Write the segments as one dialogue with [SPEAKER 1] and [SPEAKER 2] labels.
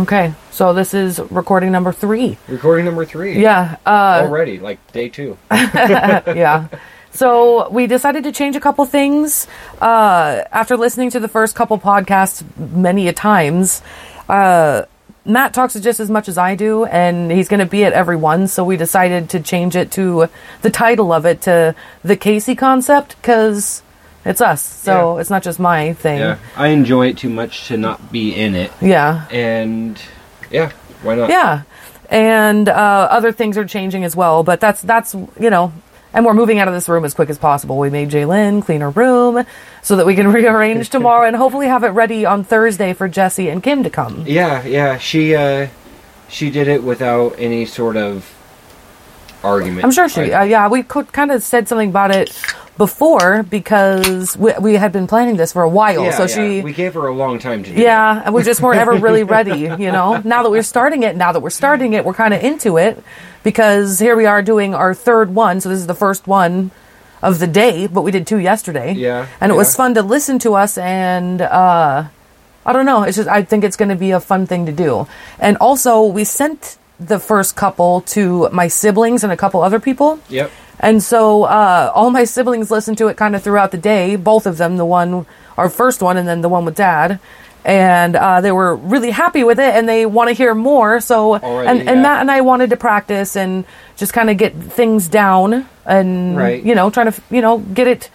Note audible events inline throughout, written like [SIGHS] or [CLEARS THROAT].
[SPEAKER 1] Okay. So this is recording number three.
[SPEAKER 2] Recording number three.
[SPEAKER 1] Yeah. Uh,
[SPEAKER 2] Already, like day two. [LAUGHS]
[SPEAKER 1] yeah. So we decided to change a couple things uh, after listening to the first couple podcasts many a times. Uh, Matt talks just as much as I do, and he's going to be at every one. So we decided to change it to the title of it to the Casey concept because it's us. So
[SPEAKER 2] Yeah.
[SPEAKER 1] it's not just my thing.
[SPEAKER 2] yeah. I enjoy it too much to not be in it.
[SPEAKER 1] Yeah.
[SPEAKER 2] And yeah, why not?
[SPEAKER 1] Yeah, and uh, other things are changing as well. But that's that's you know, and we're moving out of this room as quick as possible. We made Jalen clean her room so that we can [LAUGHS] rearrange tomorrow and hopefully have it ready on Thursday for Jesse and Kim to come.
[SPEAKER 2] Yeah, yeah. She uh she did it without any sort of argument.
[SPEAKER 1] I'm sure she.
[SPEAKER 2] I-
[SPEAKER 1] Uh, yeah, we co- kind of said something about it before because we, we had been planning this for a while.
[SPEAKER 2] yeah,
[SPEAKER 1] so
[SPEAKER 2] yeah.
[SPEAKER 1] she.
[SPEAKER 2] we gave her a long time to do
[SPEAKER 1] [LAUGHS]
[SPEAKER 2] it.
[SPEAKER 1] yeah, and we just weren't ever really ready, you know. Now that we're starting it, now that we're starting it, we're kind of into it because here we are doing our third one. So this is the first one of the day, but we did two yesterday.
[SPEAKER 2] Yeah,
[SPEAKER 1] and it was
[SPEAKER 2] yeah.
[SPEAKER 1] fun to listen to us. And uh, I don't know, it's just I think it's going to be a fun thing to do. And also, we sent the first couple to my siblings and a couple other people.
[SPEAKER 2] Yep.
[SPEAKER 1] And so uh, all my siblings listened to it kind of throughout the day, both of them, the one, our first one, and then the one with dad. And uh, they were really happy with it and they want to hear more. So,
[SPEAKER 2] Alrighty,
[SPEAKER 1] and, and
[SPEAKER 2] yeah.
[SPEAKER 1] Matt and I wanted to practice and just kind of get things down and,
[SPEAKER 2] Right.
[SPEAKER 1] you know, trying to, you know, get it,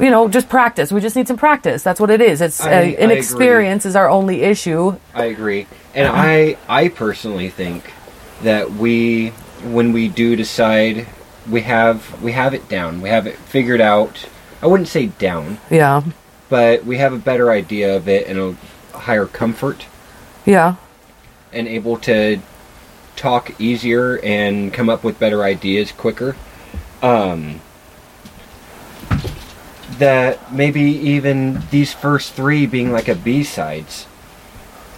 [SPEAKER 1] you know, just practice. We just need some practice. That's what it is. It's
[SPEAKER 2] I- I
[SPEAKER 1] uh,
[SPEAKER 2] agree.
[SPEAKER 1] inexperience is our only issue.
[SPEAKER 2] I agree. And I I personally think that we when we do decide we have we have it down. We have it figured out. I wouldn't say down,
[SPEAKER 1] Yeah.
[SPEAKER 2] but we have a better idea of it and a higher comfort
[SPEAKER 1] Yeah.
[SPEAKER 2] and able to talk easier and come up with better ideas quicker. Um, that maybe even these first three being like a B sides.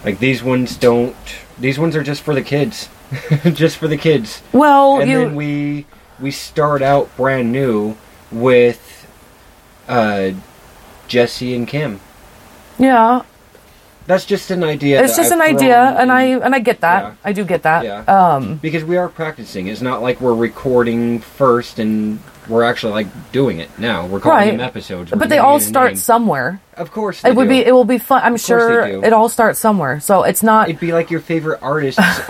[SPEAKER 2] Like these ones don't. These ones are just for the kids, [LAUGHS] just for the kids.
[SPEAKER 1] Well,
[SPEAKER 2] and
[SPEAKER 1] Oh, you.
[SPEAKER 2] then we we start out brand new with uh, Jesse and Kim.
[SPEAKER 1] yeah.
[SPEAKER 2] That's just an idea.
[SPEAKER 1] it's
[SPEAKER 2] that
[SPEAKER 1] just
[SPEAKER 2] I've
[SPEAKER 1] an idea
[SPEAKER 2] thrown
[SPEAKER 1] and i
[SPEAKER 2] in.
[SPEAKER 1] and i get that
[SPEAKER 2] Yeah.
[SPEAKER 1] i do get that
[SPEAKER 2] Yeah.
[SPEAKER 1] um
[SPEAKER 2] Because we are practicing. It's not like we're recording first and we're actually like doing it now. We're calling
[SPEAKER 1] Right.
[SPEAKER 2] them episodes. We're
[SPEAKER 1] but they
[SPEAKER 2] giving
[SPEAKER 1] all
[SPEAKER 2] it a
[SPEAKER 1] start
[SPEAKER 2] name.
[SPEAKER 1] somewhere
[SPEAKER 2] Of course, they
[SPEAKER 1] it would
[SPEAKER 2] do.
[SPEAKER 1] be it will be fun i'm
[SPEAKER 2] Of course they
[SPEAKER 1] sure
[SPEAKER 2] do.
[SPEAKER 1] it all starts somewhere so it's not
[SPEAKER 2] It'd be like your favorite artist's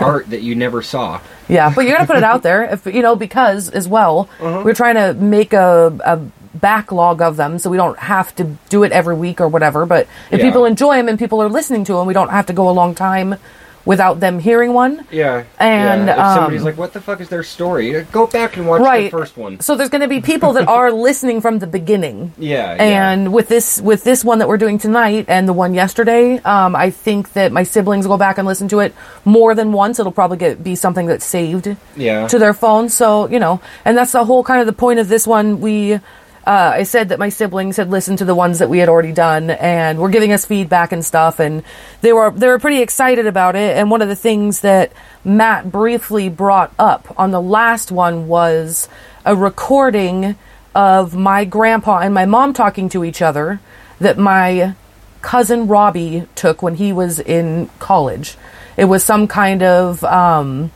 [SPEAKER 1] [LAUGHS]
[SPEAKER 2] art that you never saw.
[SPEAKER 1] yeah but you're gonna put it
[SPEAKER 2] [LAUGHS]
[SPEAKER 1] out there if you know because as well
[SPEAKER 2] Uh-huh.
[SPEAKER 1] we're trying to make a, a backlog of them so we don't have to do it every week or whatever but if
[SPEAKER 2] Yeah.
[SPEAKER 1] people enjoy them and people are listening to them we don't have to go a long time without them hearing one
[SPEAKER 2] Yeah.
[SPEAKER 1] And,
[SPEAKER 2] if somebody's
[SPEAKER 1] um,
[SPEAKER 2] like, "What the fuck is their story?" Uh, Go back and watch
[SPEAKER 1] right
[SPEAKER 2] the first one.
[SPEAKER 1] so there's going to be people that
[SPEAKER 2] [LAUGHS]
[SPEAKER 1] are listening from the beginning
[SPEAKER 2] Yeah. yeah.
[SPEAKER 1] and with this with this one that we're doing tonight and the one yesterday um, i think that my siblings will go back and listen to it more than once it'll probably get be something that's saved
[SPEAKER 2] Yeah.
[SPEAKER 1] to their phone so you know and that's the whole kind of the point of this one we uh, i said that my siblings had listened to the ones that we had already done and were giving us feedback and stuff and they were they were pretty excited about it and one of the things that matt briefly brought up on the last one was a recording of my grandpa and my mom talking to each other that my cousin Robbie took when he was in college. It was some kind of um,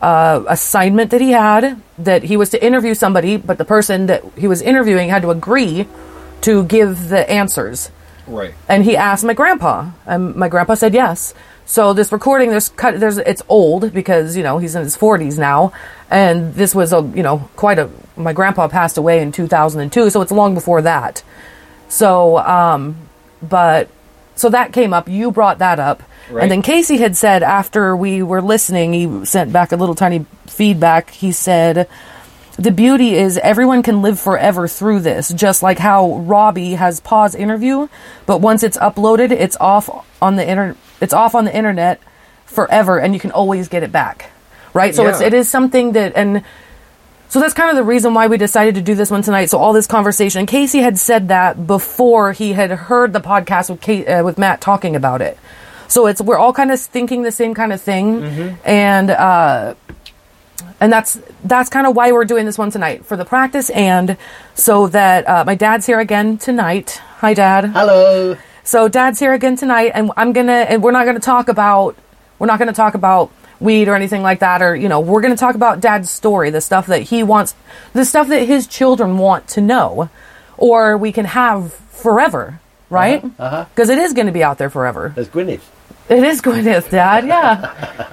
[SPEAKER 1] uh, assignment that he had that he was to interview somebody, but the person that he was interviewing had to agree to give the answers.
[SPEAKER 2] right.
[SPEAKER 1] And he asked my grandpa, and my grandpa said yes. So this recording, there's cut, there's it's old because you know he's in his 40s now, and this was a you know quite a my grandpa passed away in 2002, so it's long before that. So, um, but so that came up. You brought that up,
[SPEAKER 2] Right.
[SPEAKER 1] and then Casey had said after we were listening, he sent back a little tiny feedback. He said. The beauty is everyone can live forever through this, just like how Robbie has pause interview, but once it's uploaded, it's off on the inter- it's off on the internet forever and you can always get it back. Right? So it's
[SPEAKER 2] Yeah.
[SPEAKER 1] it is something that and so that's kind of the reason why we decided to do this one tonight. So all this conversation, Casey had said that before he had heard the podcast with Kate, uh, with Matt talking about it. So it's we're all kind of thinking the same kind of thing, and uh, and that's that's kind of why we're doing this one tonight for the practice and so that uh, my dad's here again tonight. Hi, Dad.
[SPEAKER 2] Hello.
[SPEAKER 1] So Dad's here again tonight, and I'm gonna and we're not gonna talk about we're not gonna talk about weed or anything like that, or you know, we're gonna talk about Dad's story, the stuff that he wants, the stuff that his children want to know, or we can have forever, right? Because
[SPEAKER 3] Uh-huh.
[SPEAKER 1] it is gonna be out there forever.
[SPEAKER 3] There's Gwyneth.
[SPEAKER 1] It is Gwyneth's dad,
[SPEAKER 3] [LAUGHS]
[SPEAKER 1] yeah.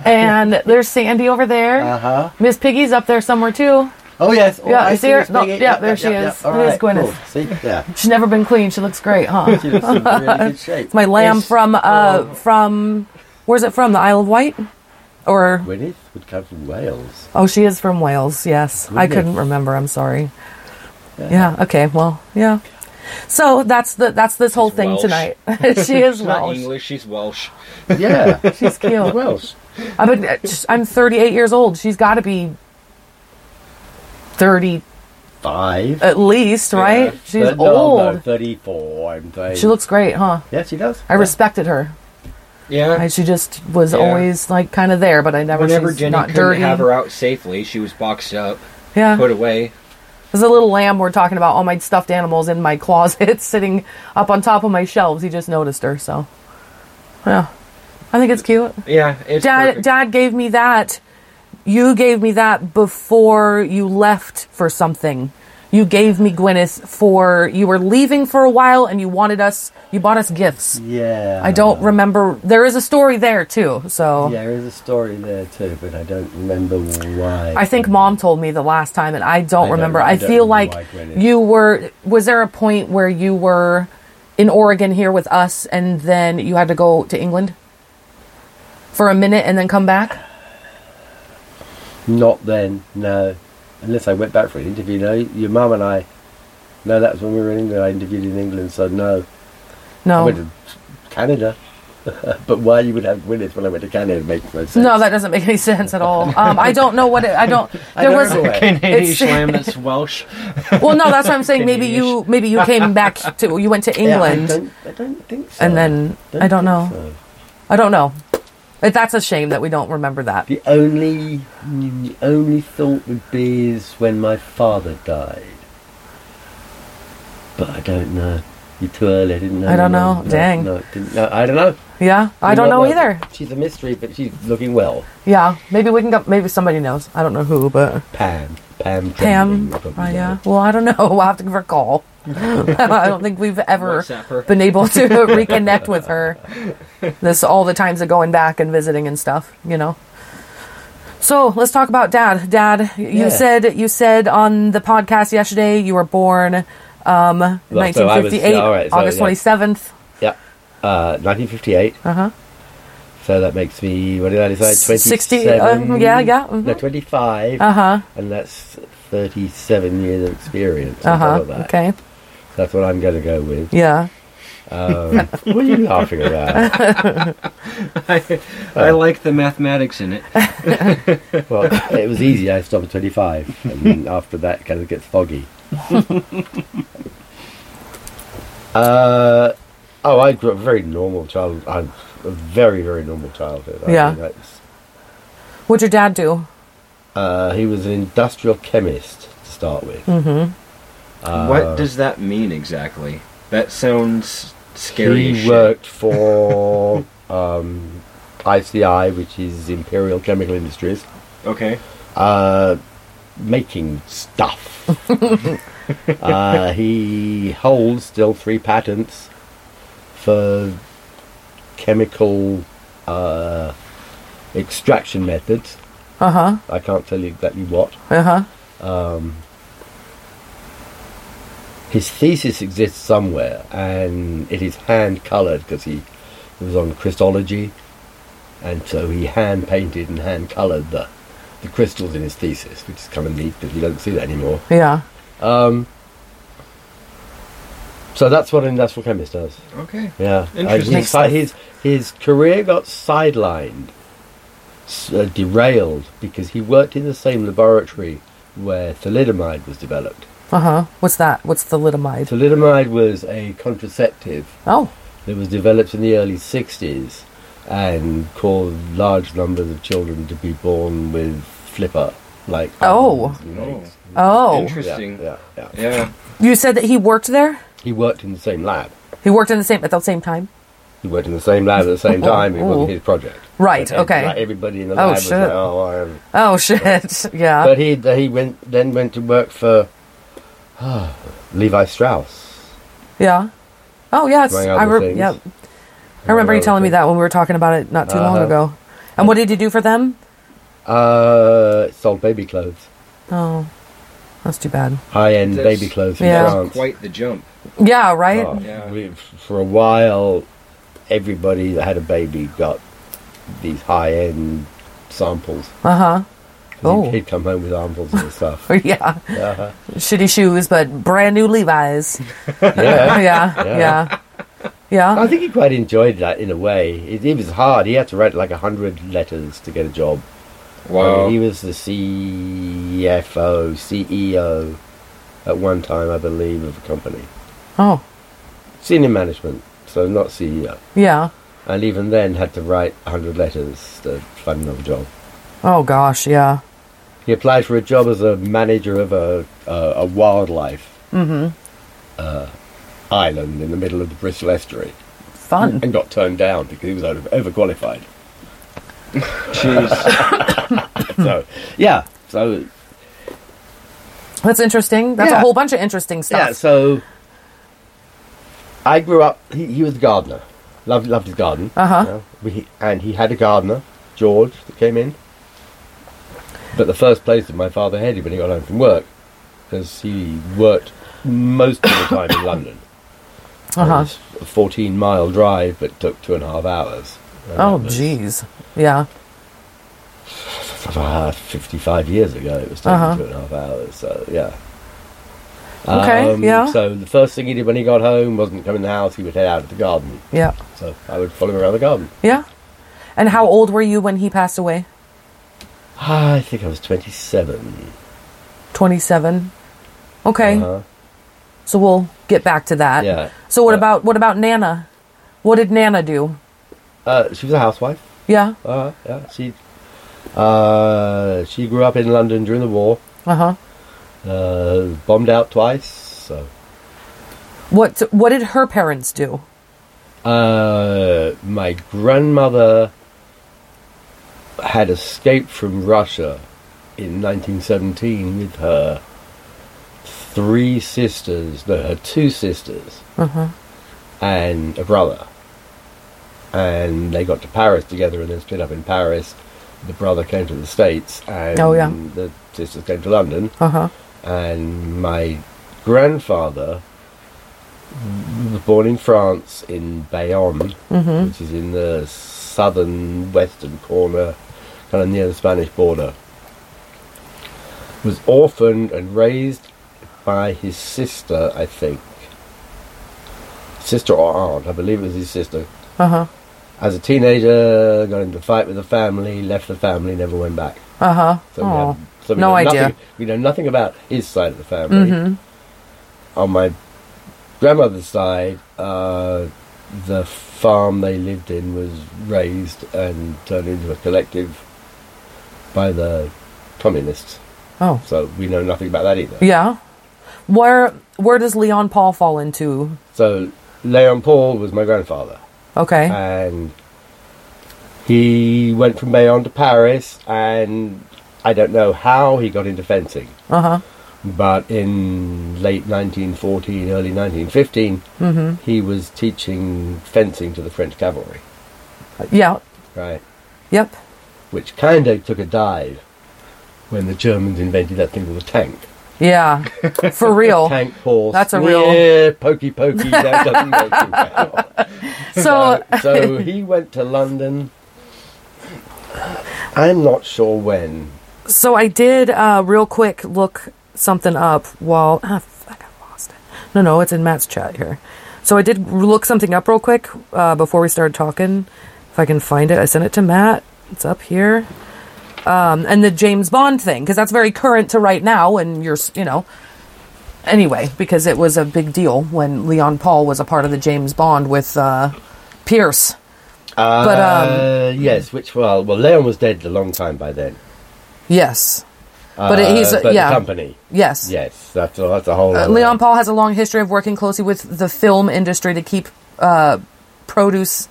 [SPEAKER 1] and there's Sandy over there.
[SPEAKER 3] Uh-huh.
[SPEAKER 1] Miss Piggy's up there somewhere too.
[SPEAKER 3] Oh yes. Oh,
[SPEAKER 1] Yeah,
[SPEAKER 3] I
[SPEAKER 1] you see her?
[SPEAKER 3] this
[SPEAKER 1] No,
[SPEAKER 3] big-
[SPEAKER 1] yeah,
[SPEAKER 3] yep,
[SPEAKER 1] there
[SPEAKER 3] yep,
[SPEAKER 1] she
[SPEAKER 3] yep,
[SPEAKER 1] is.
[SPEAKER 3] yep. All
[SPEAKER 1] It is
[SPEAKER 3] right, cool.
[SPEAKER 1] Gwyneth.
[SPEAKER 3] See, yeah.
[SPEAKER 1] She's never been clean. She looks great, huh?
[SPEAKER 3] She looks
[SPEAKER 1] [LAUGHS]
[SPEAKER 3] in really good shape.
[SPEAKER 1] It's my lamb
[SPEAKER 3] Yes.
[SPEAKER 1] from uh from where's it from? The Isle of Wight? Or
[SPEAKER 3] Gwyneth would come from Wales.
[SPEAKER 1] oh, she is from Wales. Yes, I
[SPEAKER 3] Gwyneth.
[SPEAKER 1] couldn't remember. I'm sorry. Yeah. Okay. Well. Yeah. So that's the that's this whole thing
[SPEAKER 2] Welsh.
[SPEAKER 1] tonight. she is
[SPEAKER 2] She's not
[SPEAKER 1] Welsh.
[SPEAKER 2] English. She's Welsh.
[SPEAKER 1] [LAUGHS]
[SPEAKER 3] Yeah,
[SPEAKER 1] She's cute.
[SPEAKER 3] [LAUGHS] Welsh.
[SPEAKER 1] I've been, uh, sh- I'm 38 years old. She's got to be 30
[SPEAKER 3] Five.
[SPEAKER 1] at least, right?
[SPEAKER 2] Yeah.
[SPEAKER 1] Uh, She's
[SPEAKER 3] But no,
[SPEAKER 1] old.
[SPEAKER 3] No, Thirty-four. I'm saying.
[SPEAKER 1] She looks great, huh?
[SPEAKER 3] Yeah, she does.
[SPEAKER 1] I respected her.
[SPEAKER 2] Yeah.
[SPEAKER 1] I, she just was
[SPEAKER 2] Yeah.
[SPEAKER 1] always like kind of there, but I never.
[SPEAKER 2] Whenever
[SPEAKER 1] she's
[SPEAKER 2] Jenny
[SPEAKER 1] not
[SPEAKER 2] couldn't
[SPEAKER 1] dirty. Uh-huh.
[SPEAKER 2] have her out safely, she was boxed up,
[SPEAKER 1] yeah.
[SPEAKER 2] put away.
[SPEAKER 1] There's a little lamb we're talking about, all my stuffed animals in my [LAUGHS] closet sitting up on top of my shelves. He just noticed her, so. Yeah. I think it's cute.
[SPEAKER 2] Yeah, it's
[SPEAKER 1] Dad
[SPEAKER 2] perfect.
[SPEAKER 1] dad gave me that. You gave me that before you left for something. You gave me Gwyneth for you were leaving for a while and you wanted us you bought us gifts.
[SPEAKER 3] Yeah.
[SPEAKER 1] I don't remember there is a story there too, so
[SPEAKER 3] Yeah, there is a story there too, but I don't remember why.
[SPEAKER 1] I think mom told me the last time, and I don't
[SPEAKER 3] don't-
[SPEAKER 1] remember.
[SPEAKER 3] I
[SPEAKER 1] I
[SPEAKER 3] don't
[SPEAKER 1] feel like
[SPEAKER 3] remember why Gwyneth-
[SPEAKER 1] you were. Was there a point where you were in Oregon here with us, and then you had to go to England for a minute and then come back?
[SPEAKER 3] Not then, no. Unless I went back for an interview. No, your mum and I. No, that was when we were in England. I interviewed in England, so no. I went
[SPEAKER 1] No,
[SPEAKER 3] to Canada. [LAUGHS] but why you would have Gwyneth when I went to Canada makes no sense.
[SPEAKER 1] no, that doesn't make any sense at all. Um, I don't know what it, I don't. There
[SPEAKER 3] [LAUGHS] I don't
[SPEAKER 1] was
[SPEAKER 3] remember why.
[SPEAKER 2] Canadian
[SPEAKER 1] It's-
[SPEAKER 2] lamb that's Welsh.
[SPEAKER 1] well, no, that's what I'm
[SPEAKER 3] [LAUGHS]
[SPEAKER 1] saying. Maybe you maybe you came back to you went to
[SPEAKER 3] Yeah, I
[SPEAKER 1] England,
[SPEAKER 3] don't- I, don't, think so.
[SPEAKER 1] and then I don't
[SPEAKER 3] think
[SPEAKER 1] know.
[SPEAKER 3] so.
[SPEAKER 1] I don't know. It- That's a shame that we don't remember that.
[SPEAKER 3] The only the only thought would be is when my father died. But I don't know. You're too early. I didn't know.
[SPEAKER 1] I don't
[SPEAKER 3] your
[SPEAKER 1] know.
[SPEAKER 3] mum. No,
[SPEAKER 1] Dang.
[SPEAKER 3] No, didn't know. I don't know.
[SPEAKER 1] Yeah, I
[SPEAKER 3] You're
[SPEAKER 1] don't
[SPEAKER 3] not
[SPEAKER 1] know
[SPEAKER 3] well.
[SPEAKER 1] either.
[SPEAKER 3] She's a mystery, but she's looking well.
[SPEAKER 1] Yeah, maybe we can go. Maybe somebody knows. I don't know who, but
[SPEAKER 3] Pam. Pam.
[SPEAKER 1] Pam.
[SPEAKER 3] Trembling,
[SPEAKER 1] Uh,
[SPEAKER 3] probably.
[SPEAKER 1] yeah. Well, I don't know. [LAUGHS] We'll have to give her a call. [LAUGHS] I don't think we've ever
[SPEAKER 2] WhatsApp her.
[SPEAKER 1] been able to [LAUGHS] reconnect with her. This all the times of going back and visiting and stuff, you know. So let's talk about dad. Dad, you
[SPEAKER 3] Yeah.
[SPEAKER 1] said you said on the podcast yesterday you were born um,
[SPEAKER 3] Well, so I was-
[SPEAKER 1] 1958,
[SPEAKER 3] yeah, all right, so,
[SPEAKER 1] August
[SPEAKER 3] yeah.
[SPEAKER 1] 27th.
[SPEAKER 3] Yeah. Uh, 1958.
[SPEAKER 1] Uh huh.
[SPEAKER 3] So that makes me what did I decide?
[SPEAKER 1] S- 60,
[SPEAKER 3] 27?
[SPEAKER 1] um, yeah, yeah, mhm.
[SPEAKER 3] No, 25.
[SPEAKER 1] Uh huh.
[SPEAKER 3] And that's 37 years of experience. on
[SPEAKER 1] Uh
[SPEAKER 3] top of
[SPEAKER 1] huh.
[SPEAKER 3] that.
[SPEAKER 1] Okay.
[SPEAKER 3] That's what I'm going to go with.
[SPEAKER 1] Yeah.
[SPEAKER 3] Um, [LAUGHS] what are you laughing about?
[SPEAKER 2] [LAUGHS]
[SPEAKER 1] [LAUGHS]
[SPEAKER 2] I, I like the mathematics in it.
[SPEAKER 3] Well, it was easy. I stopped at 25, and then [LAUGHS] after that, it kind of
[SPEAKER 1] [LAUGHS]
[SPEAKER 3] gets foggy. uh, oh, I grew up a very normal child. I'm a very, very normal childhood. I
[SPEAKER 1] Yeah.
[SPEAKER 3] mean, that's-
[SPEAKER 1] What'd your dad do?
[SPEAKER 3] uh, he was an industrial chemist to start with.
[SPEAKER 1] Mm-hmm.
[SPEAKER 2] what does that mean exactly? That sounds scary. as
[SPEAKER 3] He
[SPEAKER 2] shit.
[SPEAKER 3] worked for [LAUGHS] um, ICI, which is Imperial Chemical Industries,
[SPEAKER 2] Okay.
[SPEAKER 3] uh, making
[SPEAKER 2] [LAUGHS]
[SPEAKER 3] stuff. uh, he holds still three patents for chemical uh, extraction methods.
[SPEAKER 1] Uh huh.
[SPEAKER 3] I can't tell you exactly what.
[SPEAKER 1] Uh huh.
[SPEAKER 3] His thesis exists somewhere, and it is hand coloured because he, he was on Christology, and so he hand painted and hand coloured the, the crystals in his thesis, which is kind of neat because you don't see that anymore.
[SPEAKER 1] Yeah.
[SPEAKER 3] Um, so that's what an industrial chemist does.
[SPEAKER 2] Okay.
[SPEAKER 3] Yeah, Uh,
[SPEAKER 2] Interesting
[SPEAKER 3] his,
[SPEAKER 1] stuff.
[SPEAKER 3] his his career got sidelined, s- uh, derailed because he worked in the same laboratory where thalidomide was developed.
[SPEAKER 1] Uh huh. What's that? What's thalidomide?
[SPEAKER 3] Thalidomide was a contraceptive
[SPEAKER 1] Oh.
[SPEAKER 3] that was developed in the early 60s and caused large numbers of children to be born with flipper like
[SPEAKER 1] Oh.
[SPEAKER 3] arms and legs.
[SPEAKER 1] Oh,
[SPEAKER 2] Interesting.
[SPEAKER 3] Yeah, yeah, yeah.
[SPEAKER 2] Yeah.
[SPEAKER 1] you said that he worked there.
[SPEAKER 3] He worked in the same lab.
[SPEAKER 1] He worked in the same at the same time.
[SPEAKER 3] He worked in the same lab at the
[SPEAKER 1] [LAUGHS]
[SPEAKER 3] same time. It
[SPEAKER 1] Oh. Ooh.
[SPEAKER 3] wasn't his project.
[SPEAKER 1] Right,
[SPEAKER 3] But, uh,
[SPEAKER 1] okay.
[SPEAKER 3] Like everybody in the
[SPEAKER 1] Oh,
[SPEAKER 3] lab was
[SPEAKER 1] shit.
[SPEAKER 3] like, oh, I am.
[SPEAKER 1] Oh [LAUGHS] shit! yeah.
[SPEAKER 3] But he he went then went to work for [SIGHS] Levi Strauss.
[SPEAKER 1] yeah. Oh yeah. It's,
[SPEAKER 3] Among
[SPEAKER 1] I,
[SPEAKER 3] other
[SPEAKER 1] re-
[SPEAKER 3] things.
[SPEAKER 1] yeah. I remember you
[SPEAKER 3] other
[SPEAKER 1] telling me
[SPEAKER 3] things.
[SPEAKER 1] that when we were talking about it not too long
[SPEAKER 3] Uh-huh.
[SPEAKER 1] ago. And what did you do for them?
[SPEAKER 3] Uh, sold baby clothes,
[SPEAKER 1] Oh, that's too bad.
[SPEAKER 3] high end
[SPEAKER 2] That's-
[SPEAKER 3] baby clothes in
[SPEAKER 1] Yeah.
[SPEAKER 3] France.
[SPEAKER 2] Quite the jump.
[SPEAKER 1] Yeah. Right.
[SPEAKER 3] Oh,
[SPEAKER 2] Yeah.
[SPEAKER 3] we- for a while, everybody that had a baby got these high end samples.
[SPEAKER 1] Uh Oh.
[SPEAKER 3] He'd, he'd come home with armfuls and
[SPEAKER 1] [LAUGHS]
[SPEAKER 3] stuff.
[SPEAKER 1] huh. [LAUGHS] yeah.
[SPEAKER 3] Uh-huh.
[SPEAKER 1] Shitty shoes, but brand new Levi's.
[SPEAKER 3] [LAUGHS] yeah.
[SPEAKER 1] [LAUGHS] yeah.
[SPEAKER 3] Yeah.
[SPEAKER 1] Yeah. Yeah.
[SPEAKER 3] I think he quite enjoyed that in a way. It, it was hard. He had to write like a hundred letters to get a job. I
[SPEAKER 2] Wow. Uh,
[SPEAKER 3] mean, he was the CFO, CEO E at one time, I believe, of a company.
[SPEAKER 1] Oh.
[SPEAKER 3] Senior management, so not CEO.
[SPEAKER 1] Yeah.
[SPEAKER 3] And even then had to write 100 letters to find another job.
[SPEAKER 1] Oh gosh. Yeah.
[SPEAKER 3] He applied for a job as a manager of a, uh, a wildlife uh, island in the middle of the Bristol Estuary
[SPEAKER 1] Fun.
[SPEAKER 3] and got turned down because he was over- overqualified.
[SPEAKER 2] Jeez.
[SPEAKER 3] so, yeah. So,
[SPEAKER 1] That's interesting. That's a
[SPEAKER 3] Yeah.
[SPEAKER 1] whole bunch of interesting stuff.
[SPEAKER 3] Yeah, so I grew up. He, he was a gardener. Loved loved his garden.
[SPEAKER 1] Uh-huh.
[SPEAKER 3] know. We- and he had a gardener, George, that came in. But the first place that my father had him when he got home from work, because he worked most of
[SPEAKER 1] [COUGHS]
[SPEAKER 3] the time in London. It
[SPEAKER 1] Uh-huh.
[SPEAKER 3] was a fourteen mile drive, but took two and a half hours. And
[SPEAKER 1] oh
[SPEAKER 3] that was
[SPEAKER 1] jeez. Yeah.
[SPEAKER 3] uh, Fifty-five years ago, it was taking
[SPEAKER 1] Uh-huh.
[SPEAKER 3] two and a half hours. So yeah.
[SPEAKER 1] Okay,
[SPEAKER 3] Um,
[SPEAKER 1] yeah.
[SPEAKER 3] So the first thing he did when he got home wasn't come in the house. He would head out to the garden.
[SPEAKER 1] Yeah.
[SPEAKER 3] So I would follow him around the garden.
[SPEAKER 1] Yeah. And how old were you when he passed away?
[SPEAKER 3] Ah, I think I was 27
[SPEAKER 1] Twenty-seven. Okay.
[SPEAKER 3] Uh-huh.
[SPEAKER 1] So we'll get back to that.
[SPEAKER 3] Yeah.
[SPEAKER 1] So what
[SPEAKER 3] Uh,
[SPEAKER 1] about what about Nana? What did Nana do?
[SPEAKER 3] Uh, she was a housewife.
[SPEAKER 1] Yeah.
[SPEAKER 3] Uh, yeah. She. Uh, she grew up in London during the war.
[SPEAKER 1] Uh huh.
[SPEAKER 3] Uh, bombed out twice. So.
[SPEAKER 1] What what did her parents do?
[SPEAKER 3] Uh, my grandmother had escaped from Russia in 1917 with her three sisters, no, her two sisters,
[SPEAKER 1] Uh huh.
[SPEAKER 3] and a brother. And they got to Paris together and then split up in Paris. The brother came to the States and
[SPEAKER 1] Oh, yeah.
[SPEAKER 3] the sisters came to London
[SPEAKER 1] Uh huh.
[SPEAKER 3] and my grandfather was born in France in Bayonne, which is in the southern western corner, kind of near the Spanish border. Was orphaned and raised by his sister, I think. Sister or aunt, I believe it was his sister.
[SPEAKER 1] Uh huh.
[SPEAKER 3] As a teenager, got into a fight with the family, left the family, never went back.
[SPEAKER 1] Uh huh.
[SPEAKER 3] So we,
[SPEAKER 1] Oh.
[SPEAKER 3] have, so we
[SPEAKER 1] no
[SPEAKER 3] know
[SPEAKER 1] idea.
[SPEAKER 3] Nothing, we know nothing about his side of the family.
[SPEAKER 1] Mm-hmm.
[SPEAKER 3] On my grandmother's side, uh, the farm they lived in was razed and turned into a collective by the communists.
[SPEAKER 1] Oh.
[SPEAKER 3] So we know nothing about that either.
[SPEAKER 1] Yeah. Where where does Leon Paul fall into?
[SPEAKER 3] So Leon Paul was my grandfather.
[SPEAKER 1] Okay.
[SPEAKER 3] and he went from Bayonne to Paris, and I don't know how he got into fencing,
[SPEAKER 1] Uh huh.
[SPEAKER 3] but in late 1914, early 1915,
[SPEAKER 1] Mm-hmm.
[SPEAKER 3] he was teaching fencing to the French cavalry,
[SPEAKER 1] Yeah.
[SPEAKER 3] right?
[SPEAKER 1] Yep.
[SPEAKER 3] Which kind of took a dive when the Germans invented that thing called a tank. [LAUGHS]
[SPEAKER 1] Yeah. For real.
[SPEAKER 3] Tank horse.
[SPEAKER 1] Oh, That's a real-
[SPEAKER 3] yeah, pokey pokey. that doesn't make you well.
[SPEAKER 1] [LAUGHS]
[SPEAKER 3] Uh,
[SPEAKER 1] So
[SPEAKER 3] so he went to London. I'm not sure when.
[SPEAKER 1] So I did uh, real quick look something up while ah, fuck, I lost it. No, no, it's in Matt's chat here. So I did look something up real quick uh, before we started talking. If I can find it, I sent it to Matt. It's up here. Um, and the James Bond thing, because that's very current to right now, and you're, s- you know. Anyway, because it was a big deal when Leon Paul was a part of the James Bond with uh, Pierce. But, um,
[SPEAKER 3] uh, yes, which well, well, Leon was dead a long time by then.
[SPEAKER 1] Yes. But it- he's-
[SPEAKER 3] Uh, but
[SPEAKER 1] yeah.
[SPEAKER 3] the company.
[SPEAKER 1] Yes.
[SPEAKER 3] Yes, that's a, that's a whole.
[SPEAKER 1] Uh,
[SPEAKER 3] other-
[SPEAKER 1] Leon Paul has a long history of working closely with the film industry to keep uh, produce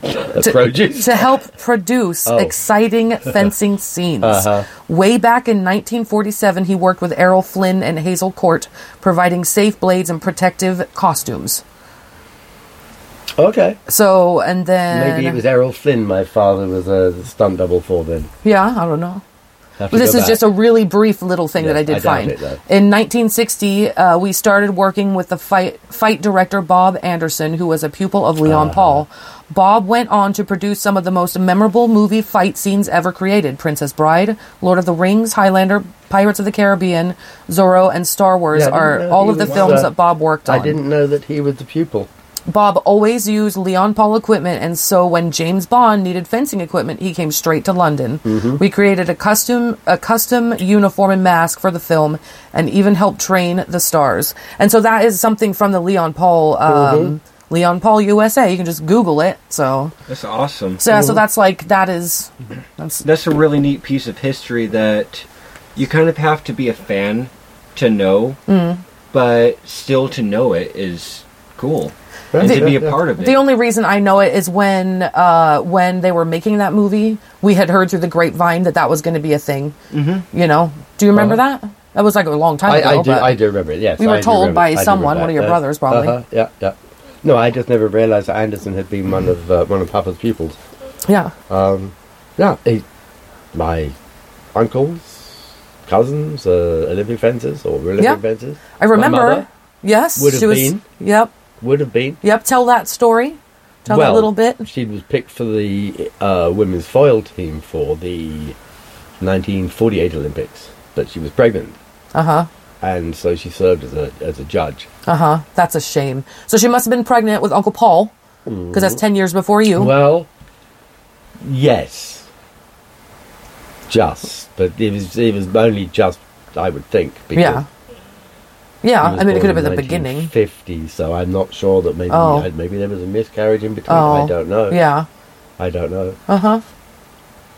[SPEAKER 3] the
[SPEAKER 1] [LAUGHS]
[SPEAKER 3] produce.
[SPEAKER 1] to help
[SPEAKER 3] [LAUGHS]
[SPEAKER 1] produce
[SPEAKER 3] Oh. [LAUGHS]
[SPEAKER 1] exciting fencing scenes.
[SPEAKER 3] Uh-huh.
[SPEAKER 1] Way back in 1947, he worked with Errol Flynn and Hazel Court, providing safe blades and protective costumes.
[SPEAKER 3] Okay,
[SPEAKER 1] So, and then
[SPEAKER 3] maybe it was Errol Flynn. My father was a stunt double for then.
[SPEAKER 1] yeah, I don't know.
[SPEAKER 3] Have to
[SPEAKER 1] But this
[SPEAKER 3] go
[SPEAKER 1] is
[SPEAKER 3] back.
[SPEAKER 1] just a really brief little thing
[SPEAKER 3] Yeah,
[SPEAKER 1] that I
[SPEAKER 3] I
[SPEAKER 1] did
[SPEAKER 3] doubt
[SPEAKER 1] find.
[SPEAKER 3] it, though.
[SPEAKER 1] in 1960, uh, we started working with the fight fight director Bob Anderson, who was a pupil of Leon
[SPEAKER 3] Uh-huh.
[SPEAKER 1] Paul. Bob went on to produce some of the most memorable movie fight scenes ever created: Princess Bride, Lord of the Rings, Highlander, Pirates of the Caribbean, Zorro, and Star Wars
[SPEAKER 3] Yeah, I didn't
[SPEAKER 1] are
[SPEAKER 3] know
[SPEAKER 1] all
[SPEAKER 3] he
[SPEAKER 1] of the
[SPEAKER 3] was,
[SPEAKER 1] films
[SPEAKER 3] uh,
[SPEAKER 1] that Bob worked on.
[SPEAKER 3] I didn't know that he was the pupil.
[SPEAKER 1] Bob always used Leon Paul equipment, and so when James Bond needed fencing equipment, he came straight to London. We created a custom a custom uniform and mask for the film, and even helped train the stars. And so that is something from the Leon Paul um, Leon Paul USA. You can just Google it. So
[SPEAKER 2] That's awesome.
[SPEAKER 1] so, so that's like that is that's
[SPEAKER 2] That's a really neat piece of history that you kind of have to be a fan to know,
[SPEAKER 1] Mm.
[SPEAKER 2] but still to know it is cool. And
[SPEAKER 3] Yeah,
[SPEAKER 2] to be
[SPEAKER 3] yeah.
[SPEAKER 2] a part of it.
[SPEAKER 1] The only reason I know it is when uh, when they were making that movie, we had heard through the grapevine that that was going to be a thing. Mm-hmm. You know, do you remember that? That was like a long time
[SPEAKER 3] Uh-huh. I,
[SPEAKER 1] ago.
[SPEAKER 3] I do.
[SPEAKER 1] but-
[SPEAKER 3] I do remember it. Yes,
[SPEAKER 1] We were
[SPEAKER 3] I do
[SPEAKER 1] told
[SPEAKER 3] remember-
[SPEAKER 1] by
[SPEAKER 3] I do
[SPEAKER 1] someone,
[SPEAKER 3] remember
[SPEAKER 1] one of
[SPEAKER 3] that,
[SPEAKER 1] your
[SPEAKER 3] yes.
[SPEAKER 1] brothers probably.
[SPEAKER 3] Uh-huh, yeah, yeah. No, I just never realised that Anderson had been one of uh, one of Papa's pupils.
[SPEAKER 1] Yeah.
[SPEAKER 3] Uh, Yeah, he, my uncles, cousins, uh, Olympic fencers or Olympic
[SPEAKER 1] Yeah.
[SPEAKER 3] fencers.
[SPEAKER 1] I
[SPEAKER 3] My
[SPEAKER 1] remember.
[SPEAKER 3] mother
[SPEAKER 1] yes.
[SPEAKER 3] would have
[SPEAKER 1] she was
[SPEAKER 3] been.
[SPEAKER 1] Yep.
[SPEAKER 3] would have been.
[SPEAKER 1] Yep, tell that story. Tell
[SPEAKER 3] well,
[SPEAKER 1] that little bit.
[SPEAKER 3] She was picked for the uh, women's foil team for the 1948 Olympics, but she was pregnant,
[SPEAKER 1] Uh-huh.
[SPEAKER 3] and so she served as a as a judge.
[SPEAKER 1] Uh-huh. That's a shame. So she must have been pregnant with Uncle Paul because that's 10 years before you.
[SPEAKER 3] Well, yes, just, but it was it was only just, I would think. Because
[SPEAKER 1] yeah. Yeah, I mean it could have been the beginning.
[SPEAKER 3] Fifty, so I'm not sure that maybe
[SPEAKER 1] Oh.
[SPEAKER 3] maybe there was a miscarriage in between.
[SPEAKER 1] Oh.
[SPEAKER 3] I don't know.
[SPEAKER 1] Yeah.
[SPEAKER 3] I don't know.
[SPEAKER 1] Uh-huh.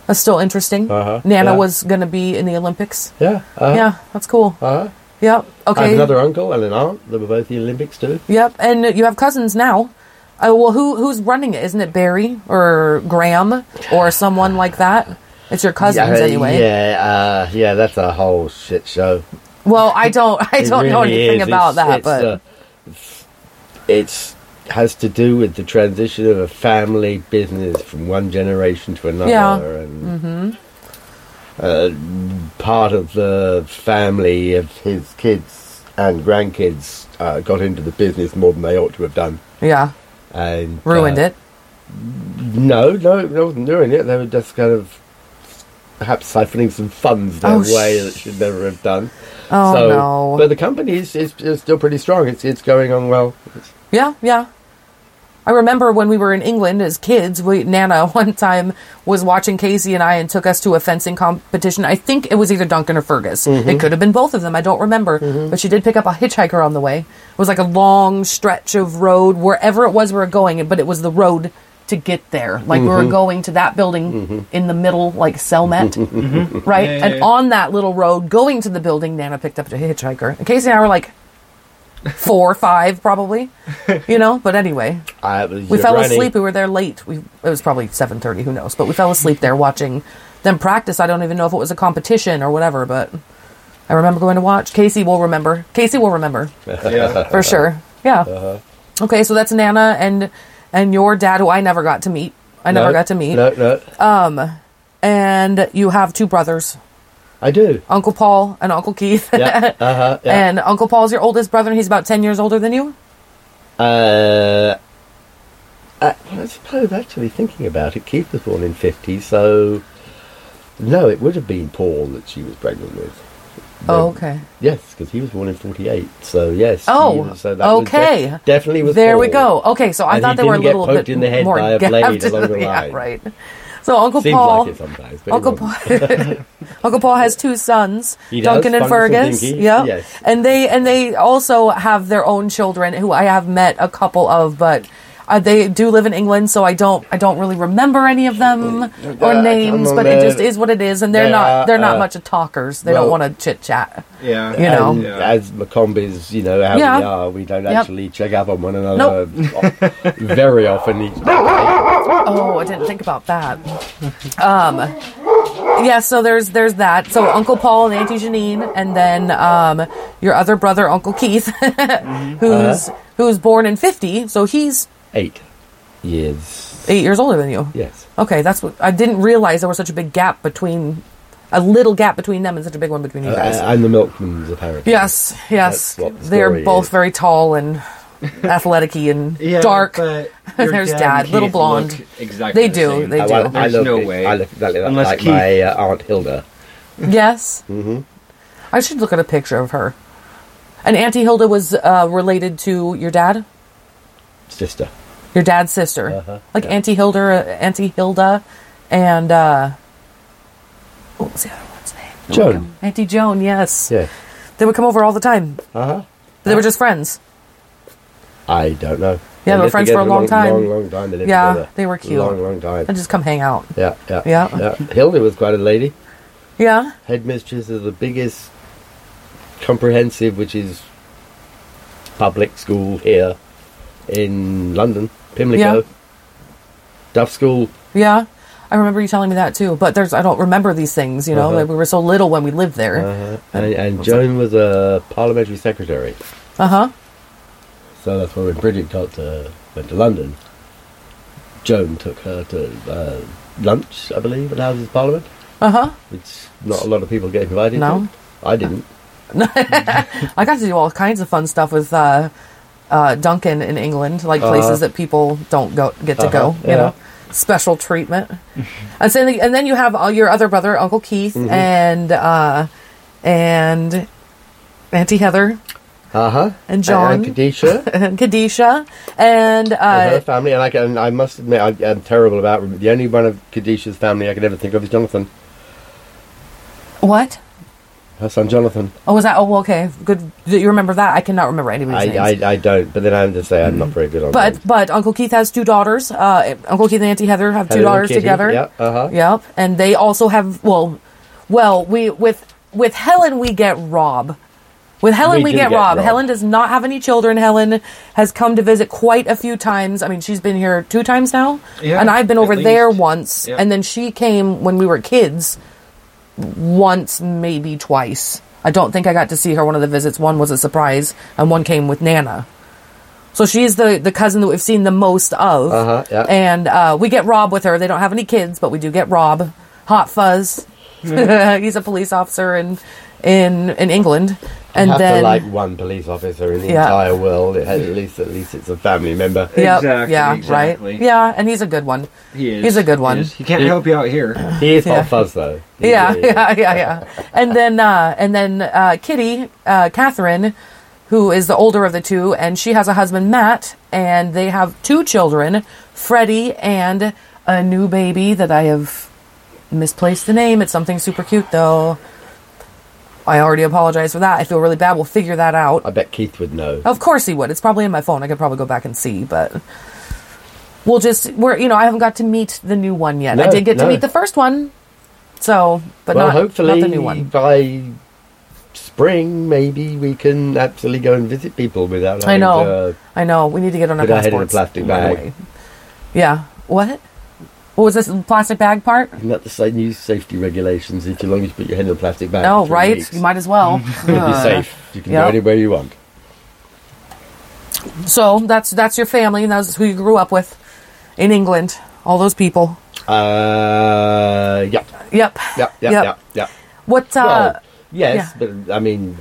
[SPEAKER 1] That's still interesting.
[SPEAKER 3] Uh-huh,
[SPEAKER 1] Nana
[SPEAKER 3] yeah.
[SPEAKER 1] was going to be in the Olympics.
[SPEAKER 3] Yeah. Uh,
[SPEAKER 1] yeah, that's cool.
[SPEAKER 3] Uh,
[SPEAKER 1] Yep.
[SPEAKER 3] I
[SPEAKER 1] Okay.
[SPEAKER 3] have another uncle and an aunt that were both in the Olympics too.
[SPEAKER 1] Yep, and you have cousins now. Uh, well, who who's running it? Isn't it Barry or Graham or someone like that? It's your cousins
[SPEAKER 3] yeah,
[SPEAKER 1] anyway.
[SPEAKER 3] Yeah, uh, yeah, that's a whole shit show.
[SPEAKER 1] Well, I don't I
[SPEAKER 3] [LAUGHS] It
[SPEAKER 1] don't know
[SPEAKER 3] really
[SPEAKER 1] anything
[SPEAKER 3] is.
[SPEAKER 1] about
[SPEAKER 3] It's-
[SPEAKER 1] that,
[SPEAKER 3] it's,
[SPEAKER 1] but
[SPEAKER 3] uh, it's has to do with the transition of a family business from one generation to another,
[SPEAKER 1] Yeah. Mm-hmm.
[SPEAKER 3] and uh, part of the family of his kids and grandkids uh, got into the business more than they ought to have done,
[SPEAKER 1] yeah,
[SPEAKER 3] and uh,
[SPEAKER 1] ruined it.
[SPEAKER 3] it. No, no, they wasn't doing it. They were just kind of perhaps siphoning some funds their
[SPEAKER 1] Oh,
[SPEAKER 3] way
[SPEAKER 1] sh-
[SPEAKER 3] that should never have done.
[SPEAKER 1] Oh
[SPEAKER 3] So-
[SPEAKER 1] no.
[SPEAKER 3] But the company is, is, is still pretty strong. It's it's going on well.
[SPEAKER 1] Yeah, yeah. I remember when we were in England as kids, we, Nana [LAUGHS] one time was watching Casey and I and took us to a fencing competition. I think it was either Duncan or Fergus. It could have been both of them. I don't remember. But she did pick up a hitchhiker on the way. It was like a long stretch of road, wherever it was we were going, but it was the road to get there. Like we were going to that building in the middle, like Selmet, right?
[SPEAKER 2] Yeah, yeah,
[SPEAKER 1] and
[SPEAKER 2] yeah.
[SPEAKER 1] on that little road going to the building, Nana picked up a hitchhiker. And Casey and I were like, four, five, probably. [LAUGHS] You know, but anyway,
[SPEAKER 3] I,
[SPEAKER 1] we fell asleep. We were there late. We it was probably seven thirty. Who knows? But we fell asleep there watching them practice. I don't even know if it was a competition or whatever, but I remember going to watch. Casey will remember. Casey will remember [LAUGHS]
[SPEAKER 2] yeah.
[SPEAKER 3] Uh-huh.
[SPEAKER 1] for sure. Yeah. Okay, so that's Nana and and your dad, who I never got to meet. I never got to meet. Uh,
[SPEAKER 3] No, no,
[SPEAKER 1] And you have two brothers, [LAUGHS]
[SPEAKER 3] I do.
[SPEAKER 1] Uncle Paul and Uncle Keith.
[SPEAKER 3] Yeah, uh-huh,
[SPEAKER 1] [LAUGHS]
[SPEAKER 3] yeah.
[SPEAKER 1] And Uncle Paul's your oldest brother, and he's about ten years older than you.
[SPEAKER 3] uh I, I suppose actually thinking about it, Keith was born in fifty, so no, it would have been Paul that she was pregnant with.
[SPEAKER 1] Oh,
[SPEAKER 3] Then-
[SPEAKER 1] okay.
[SPEAKER 3] Yes, because he was born in forty-eight. So yes. he
[SPEAKER 1] Oh,
[SPEAKER 3] was- so that was def-
[SPEAKER 1] okay.
[SPEAKER 3] definitely was.
[SPEAKER 1] There we
[SPEAKER 3] Paul.
[SPEAKER 1] go. Okay, so I
[SPEAKER 3] And
[SPEAKER 1] thought
[SPEAKER 3] he
[SPEAKER 1] they were a
[SPEAKER 3] didn't get
[SPEAKER 1] little
[SPEAKER 3] poked
[SPEAKER 1] bit
[SPEAKER 3] in the head
[SPEAKER 1] more
[SPEAKER 3] by a blade
[SPEAKER 1] gapped.
[SPEAKER 3] along
[SPEAKER 1] [LAUGHS]
[SPEAKER 3] the
[SPEAKER 1] yeah,
[SPEAKER 3] line.
[SPEAKER 1] right. So Uncle
[SPEAKER 3] Seems
[SPEAKER 1] Paul,
[SPEAKER 3] like it sometimes. But it
[SPEAKER 1] Uncle
[SPEAKER 3] wasn't.
[SPEAKER 1] Paul,
[SPEAKER 3] [LAUGHS]
[SPEAKER 1] [LAUGHS] Uncle Paul has two sons,
[SPEAKER 3] He does,
[SPEAKER 1] Duncan and
[SPEAKER 3] Fungus and
[SPEAKER 1] Fergus.
[SPEAKER 3] Dinky,
[SPEAKER 1] yep.
[SPEAKER 3] yes.
[SPEAKER 1] and they and they also have their own children who I have met a couple of, but Uh, they do live in England, so I don't I don't really remember any of them or
[SPEAKER 3] Uh,
[SPEAKER 1] names,
[SPEAKER 3] come
[SPEAKER 1] but
[SPEAKER 3] on,
[SPEAKER 1] it
[SPEAKER 3] man.
[SPEAKER 1] just is what it is, and they're
[SPEAKER 3] They
[SPEAKER 1] not
[SPEAKER 3] are,
[SPEAKER 1] they're not
[SPEAKER 3] uh,
[SPEAKER 1] much of talkers. They don't want
[SPEAKER 3] well-
[SPEAKER 1] to chit chat.
[SPEAKER 2] Yeah.
[SPEAKER 1] You know.
[SPEAKER 3] And
[SPEAKER 2] Yeah.
[SPEAKER 3] as Macombies, you know how
[SPEAKER 1] Yeah.
[SPEAKER 3] we are, we don't
[SPEAKER 1] Yep.
[SPEAKER 3] actually check up on one another [LAUGHS] very often. Each
[SPEAKER 1] [LAUGHS] Oh, I didn't think about that. Um, yeah, so there's there's that. So Uncle Paul and Auntie Janine, and then um, your other brother, Uncle Keith, [LAUGHS]
[SPEAKER 3] Mm-hmm.
[SPEAKER 1] who's
[SPEAKER 3] Uh-huh.
[SPEAKER 1] who's born in fifty, so he's
[SPEAKER 3] eight years.
[SPEAKER 1] eight years older than you.
[SPEAKER 3] Yes.
[SPEAKER 1] Okay, that's what I didn't realize there was such a big gap between a little gap between them and such a big one between you guys.
[SPEAKER 3] Uh, and the milkman's apparently.
[SPEAKER 1] yes, yes,
[SPEAKER 3] That's what the
[SPEAKER 1] they're
[SPEAKER 3] story
[SPEAKER 1] both
[SPEAKER 3] is.
[SPEAKER 1] very tall
[SPEAKER 3] [LAUGHS]
[SPEAKER 1] and athleticy and
[SPEAKER 2] Yeah,
[SPEAKER 1] dark. [LAUGHS]
[SPEAKER 2] but your
[SPEAKER 1] There's
[SPEAKER 2] and
[SPEAKER 1] dad, little
[SPEAKER 2] Keith
[SPEAKER 1] blonde.
[SPEAKER 2] look Exactly.
[SPEAKER 1] They
[SPEAKER 2] the
[SPEAKER 1] do,
[SPEAKER 2] same.
[SPEAKER 1] they
[SPEAKER 3] I,
[SPEAKER 1] do.
[SPEAKER 3] I, I
[SPEAKER 2] There's
[SPEAKER 3] love
[SPEAKER 2] no
[SPEAKER 3] it.
[SPEAKER 2] way.
[SPEAKER 3] I look exactly like,
[SPEAKER 2] Unless
[SPEAKER 3] like
[SPEAKER 2] Keith-
[SPEAKER 3] my uh, aunt Hilda.
[SPEAKER 1] Yes. Mm-hmm. I should look at a picture of her. And Auntie Hilda was uh, related to your dad,
[SPEAKER 3] sister.
[SPEAKER 1] your dad's sister,
[SPEAKER 3] Uh-huh,
[SPEAKER 1] like
[SPEAKER 3] yeah.
[SPEAKER 1] Auntie Hilda, uh, Auntie Hilda, and uh, what was the other one's name?
[SPEAKER 3] Joan.
[SPEAKER 1] Auntie Joan. Yes,
[SPEAKER 3] Yeah.
[SPEAKER 1] they would come over all the time.
[SPEAKER 3] Uh
[SPEAKER 2] Uh-huh.
[SPEAKER 3] huh.
[SPEAKER 1] They were just friends.
[SPEAKER 3] I don't know.
[SPEAKER 1] Yeah, they were
[SPEAKER 3] lived
[SPEAKER 1] friends for a
[SPEAKER 3] together
[SPEAKER 1] long time.
[SPEAKER 3] Long, long time. They lived
[SPEAKER 1] Yeah,
[SPEAKER 3] together.
[SPEAKER 1] they were cute.
[SPEAKER 3] Long, long time.
[SPEAKER 1] They just come hang out.
[SPEAKER 3] Yeah, yeah,
[SPEAKER 1] Yeah.
[SPEAKER 3] Hilda was quite a lady.
[SPEAKER 1] Yeah,
[SPEAKER 3] Headmistress of the biggest comprehensive, which is public school here in London, Pimlico.
[SPEAKER 1] Yeah.
[SPEAKER 3] Duff School.
[SPEAKER 1] yeah. I remember you telling me that too. But there's, I don't remember these things. You know,
[SPEAKER 3] Uh-huh.
[SPEAKER 1] like we were so little when we lived there.
[SPEAKER 3] Uh, and, and Joan was a parliamentary secretary.
[SPEAKER 1] Uh huh.
[SPEAKER 3] So that's why when Bridget got to, went to London, Joan took her to uh, lunch, I believe, at the Houses of Parliament,
[SPEAKER 1] Uh huh.
[SPEAKER 3] which not a lot of people get invited
[SPEAKER 1] No.
[SPEAKER 3] to. I didn't.
[SPEAKER 1] I got to do all kinds of fun stuff with uh, uh, Duncan in England, like
[SPEAKER 3] Uh-huh.
[SPEAKER 1] places that people don't go get to go.
[SPEAKER 3] Uh-huh,
[SPEAKER 1] You know, special treatment. and, so, and then you have all your other brother, Uncle Keith,
[SPEAKER 3] Mm-hmm.
[SPEAKER 1] and uh, and Auntie Heather
[SPEAKER 3] Uh huh.
[SPEAKER 1] And Uh-huh. John.
[SPEAKER 3] And Kadisha.
[SPEAKER 1] [LAUGHS] and Kadisha and uh,
[SPEAKER 3] and her family, and I, can, and I must admit, I, I'm terrible about rem- the only one of Kadisha's family I can ever think of is Jonathan,
[SPEAKER 1] what?
[SPEAKER 3] her son Jonathan.
[SPEAKER 1] Oh, was that? Oh, well, okay. Good. that You remember that? I cannot remember anybody's
[SPEAKER 3] I,
[SPEAKER 1] names.
[SPEAKER 3] I, I don't, but then I have to say I'm not very good on
[SPEAKER 1] but
[SPEAKER 3] names.
[SPEAKER 1] but Uncle Keith has two daughters. Uh, Uncle Keith and Auntie Heather have two
[SPEAKER 3] Helen and
[SPEAKER 1] daughters
[SPEAKER 3] Kitty,
[SPEAKER 1] together.
[SPEAKER 3] Yeah, uh huh.
[SPEAKER 1] Yep, and they also have well, well we with with Helen we get Rob. With Helen we,
[SPEAKER 3] We do
[SPEAKER 1] get,
[SPEAKER 3] get
[SPEAKER 1] Rob.
[SPEAKER 3] Rob.
[SPEAKER 1] Helen does not have any children. Helen has come to visit quite a few times. I mean, she's been here two times now,
[SPEAKER 2] Yeah,
[SPEAKER 1] and I've been
[SPEAKER 2] at
[SPEAKER 1] over there
[SPEAKER 2] least.
[SPEAKER 1] once,
[SPEAKER 2] Yeah.
[SPEAKER 1] and then she came when we were kids, once maybe twice. I don't think I got to see her one of the visits. One was a surprise, and one came with Nana. So she's the the cousin that we've seen the most of.
[SPEAKER 3] Uh-huh, yeah.
[SPEAKER 1] And uh, we get Rob with her. They don't have any kids, but we do get Rob. Hot Fuzz. [LAUGHS] He's a police officer in in in England. And
[SPEAKER 3] have
[SPEAKER 1] then
[SPEAKER 3] to like one police officer in the
[SPEAKER 1] Yeah.
[SPEAKER 3] entire world. It has, at least, at least it's a family member.
[SPEAKER 1] Yep,
[SPEAKER 2] Exactly,
[SPEAKER 1] yeah,
[SPEAKER 2] exactly.
[SPEAKER 1] right. Yeah, and he's a good one.
[SPEAKER 2] He is.
[SPEAKER 1] He's a good one.
[SPEAKER 2] He, is. He can't
[SPEAKER 3] He-
[SPEAKER 2] help you
[SPEAKER 1] [LAUGHS]
[SPEAKER 2] out here.
[SPEAKER 3] He is
[SPEAKER 1] Yeah.
[SPEAKER 3] hot fuzz though. He
[SPEAKER 1] Yeah, [LAUGHS]
[SPEAKER 3] is.
[SPEAKER 1] yeah, yeah, yeah. And then uh and then uh Kitty, uh Catherine, who is the older of the two, and she has a husband Matt, and they have two children, Freddie and a new baby that I have misplaced the name. It's something super cute though. I already apologize for that. I feel really bad. We'll figure that out.
[SPEAKER 3] I bet Keith would know.
[SPEAKER 1] Of course he would. It's probably in my phone. I could probably go back and see, but we'll just we're you know, I haven't got to meet the new one yet. I
[SPEAKER 3] No,
[SPEAKER 1] did get to
[SPEAKER 3] no.
[SPEAKER 1] meet the first one. So but
[SPEAKER 3] well,
[SPEAKER 1] not, not
[SPEAKER 3] hopefully
[SPEAKER 1] the new one.
[SPEAKER 3] by spring, maybe we can actually go and visit people without.
[SPEAKER 1] I
[SPEAKER 3] having
[SPEAKER 1] know.
[SPEAKER 3] to-
[SPEAKER 1] I know. We need to get on our
[SPEAKER 3] uh, put our head in a
[SPEAKER 1] passports.
[SPEAKER 3] plastic
[SPEAKER 1] by the
[SPEAKER 3] bag.
[SPEAKER 1] way. Yeah. What? What was this plastic bag part?
[SPEAKER 3] Isn't that the same new safety regulations? If you long as you put your hand in a plastic bag,
[SPEAKER 1] No,
[SPEAKER 3] for three
[SPEAKER 1] Oh, right?
[SPEAKER 3] weeks,
[SPEAKER 1] You might as
[SPEAKER 3] [LAUGHS]
[SPEAKER 1] well.
[SPEAKER 3] you'll be
[SPEAKER 1] Uh,
[SPEAKER 3] safe. You can
[SPEAKER 1] yeah.
[SPEAKER 3] go anywhere you want.
[SPEAKER 1] So that's that's your family and that's who you grew up with in England. All those people.
[SPEAKER 3] Uh, yeah,
[SPEAKER 1] Yep.
[SPEAKER 3] yeah, yeah,
[SPEAKER 1] Yep.
[SPEAKER 3] yeah, yeah.
[SPEAKER 1] What uh
[SPEAKER 3] Well, yes,
[SPEAKER 1] yeah.
[SPEAKER 3] but I mean,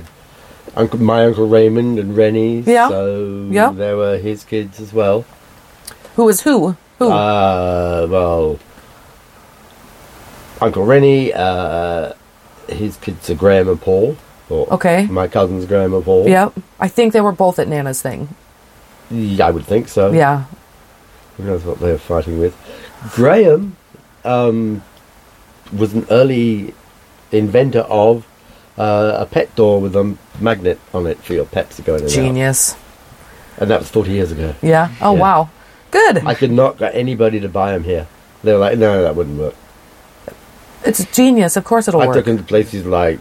[SPEAKER 3] uncle, my uncle Raymond and Rennie.
[SPEAKER 1] Yeah.
[SPEAKER 3] So
[SPEAKER 1] Yeah.
[SPEAKER 3] there were his kids as well.
[SPEAKER 1] who is who? Who?
[SPEAKER 3] Uh, well, Uncle Rennie, uh, his kids are Graham and Paul. Or
[SPEAKER 1] Okay.
[SPEAKER 3] My cousins Graham and Paul.
[SPEAKER 1] Yep. I think they were both at Nana's thing.
[SPEAKER 3] Oh. Yeah, I would think so.
[SPEAKER 1] Yeah.
[SPEAKER 3] Who knows what they were fighting with? Graham um, was an early inventor of uh, a pet door with a magnet on it for your pets to go in and out.
[SPEAKER 1] Genius.
[SPEAKER 3] And that was 40 years ago.
[SPEAKER 1] Yeah. Oh
[SPEAKER 3] Yeah.
[SPEAKER 1] wow. Good.
[SPEAKER 3] I could not get anybody to buy them here. They were like, no, that wouldn't work.
[SPEAKER 1] It's genius. Of course it'll
[SPEAKER 3] I
[SPEAKER 1] work.
[SPEAKER 3] took them to places like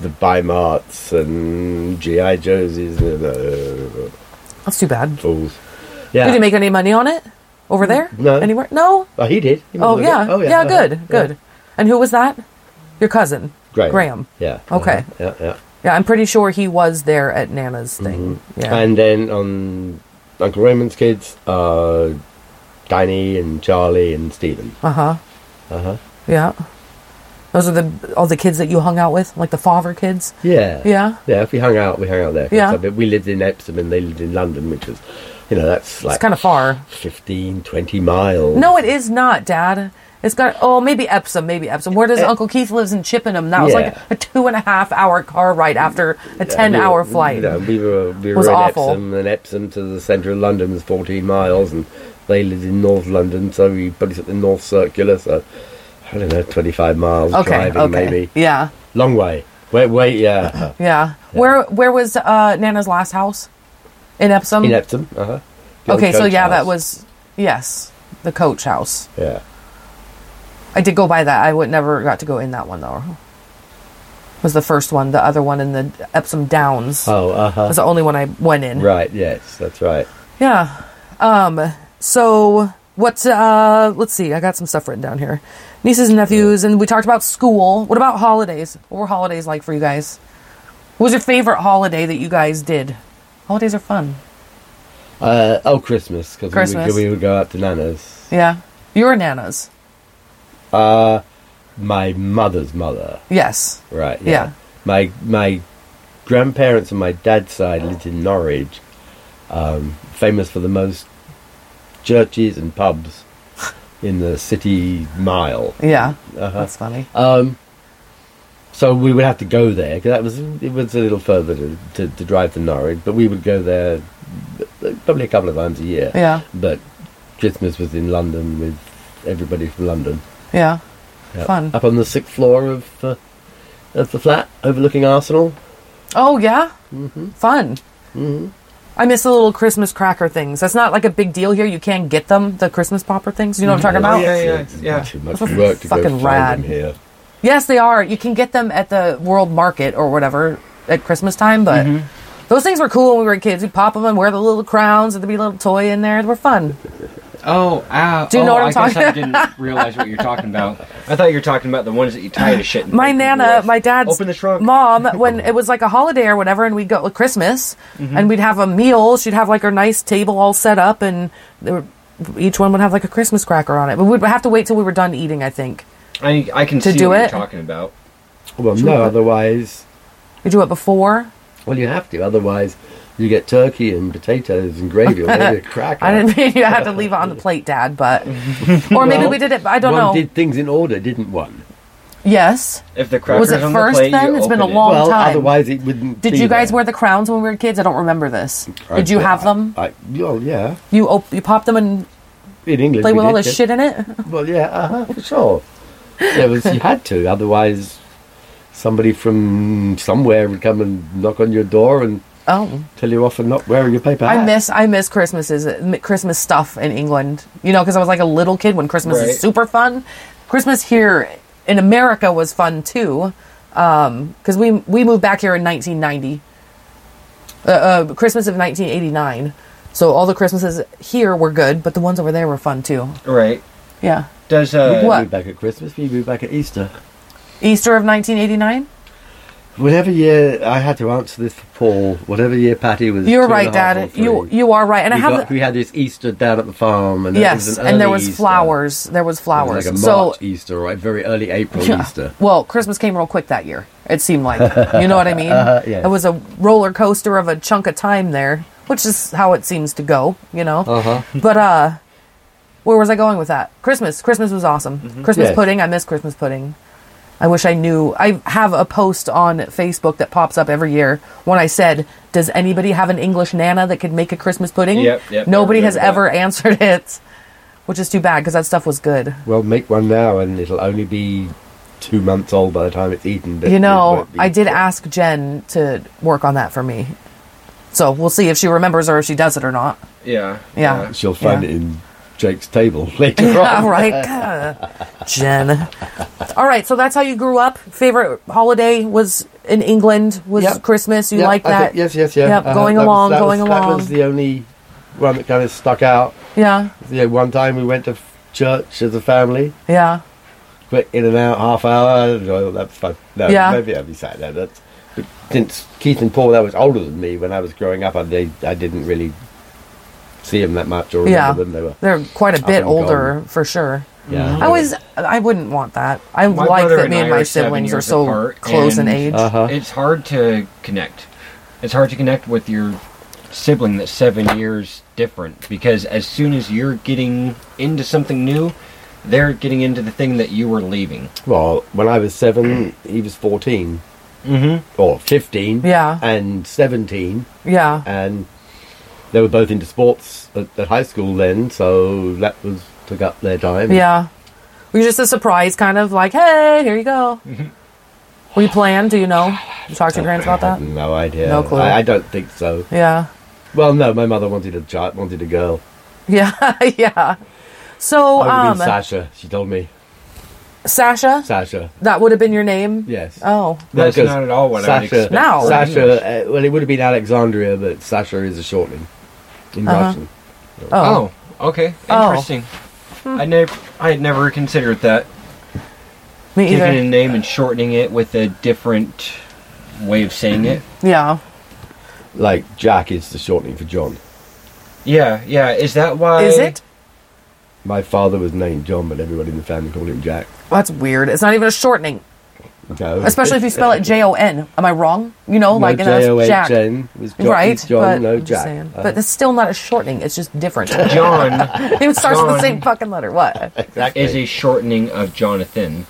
[SPEAKER 3] the Buy Marts and GI Joe's and uh,
[SPEAKER 1] That's too bad.
[SPEAKER 3] fools.
[SPEAKER 1] Did
[SPEAKER 3] Yeah. Mm,
[SPEAKER 1] you make any money on it over there?
[SPEAKER 3] No.
[SPEAKER 1] Anywhere? No.
[SPEAKER 3] oh, he did. He
[SPEAKER 1] Oh
[SPEAKER 3] was
[SPEAKER 1] yeah.
[SPEAKER 3] like,
[SPEAKER 1] yeah.
[SPEAKER 3] uh-huh,
[SPEAKER 1] Good.
[SPEAKER 3] yeah."
[SPEAKER 1] Good. And who was that? Your cousin.
[SPEAKER 3] Graham.
[SPEAKER 1] Graham.
[SPEAKER 3] Yeah.
[SPEAKER 1] Okay.
[SPEAKER 3] uh-huh, Yeah, yeah.
[SPEAKER 1] Yeah, I'm pretty sure he was there at Nana's thing. Yeah.
[SPEAKER 3] Mm-hmm. And then on Uncle Raymond's kids, uh, Danny and Charlie and Stephen.
[SPEAKER 1] uh huh.
[SPEAKER 3] Uh huh.
[SPEAKER 1] Yeah. Those are the all the kids that you hung out with, like the Favre kids.
[SPEAKER 3] Yeah.
[SPEAKER 1] Yeah.
[SPEAKER 3] Yeah. If we hung out, we hung out there.
[SPEAKER 1] Yeah.
[SPEAKER 3] But we lived in Epsom and they lived in London, which was, you know, that's like
[SPEAKER 1] It's kind of far.
[SPEAKER 3] 15, 20 miles.
[SPEAKER 1] No, it is not, Dad. It's got oh maybe Epsom, maybe Epsom. Where does Uncle Keith lives in Chippenham? That was like
[SPEAKER 3] Eh, Yeah.
[SPEAKER 1] a two and a half hour car ride after a
[SPEAKER 3] Yeah,
[SPEAKER 1] ten
[SPEAKER 3] we were-
[SPEAKER 1] hour flight.
[SPEAKER 3] You know, we were we
[SPEAKER 1] Was
[SPEAKER 3] were in
[SPEAKER 1] awful.
[SPEAKER 3] Epsom, and Epsom to the centre of London was 14 miles, and they lived in North London, so we probably took the North Circular, so I don't know, 25 miles
[SPEAKER 1] okay,
[SPEAKER 3] driving
[SPEAKER 1] okay,
[SPEAKER 3] maybe.
[SPEAKER 1] yeah,
[SPEAKER 3] Long way. Wait, wait, yeah.
[SPEAKER 1] yeah. Where where was uh, Nana's last house? In Epsom.
[SPEAKER 3] in Epsom, uh huh.
[SPEAKER 1] Um, okay, so yeah, that was yes, the coach house.
[SPEAKER 3] Yeah.
[SPEAKER 1] I did go by that. I would never got to go in that one though. Was the first one. The other one in the Epsom Downs
[SPEAKER 3] Oh, uh huh.
[SPEAKER 1] was the only one I went in.
[SPEAKER 3] Right, yes, that's right.
[SPEAKER 1] Yeah. Um. So what? Uh. Let's see. I got some stuff written down here. Nieces and nephews, and we talked about school. What about holidays? What were holidays like for you guys? What was your favorite holiday that you guys did? Holidays are fun.
[SPEAKER 3] Uh, oh, Christmas, because we, would
[SPEAKER 1] Christmas.
[SPEAKER 3] go- we would go out to Nana's.
[SPEAKER 1] Yeah. Your nanas.
[SPEAKER 3] Uh, my mother's mother.
[SPEAKER 1] Yes.
[SPEAKER 3] Right. Yeah.
[SPEAKER 1] Yeah.
[SPEAKER 3] My my grandparents on my dad's side lived in Norwich, um, famous for the most churches and pubs in the city mile.
[SPEAKER 1] Yeah.
[SPEAKER 3] Uh-huh.
[SPEAKER 1] That's funny.
[SPEAKER 2] Uh,
[SPEAKER 3] Um, so we would have to go there 'cause that was it was a little further to, to, to drive to Norwich, but we would go there uh, probably a couple of times a year.
[SPEAKER 1] Yeah.
[SPEAKER 3] But Christmas was in London with everybody from London.
[SPEAKER 1] Yeah.
[SPEAKER 3] Yep.
[SPEAKER 1] Fun.
[SPEAKER 3] Up on the sixth floor of uh, of the flat, overlooking Arsenal.
[SPEAKER 1] Oh yeah,
[SPEAKER 2] Mm-hmm.
[SPEAKER 1] fun. I miss the little Christmas cracker things. That's not like a big deal here. You can get them, the Christmas popper things. You know what I'm talking
[SPEAKER 2] Oh,
[SPEAKER 1] about?
[SPEAKER 2] yeah, yeah,
[SPEAKER 3] It's
[SPEAKER 2] yeah.
[SPEAKER 3] Too much
[SPEAKER 1] Those are
[SPEAKER 3] work to go
[SPEAKER 1] fucking
[SPEAKER 3] find
[SPEAKER 1] rad.
[SPEAKER 3] them here.
[SPEAKER 1] Yes, they are. You can get them at the World Market or whatever at Christmas time. But those things were cool when we were kids. We'd pop them and wear the little crowns, and there'd be a little toy in there. They were fun.
[SPEAKER 2] Oh, ow.
[SPEAKER 1] Do you
[SPEAKER 2] oh,
[SPEAKER 1] know what I'm
[SPEAKER 2] I guess
[SPEAKER 1] talking-
[SPEAKER 2] I didn't realize what you're talking
[SPEAKER 1] [LAUGHS]
[SPEAKER 2] about. I thought you were talking about the ones that you tie to shit. and
[SPEAKER 1] my
[SPEAKER 2] poke people
[SPEAKER 1] nana,
[SPEAKER 2] with.
[SPEAKER 1] my dad's
[SPEAKER 2] Open the trunk.
[SPEAKER 1] mom, when it was like a holiday or whatever, and we'd go with Christmas, and we'd have a meal. She'd have like her nice table all set up, and there were, each one would have like a Christmas cracker on it. But we'd have to wait till we were done eating. I think
[SPEAKER 2] I, I can
[SPEAKER 1] To
[SPEAKER 2] see
[SPEAKER 1] do
[SPEAKER 2] what
[SPEAKER 1] it?
[SPEAKER 2] you're talking about.
[SPEAKER 3] Well, no, otherwise,
[SPEAKER 1] we do it before.
[SPEAKER 3] well, you have to. Otherwise, you get turkey and potatoes and gravy or maybe
[SPEAKER 1] [LAUGHS]
[SPEAKER 3] a cracker.
[SPEAKER 1] I didn't mean you had to leave it on the plate, Dad, but or maybe
[SPEAKER 3] Well,
[SPEAKER 1] we did it. I don't
[SPEAKER 3] one
[SPEAKER 1] know.
[SPEAKER 3] did things in order, didn't one?
[SPEAKER 1] yes.
[SPEAKER 2] If the crackers
[SPEAKER 1] Was it
[SPEAKER 2] on
[SPEAKER 1] first
[SPEAKER 2] the plate,
[SPEAKER 1] then?
[SPEAKER 2] You
[SPEAKER 1] It's been a
[SPEAKER 2] open it.
[SPEAKER 1] long-
[SPEAKER 3] well,
[SPEAKER 1] time.
[SPEAKER 3] otherwise it wouldn't.
[SPEAKER 1] Did
[SPEAKER 3] be
[SPEAKER 1] you guys
[SPEAKER 3] there.
[SPEAKER 1] wear the crowns when we were kids? I don't remember this.
[SPEAKER 3] I-
[SPEAKER 1] did you
[SPEAKER 3] I-
[SPEAKER 1] have them?
[SPEAKER 3] I, well, yeah.
[SPEAKER 1] You op- you popped them and
[SPEAKER 3] In England,
[SPEAKER 1] played
[SPEAKER 3] we
[SPEAKER 1] with all
[SPEAKER 3] did,
[SPEAKER 1] this
[SPEAKER 3] yes.
[SPEAKER 1] shit in it.
[SPEAKER 3] Well, yeah, uh huh, for sure. Yeah, was, you had to, otherwise, somebody from somewhere would come and knock on your door and
[SPEAKER 1] Oh.
[SPEAKER 3] tell you off for not wearing your paper hat.
[SPEAKER 1] I miss I miss Christmases, m- Christmas stuff in England. You know, because I was like a little kid when Christmas
[SPEAKER 2] Right.
[SPEAKER 1] is super fun. Christmas here in America was fun too, because we we moved back here in 1990. Uh, uh, Christmas of 1989. So all the Christmases here were good, but the ones over there were fun too.
[SPEAKER 2] Right.
[SPEAKER 1] Yeah,
[SPEAKER 2] Does
[SPEAKER 3] We
[SPEAKER 2] uh,
[SPEAKER 3] didn't
[SPEAKER 1] What?
[SPEAKER 3] move back at Christmas. We moved back at Easter.
[SPEAKER 1] Easter of 1989.
[SPEAKER 3] Whatever year I had to answer this for Paul. Whatever year Patty was.
[SPEAKER 1] You're
[SPEAKER 3] two and
[SPEAKER 1] right,
[SPEAKER 3] a half or
[SPEAKER 1] Dad.
[SPEAKER 3] three,
[SPEAKER 1] You you are right, and
[SPEAKER 3] we,
[SPEAKER 1] I have.
[SPEAKER 3] got-
[SPEAKER 1] the-
[SPEAKER 3] we had this Easter down at the farm, and it was
[SPEAKER 1] Yes,
[SPEAKER 3] an
[SPEAKER 1] and there
[SPEAKER 3] early
[SPEAKER 1] was
[SPEAKER 3] Easter.
[SPEAKER 1] flowers. There was
[SPEAKER 3] It
[SPEAKER 1] flowers.
[SPEAKER 3] was like a
[SPEAKER 1] so
[SPEAKER 3] March Easter, right? Very early April
[SPEAKER 1] Yeah.
[SPEAKER 3] Easter.
[SPEAKER 1] Well, Christmas came real quick that year. It seemed like you know what I mean.
[SPEAKER 2] [LAUGHS] Uh,
[SPEAKER 3] yes.
[SPEAKER 1] It was a roller coaster of a chunk of time there, which is how it seems to go. You know.
[SPEAKER 3] Uh-huh.
[SPEAKER 1] But uh, where was I going with that? Christmas. Christmas was awesome.
[SPEAKER 2] Mm-hmm.
[SPEAKER 1] Christmas
[SPEAKER 3] Yes.
[SPEAKER 1] pudding. I miss Christmas pudding. I wish I knew. I have a post on Facebook that pops up every year when I said, "Does anybody have an English nana that could make a Christmas pudding?"
[SPEAKER 2] Yep, yep, I
[SPEAKER 1] Nobody has
[SPEAKER 2] remember
[SPEAKER 1] ever [LAUGHS]
[SPEAKER 2] that.
[SPEAKER 1] answered it, which is too bad because that stuff was good.
[SPEAKER 3] Well, make one now, and it'll only be two months old by the time it's eaten. But
[SPEAKER 1] You
[SPEAKER 3] it
[SPEAKER 1] know,
[SPEAKER 3] won't be-
[SPEAKER 1] I did ask Jen to work on that for me. So we'll see if she remembers or if she does it or not. [LAUGHS]
[SPEAKER 2] yeah
[SPEAKER 1] Yeah.
[SPEAKER 3] She'll find
[SPEAKER 1] Yeah.
[SPEAKER 3] it in Jake's table [LAUGHS] later on.
[SPEAKER 1] All right, [LAUGHS] God. Jen. All right, so that's how you grew up. Favorite holiday was in England was
[SPEAKER 3] Yep.
[SPEAKER 1] Christmas. You
[SPEAKER 3] Yeah,
[SPEAKER 1] like
[SPEAKER 3] I
[SPEAKER 1] that?
[SPEAKER 3] think- yes, yes, yeah.
[SPEAKER 1] Yep,
[SPEAKER 3] Uh-huh.
[SPEAKER 1] going
[SPEAKER 3] That was-
[SPEAKER 1] along,
[SPEAKER 3] that
[SPEAKER 1] going
[SPEAKER 3] was-
[SPEAKER 1] along.
[SPEAKER 3] That was the only one that kind of stuck out.
[SPEAKER 1] yeah,
[SPEAKER 3] Yeah, one time we went to f- church as a family,
[SPEAKER 1] yeah.
[SPEAKER 3] quick in and out, half hour. Well, that's fun. No,
[SPEAKER 1] Yeah.
[SPEAKER 3] maybe I'd be sat there. That's, but since Keith and Paul, that was older than me when I was growing up. I, they, I didn't really see them that much or remember
[SPEAKER 1] Yeah.
[SPEAKER 3] them. They were
[SPEAKER 1] They're quite a
[SPEAKER 3] Up
[SPEAKER 1] bit
[SPEAKER 3] and
[SPEAKER 1] older
[SPEAKER 3] gone.
[SPEAKER 1] for sure.
[SPEAKER 3] yeah.
[SPEAKER 1] I always, I wouldn't want that. I
[SPEAKER 2] My
[SPEAKER 1] like
[SPEAKER 2] brother
[SPEAKER 1] that
[SPEAKER 2] and
[SPEAKER 1] me
[SPEAKER 2] I
[SPEAKER 1] and my
[SPEAKER 2] are seven
[SPEAKER 1] siblings are
[SPEAKER 2] years
[SPEAKER 1] so
[SPEAKER 2] apart,
[SPEAKER 1] close in
[SPEAKER 2] and-
[SPEAKER 1] age.
[SPEAKER 3] Uh-huh.
[SPEAKER 2] It's hard to connect. It's hard to connect with your sibling that's seven years different because as soon as you're getting into something new, they're getting into the thing that you were leaving.
[SPEAKER 3] Well, when I was seven, he was fourteen
[SPEAKER 2] Mm-hmm.
[SPEAKER 3] or fifteen.
[SPEAKER 1] Yeah.
[SPEAKER 3] and seventeen.
[SPEAKER 1] yeah,
[SPEAKER 3] and they were both into sports at, at high school then, so that was took up their time.
[SPEAKER 1] yeah. Were you just a surprise kind of like, hey, here you go.
[SPEAKER 3] Mm-hmm.
[SPEAKER 1] Were you planned? Do you
[SPEAKER 3] [SIGHS]
[SPEAKER 1] know? You talk to your parents about
[SPEAKER 3] I
[SPEAKER 1] that?
[SPEAKER 3] had no idea.
[SPEAKER 1] No clue.
[SPEAKER 3] I, I don't think so.
[SPEAKER 1] Yeah.
[SPEAKER 3] Well, no, my mother wanted a child, wanted a girl.
[SPEAKER 1] Yeah, [LAUGHS] yeah. So,
[SPEAKER 3] Oh, you mean
[SPEAKER 1] um,
[SPEAKER 3] Sasha? She told me
[SPEAKER 1] Sasha,
[SPEAKER 3] Sasha.
[SPEAKER 1] that would have been your name.
[SPEAKER 3] Yes.
[SPEAKER 1] Oh,
[SPEAKER 3] No,
[SPEAKER 2] That's
[SPEAKER 3] 'cause
[SPEAKER 2] not at all what I would
[SPEAKER 3] Sasha.
[SPEAKER 2] expect.
[SPEAKER 1] No.
[SPEAKER 2] for English.
[SPEAKER 3] Sasha. Uh, well, it would have been Alexandria, but Sasha is a shortening in
[SPEAKER 1] Uh-huh.
[SPEAKER 3] Russian.
[SPEAKER 1] oh,
[SPEAKER 2] Oh, okay.
[SPEAKER 1] Oh. Hmm.
[SPEAKER 2] Interesting. I never, I had never considered that.
[SPEAKER 1] me
[SPEAKER 2] Taking
[SPEAKER 1] either.
[SPEAKER 2] a name and shortening it with a different way of saying it.
[SPEAKER 1] Yeah,
[SPEAKER 3] Like Jack is the shortening for John.
[SPEAKER 2] Yeah, yeah. Is that why?
[SPEAKER 1] is it?
[SPEAKER 3] My father was named John, but everybody in the family called him Jack.
[SPEAKER 1] That's weird. It's not even a shortening,
[SPEAKER 3] No.
[SPEAKER 1] especially if you spell it J O N. Am I wrong? You know, like you know, it's
[SPEAKER 3] J O H
[SPEAKER 1] Jack,
[SPEAKER 3] N was John,
[SPEAKER 1] right?
[SPEAKER 3] John,
[SPEAKER 1] but
[SPEAKER 3] no
[SPEAKER 1] I'm just
[SPEAKER 3] Jack.
[SPEAKER 1] saying.
[SPEAKER 3] Uh,
[SPEAKER 1] but it's still not a shortening. It's just different.
[SPEAKER 3] [LAUGHS]
[SPEAKER 1] [LAUGHS] it
[SPEAKER 2] John
[SPEAKER 1] starts with the
[SPEAKER 2] John.
[SPEAKER 1] same fucking letter. What?
[SPEAKER 3] exactly.
[SPEAKER 2] is a shortening of Jonathan.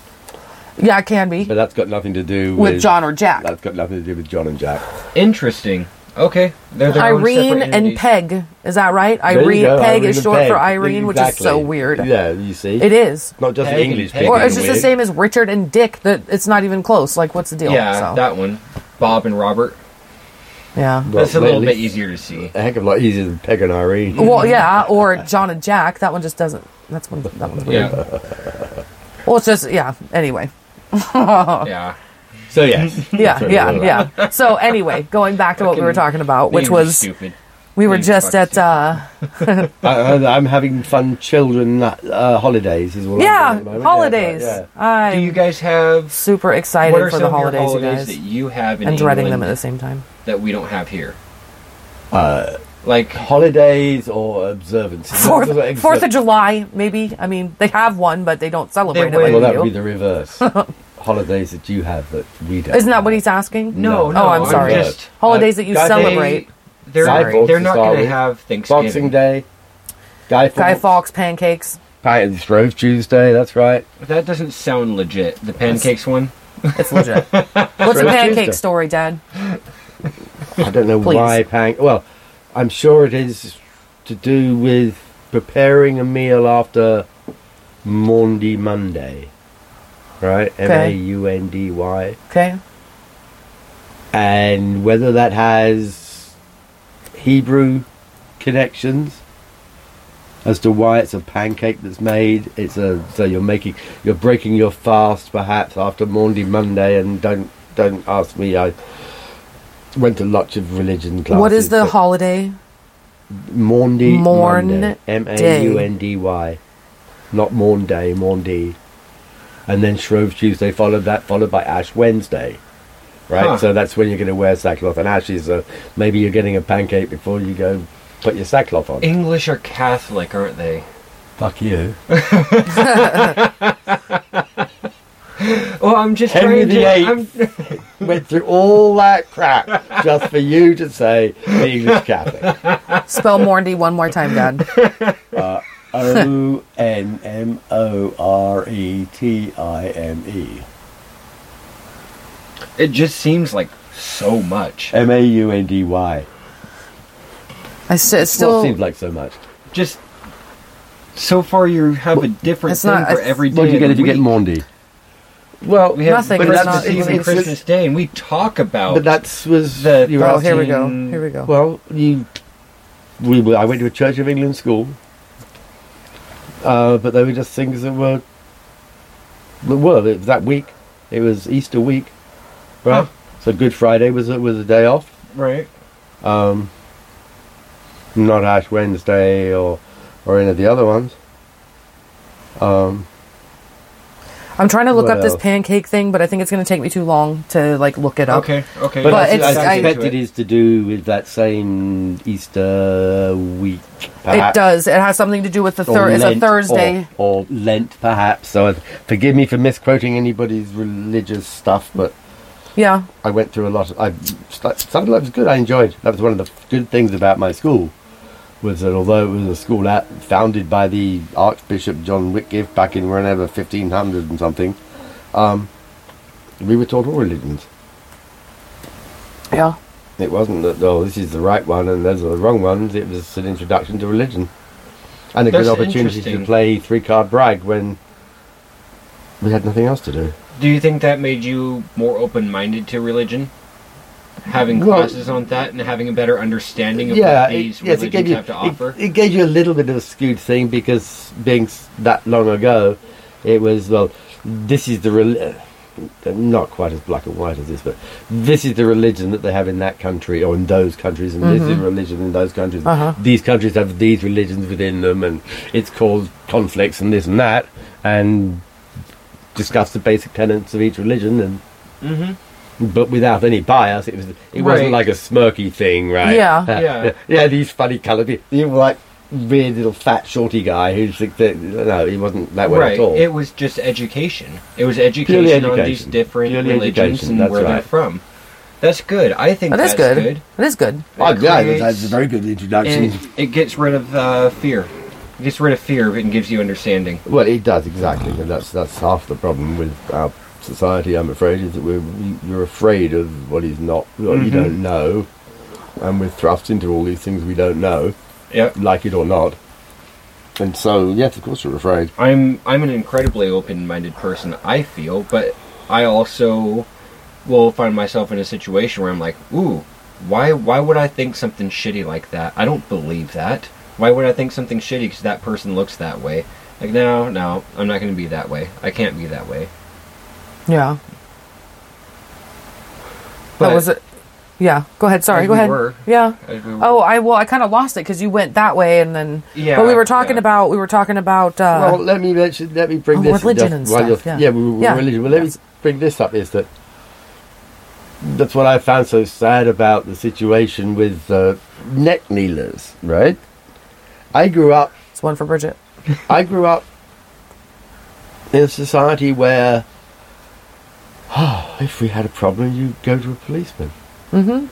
[SPEAKER 1] Yeah, it can be
[SPEAKER 3] but
[SPEAKER 1] with,
[SPEAKER 3] that's got nothing to do with,
[SPEAKER 1] John or Jack.
[SPEAKER 3] That's got nothing to do with John and Jack.
[SPEAKER 2] Interesting. Okay. They're their own
[SPEAKER 1] Irene
[SPEAKER 2] separate
[SPEAKER 1] and
[SPEAKER 2] entities.
[SPEAKER 1] Peg. Is that right?
[SPEAKER 3] There you
[SPEAKER 1] Irene
[SPEAKER 3] go,
[SPEAKER 1] Peg
[SPEAKER 3] Irene
[SPEAKER 1] is
[SPEAKER 3] and
[SPEAKER 1] short
[SPEAKER 3] Peg.
[SPEAKER 1] for Irene, which is so
[SPEAKER 3] Exactly.
[SPEAKER 1] weird.
[SPEAKER 3] Yeah, you see,
[SPEAKER 1] It is.
[SPEAKER 3] not just
[SPEAKER 2] Peg
[SPEAKER 3] the
[SPEAKER 2] and
[SPEAKER 3] English
[SPEAKER 2] Peg.
[SPEAKER 3] people
[SPEAKER 1] Or
[SPEAKER 3] are
[SPEAKER 1] it's just the
[SPEAKER 3] weird.
[SPEAKER 1] same as Richard and Dick. That it's not even close. Like, what's the deal?
[SPEAKER 2] Yeah,
[SPEAKER 1] So,
[SPEAKER 2] that one. Bob and Robert.
[SPEAKER 1] yeah.
[SPEAKER 3] Well,
[SPEAKER 2] That's a little
[SPEAKER 3] at
[SPEAKER 2] bit
[SPEAKER 3] least
[SPEAKER 2] easier to see.
[SPEAKER 3] A heck of a lot easier than Peg and Irene.
[SPEAKER 1] Well, yeah, or John and Jack. That one just doesn't. That's one. That one's weird.
[SPEAKER 2] Yeah.
[SPEAKER 1] Well, it's just yeah. Anyway, Oh.
[SPEAKER 2] yeah.
[SPEAKER 3] So yes,
[SPEAKER 1] [LAUGHS]
[SPEAKER 3] That's
[SPEAKER 1] yeah,
[SPEAKER 3] what
[SPEAKER 1] yeah,
[SPEAKER 3] we're all about.
[SPEAKER 1] yeah. So anyway, going back to what we were talking about, which
[SPEAKER 2] Being
[SPEAKER 1] was
[SPEAKER 2] stupid.
[SPEAKER 1] we were
[SPEAKER 2] being
[SPEAKER 1] just
[SPEAKER 2] fucking
[SPEAKER 1] at. uh
[SPEAKER 3] I, I, I'm having fun. Children uh, holidays is what. I'm doing
[SPEAKER 1] Yeah,
[SPEAKER 3] at the moment.
[SPEAKER 1] holidays.
[SPEAKER 3] Yeah, right,
[SPEAKER 2] Do you
[SPEAKER 1] I'm
[SPEAKER 2] guys have
[SPEAKER 1] super
[SPEAKER 2] what
[SPEAKER 1] excited
[SPEAKER 2] are
[SPEAKER 1] for
[SPEAKER 2] some
[SPEAKER 1] the
[SPEAKER 2] of your
[SPEAKER 1] holidays, you
[SPEAKER 2] holidays that
[SPEAKER 1] guys,
[SPEAKER 2] you have in
[SPEAKER 1] and dreading them at the same
[SPEAKER 2] England
[SPEAKER 1] time.
[SPEAKER 2] that we don't have here?
[SPEAKER 3] yeah. Uh,
[SPEAKER 2] Like
[SPEAKER 3] holidays or observances.
[SPEAKER 1] Fourth, Fourth of July, maybe. I mean, they have one, but they don't celebrate it
[SPEAKER 2] They
[SPEAKER 1] like
[SPEAKER 3] Well,
[SPEAKER 2] will.
[SPEAKER 1] we
[SPEAKER 3] that would be
[SPEAKER 1] do.
[SPEAKER 3] the reverse.
[SPEAKER 1] [LAUGHS]
[SPEAKER 3] holidays that you have that we don't.
[SPEAKER 1] Isn't that what
[SPEAKER 3] have.
[SPEAKER 1] he's asking?
[SPEAKER 2] No,
[SPEAKER 3] No.
[SPEAKER 2] no.
[SPEAKER 1] oh, I'm
[SPEAKER 3] I'm
[SPEAKER 1] sorry.
[SPEAKER 2] Just,
[SPEAKER 1] holidays that you
[SPEAKER 3] Guy Fawkes-
[SPEAKER 1] celebrate.
[SPEAKER 2] They, are
[SPEAKER 3] Sorry.
[SPEAKER 2] they're not going
[SPEAKER 3] Sorry.
[SPEAKER 2] to have Thanksgiving.
[SPEAKER 3] Boxing Day, Guy Fawkes,
[SPEAKER 1] Guy Fawkes pancakes.
[SPEAKER 3] Patton's Grove Tuesday. That's right.
[SPEAKER 2] That doesn't sound legit. The pancakes one.
[SPEAKER 1] It's [LAUGHS] legit. What's a
[SPEAKER 3] Roast
[SPEAKER 1] pancake
[SPEAKER 3] Tuesday.
[SPEAKER 1] story, Dad?
[SPEAKER 3] I don't know
[SPEAKER 1] Please.
[SPEAKER 3] why pan. Well, I'm sure it is to do with preparing a meal after Maundy Monday, right? M a u n d y,
[SPEAKER 1] Okay.
[SPEAKER 3] and whether that has Hebrew connections. As to why it's a pancake that's made, it's a so you're making you're breaking your fast perhaps after Maundy Monday, and don't don't ask me. I went to lots of religion classes.
[SPEAKER 1] what is the
[SPEAKER 3] but-
[SPEAKER 1] holiday?
[SPEAKER 3] Maundy
[SPEAKER 1] Morn
[SPEAKER 3] Monday. M A U N D Y. Not Maundy, Day, Maundy. And then Shrove Tuesday followed that, followed by Ash Wednesday. Right?
[SPEAKER 2] Huh.
[SPEAKER 3] So that's when you're going to wear sackcloth and ashes. So maybe you're getting a pancake before you go put your sackcloth on.
[SPEAKER 2] English are Catholic, aren't they?
[SPEAKER 3] Fuck you. [LAUGHS]
[SPEAKER 2] Oh, I'm just
[SPEAKER 3] Henry
[SPEAKER 2] trying
[SPEAKER 3] the
[SPEAKER 2] to.
[SPEAKER 3] Eighth.
[SPEAKER 2] I'm,
[SPEAKER 3] Went through all that crap just for you to say the English Catholic.
[SPEAKER 1] Spell Morndy one more time, Dad.
[SPEAKER 3] [LAUGHS] O N M O R E T I M E.
[SPEAKER 2] it just seems like so much.
[SPEAKER 3] M A U N D Y.
[SPEAKER 1] I s- it's
[SPEAKER 3] Still
[SPEAKER 1] still.
[SPEAKER 3] seems like so much.
[SPEAKER 2] Just so far, you have a different
[SPEAKER 1] It's
[SPEAKER 2] thing
[SPEAKER 1] not-
[SPEAKER 2] for
[SPEAKER 1] I-
[SPEAKER 2] every day.
[SPEAKER 3] What do you
[SPEAKER 2] of
[SPEAKER 3] get
[SPEAKER 2] the
[SPEAKER 3] if you get
[SPEAKER 2] week.
[SPEAKER 3] Maundy? Well,
[SPEAKER 2] We have
[SPEAKER 1] Nothing,
[SPEAKER 2] But
[SPEAKER 1] it's
[SPEAKER 2] that's
[SPEAKER 1] not-
[SPEAKER 2] the
[SPEAKER 1] it's-
[SPEAKER 2] even
[SPEAKER 1] it's-
[SPEAKER 2] Christmas Day, and we talk about.
[SPEAKER 3] but that's was
[SPEAKER 2] Oh. The-
[SPEAKER 3] you were
[SPEAKER 1] oh, here we go.
[SPEAKER 2] asking-
[SPEAKER 1] Here we go.
[SPEAKER 3] Well, you we were, I went to a Church of England school, Uh, but they were just things that were. that were it was that week. It was Easter week, right?
[SPEAKER 2] Huh.
[SPEAKER 3] So Good Friday was a, was a day off.
[SPEAKER 2] Right.
[SPEAKER 3] Um, not Ash Wednesday or or any of the other ones. Um,
[SPEAKER 1] I'm trying to look
[SPEAKER 3] What
[SPEAKER 1] up this
[SPEAKER 3] else?
[SPEAKER 1] pancake thing, but I think it's going to take me too long to like look it up.
[SPEAKER 2] Okay. Okay.
[SPEAKER 3] but
[SPEAKER 1] But
[SPEAKER 3] I,
[SPEAKER 1] it's-
[SPEAKER 3] I
[SPEAKER 1] I-
[SPEAKER 3] suspect it is to do with that same Easter week.
[SPEAKER 1] It
[SPEAKER 3] perhaps.
[SPEAKER 1] does. It has something to do with the
[SPEAKER 3] Or
[SPEAKER 1] third. It's a
[SPEAKER 3] Lent,
[SPEAKER 1] Thursday.
[SPEAKER 3] Or, or Lent, perhaps. So uh, forgive me for misquoting anybody's religious stuff, but
[SPEAKER 1] Yeah.
[SPEAKER 3] I went through a lot. Of, I st- some of that was good. I enjoyed. That was one of the good things about my school was that although it was a school at, founded by the Archbishop John Whitgift back in whenever fifteen hundred and something, um, we were taught all religions.
[SPEAKER 1] Yeah.
[SPEAKER 3] It wasn't that oh this is the right one and those are the wrong ones. It was an introduction to religion and a
[SPEAKER 2] That's
[SPEAKER 3] good opportunity to
[SPEAKER 2] interesting.
[SPEAKER 3] play three card brag when we had nothing else to do.
[SPEAKER 2] Do you think that made you more open-minded to religion? Having
[SPEAKER 3] Well-
[SPEAKER 2] classes on that and having a better understanding of
[SPEAKER 3] yeah,
[SPEAKER 2] what
[SPEAKER 3] it-
[SPEAKER 2] these
[SPEAKER 3] yes, it
[SPEAKER 2] religions
[SPEAKER 3] gave you
[SPEAKER 2] have to
[SPEAKER 3] it-
[SPEAKER 2] offer.
[SPEAKER 3] It, gave you a little bit of a skewed thing because being s- that long ago, it was well, this is the rel- uh, not quite as black and white as this, but this is the religion that they have in that country or in those countries, and this is the religion in those countries.
[SPEAKER 1] Mm-hmm. Uh-huh.
[SPEAKER 3] These countries have these religions within them, and it's caused conflicts and this and that, and discuss the basic tenets of each religion and.
[SPEAKER 2] mm-hmm.
[SPEAKER 3] But without any bias, it was. It
[SPEAKER 2] Right.
[SPEAKER 3] wasn't like a smirky thing, right?
[SPEAKER 1] Yeah.
[SPEAKER 2] Yeah.
[SPEAKER 3] yeah, these funny coloured people. You were like weird little fat shorty guy who's like, the- no, he wasn't that way
[SPEAKER 2] Right.
[SPEAKER 3] at all.
[SPEAKER 2] It was just education. It was education on these
[SPEAKER 3] education.
[SPEAKER 2] different
[SPEAKER 3] Purely
[SPEAKER 2] religions
[SPEAKER 3] education,
[SPEAKER 2] and
[SPEAKER 3] that's
[SPEAKER 2] where they're
[SPEAKER 3] right.
[SPEAKER 2] from. That's good. I think
[SPEAKER 1] That is
[SPEAKER 2] that's
[SPEAKER 1] Oh, good.
[SPEAKER 2] good.
[SPEAKER 1] That is good.
[SPEAKER 3] Oh, yeah,
[SPEAKER 2] creates-
[SPEAKER 3] that's a very good introduction.
[SPEAKER 2] It, it gets rid of uh, fear. It gets rid of fear and gives you understanding.
[SPEAKER 3] well, it does exactly, and that's that's half the problem with our society. I'm afraid is that we're we- you're afraid of what is not, what you
[SPEAKER 2] Mhm.
[SPEAKER 3] don't know, and we're thrust into all these things we don't know,
[SPEAKER 2] Yep.
[SPEAKER 3] like it or not. And so, yes, of course, you're afraid.
[SPEAKER 2] I'm I'm an incredibly open-minded person. I feel, but I also will find myself in a situation where I'm like, ooh, why why would I think something shitty like that? I don't believe that. Why would I think something shitty because that person looks that way? Like, no, no, I'm not going to be that way. I can't be that way.
[SPEAKER 1] Yeah.
[SPEAKER 2] But-
[SPEAKER 1] that was it. Yeah. Go ahead. Sorry.
[SPEAKER 2] As
[SPEAKER 1] Go
[SPEAKER 2] we
[SPEAKER 1] ahead.
[SPEAKER 2] were.
[SPEAKER 1] Yeah.
[SPEAKER 2] As we were-
[SPEAKER 1] Oh, I well, I kind of lost it because you went that way, and then
[SPEAKER 2] Yeah,
[SPEAKER 1] But we were talking
[SPEAKER 2] yeah.
[SPEAKER 1] about we were talking about. Uh,
[SPEAKER 3] well, let me mention, let me bring
[SPEAKER 1] Oh,
[SPEAKER 3] this up
[SPEAKER 1] religion
[SPEAKER 3] just
[SPEAKER 1] and
[SPEAKER 3] while
[SPEAKER 1] stuff,
[SPEAKER 3] you're-
[SPEAKER 1] yeah.
[SPEAKER 3] we- we-
[SPEAKER 1] Yeah.
[SPEAKER 3] religion. Well, let
[SPEAKER 1] Yes.
[SPEAKER 3] me bring this up is that that's what I found so sad about the situation with uh, neck kneelers, right? I grew up
[SPEAKER 1] it's one for Bridget.
[SPEAKER 3] I grew up in a society where, [SIGHS] oh, if we had a problem, you go to a policeman.
[SPEAKER 1] Mm-hmm.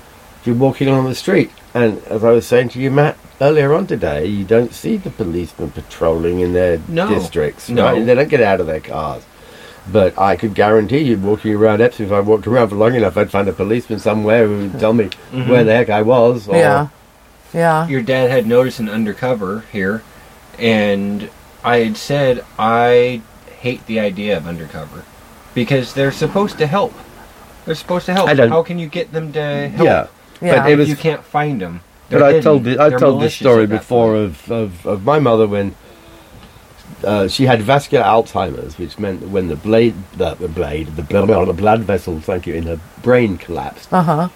[SPEAKER 3] You're walking along the street, and as I was saying to you, Matt, earlier on today, you don't see the policemen patrolling in their
[SPEAKER 2] No.
[SPEAKER 3] districts.
[SPEAKER 2] No.
[SPEAKER 3] right? They don't get out of their cars. But I could guarantee you, walking around Epsom, if I walked around for long enough, I'd find a policeman somewhere who would tell me where the heck I was. Or,
[SPEAKER 1] Yeah. Yeah.
[SPEAKER 2] your dad had noticed an undercover here, and I had said I hate the idea of undercover because they're supposed to help. They're supposed to help.
[SPEAKER 3] I don't-
[SPEAKER 2] How can you get them to help?
[SPEAKER 3] Yeah.
[SPEAKER 1] Yeah.
[SPEAKER 3] But it
[SPEAKER 2] if
[SPEAKER 3] was
[SPEAKER 2] you can't find them.
[SPEAKER 3] But I told the, I told this story before of, of, of my mother when uh, she had vascular Alzheimer's, which meant that when the blade the, the blade the blood, the blood vessel, thank you, in her brain collapsed,
[SPEAKER 1] Uh huh.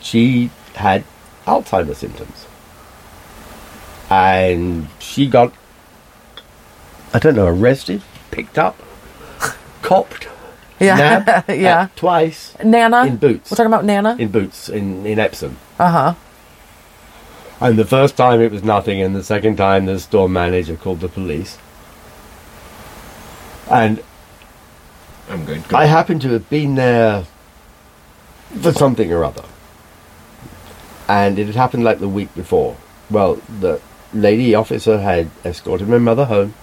[SPEAKER 3] she had Alzheimer's symptoms, and she got I don't know arrested, picked up, [LAUGHS] copped,
[SPEAKER 1] Yeah.
[SPEAKER 3] nabbed
[SPEAKER 1] [LAUGHS]
[SPEAKER 3] uh,
[SPEAKER 1] yeah.
[SPEAKER 3] twice
[SPEAKER 1] Nana.
[SPEAKER 3] in boots.
[SPEAKER 1] We're talking about Nana.
[SPEAKER 3] in boots in, in Epsom.
[SPEAKER 1] Uh huh.
[SPEAKER 3] And the first time it was nothing, and the second time the store manager called the police. And
[SPEAKER 2] I'm good.
[SPEAKER 3] I happened to have been there for something or other. And it had happened like the week before. Well, the lady officer had escorted my mother home.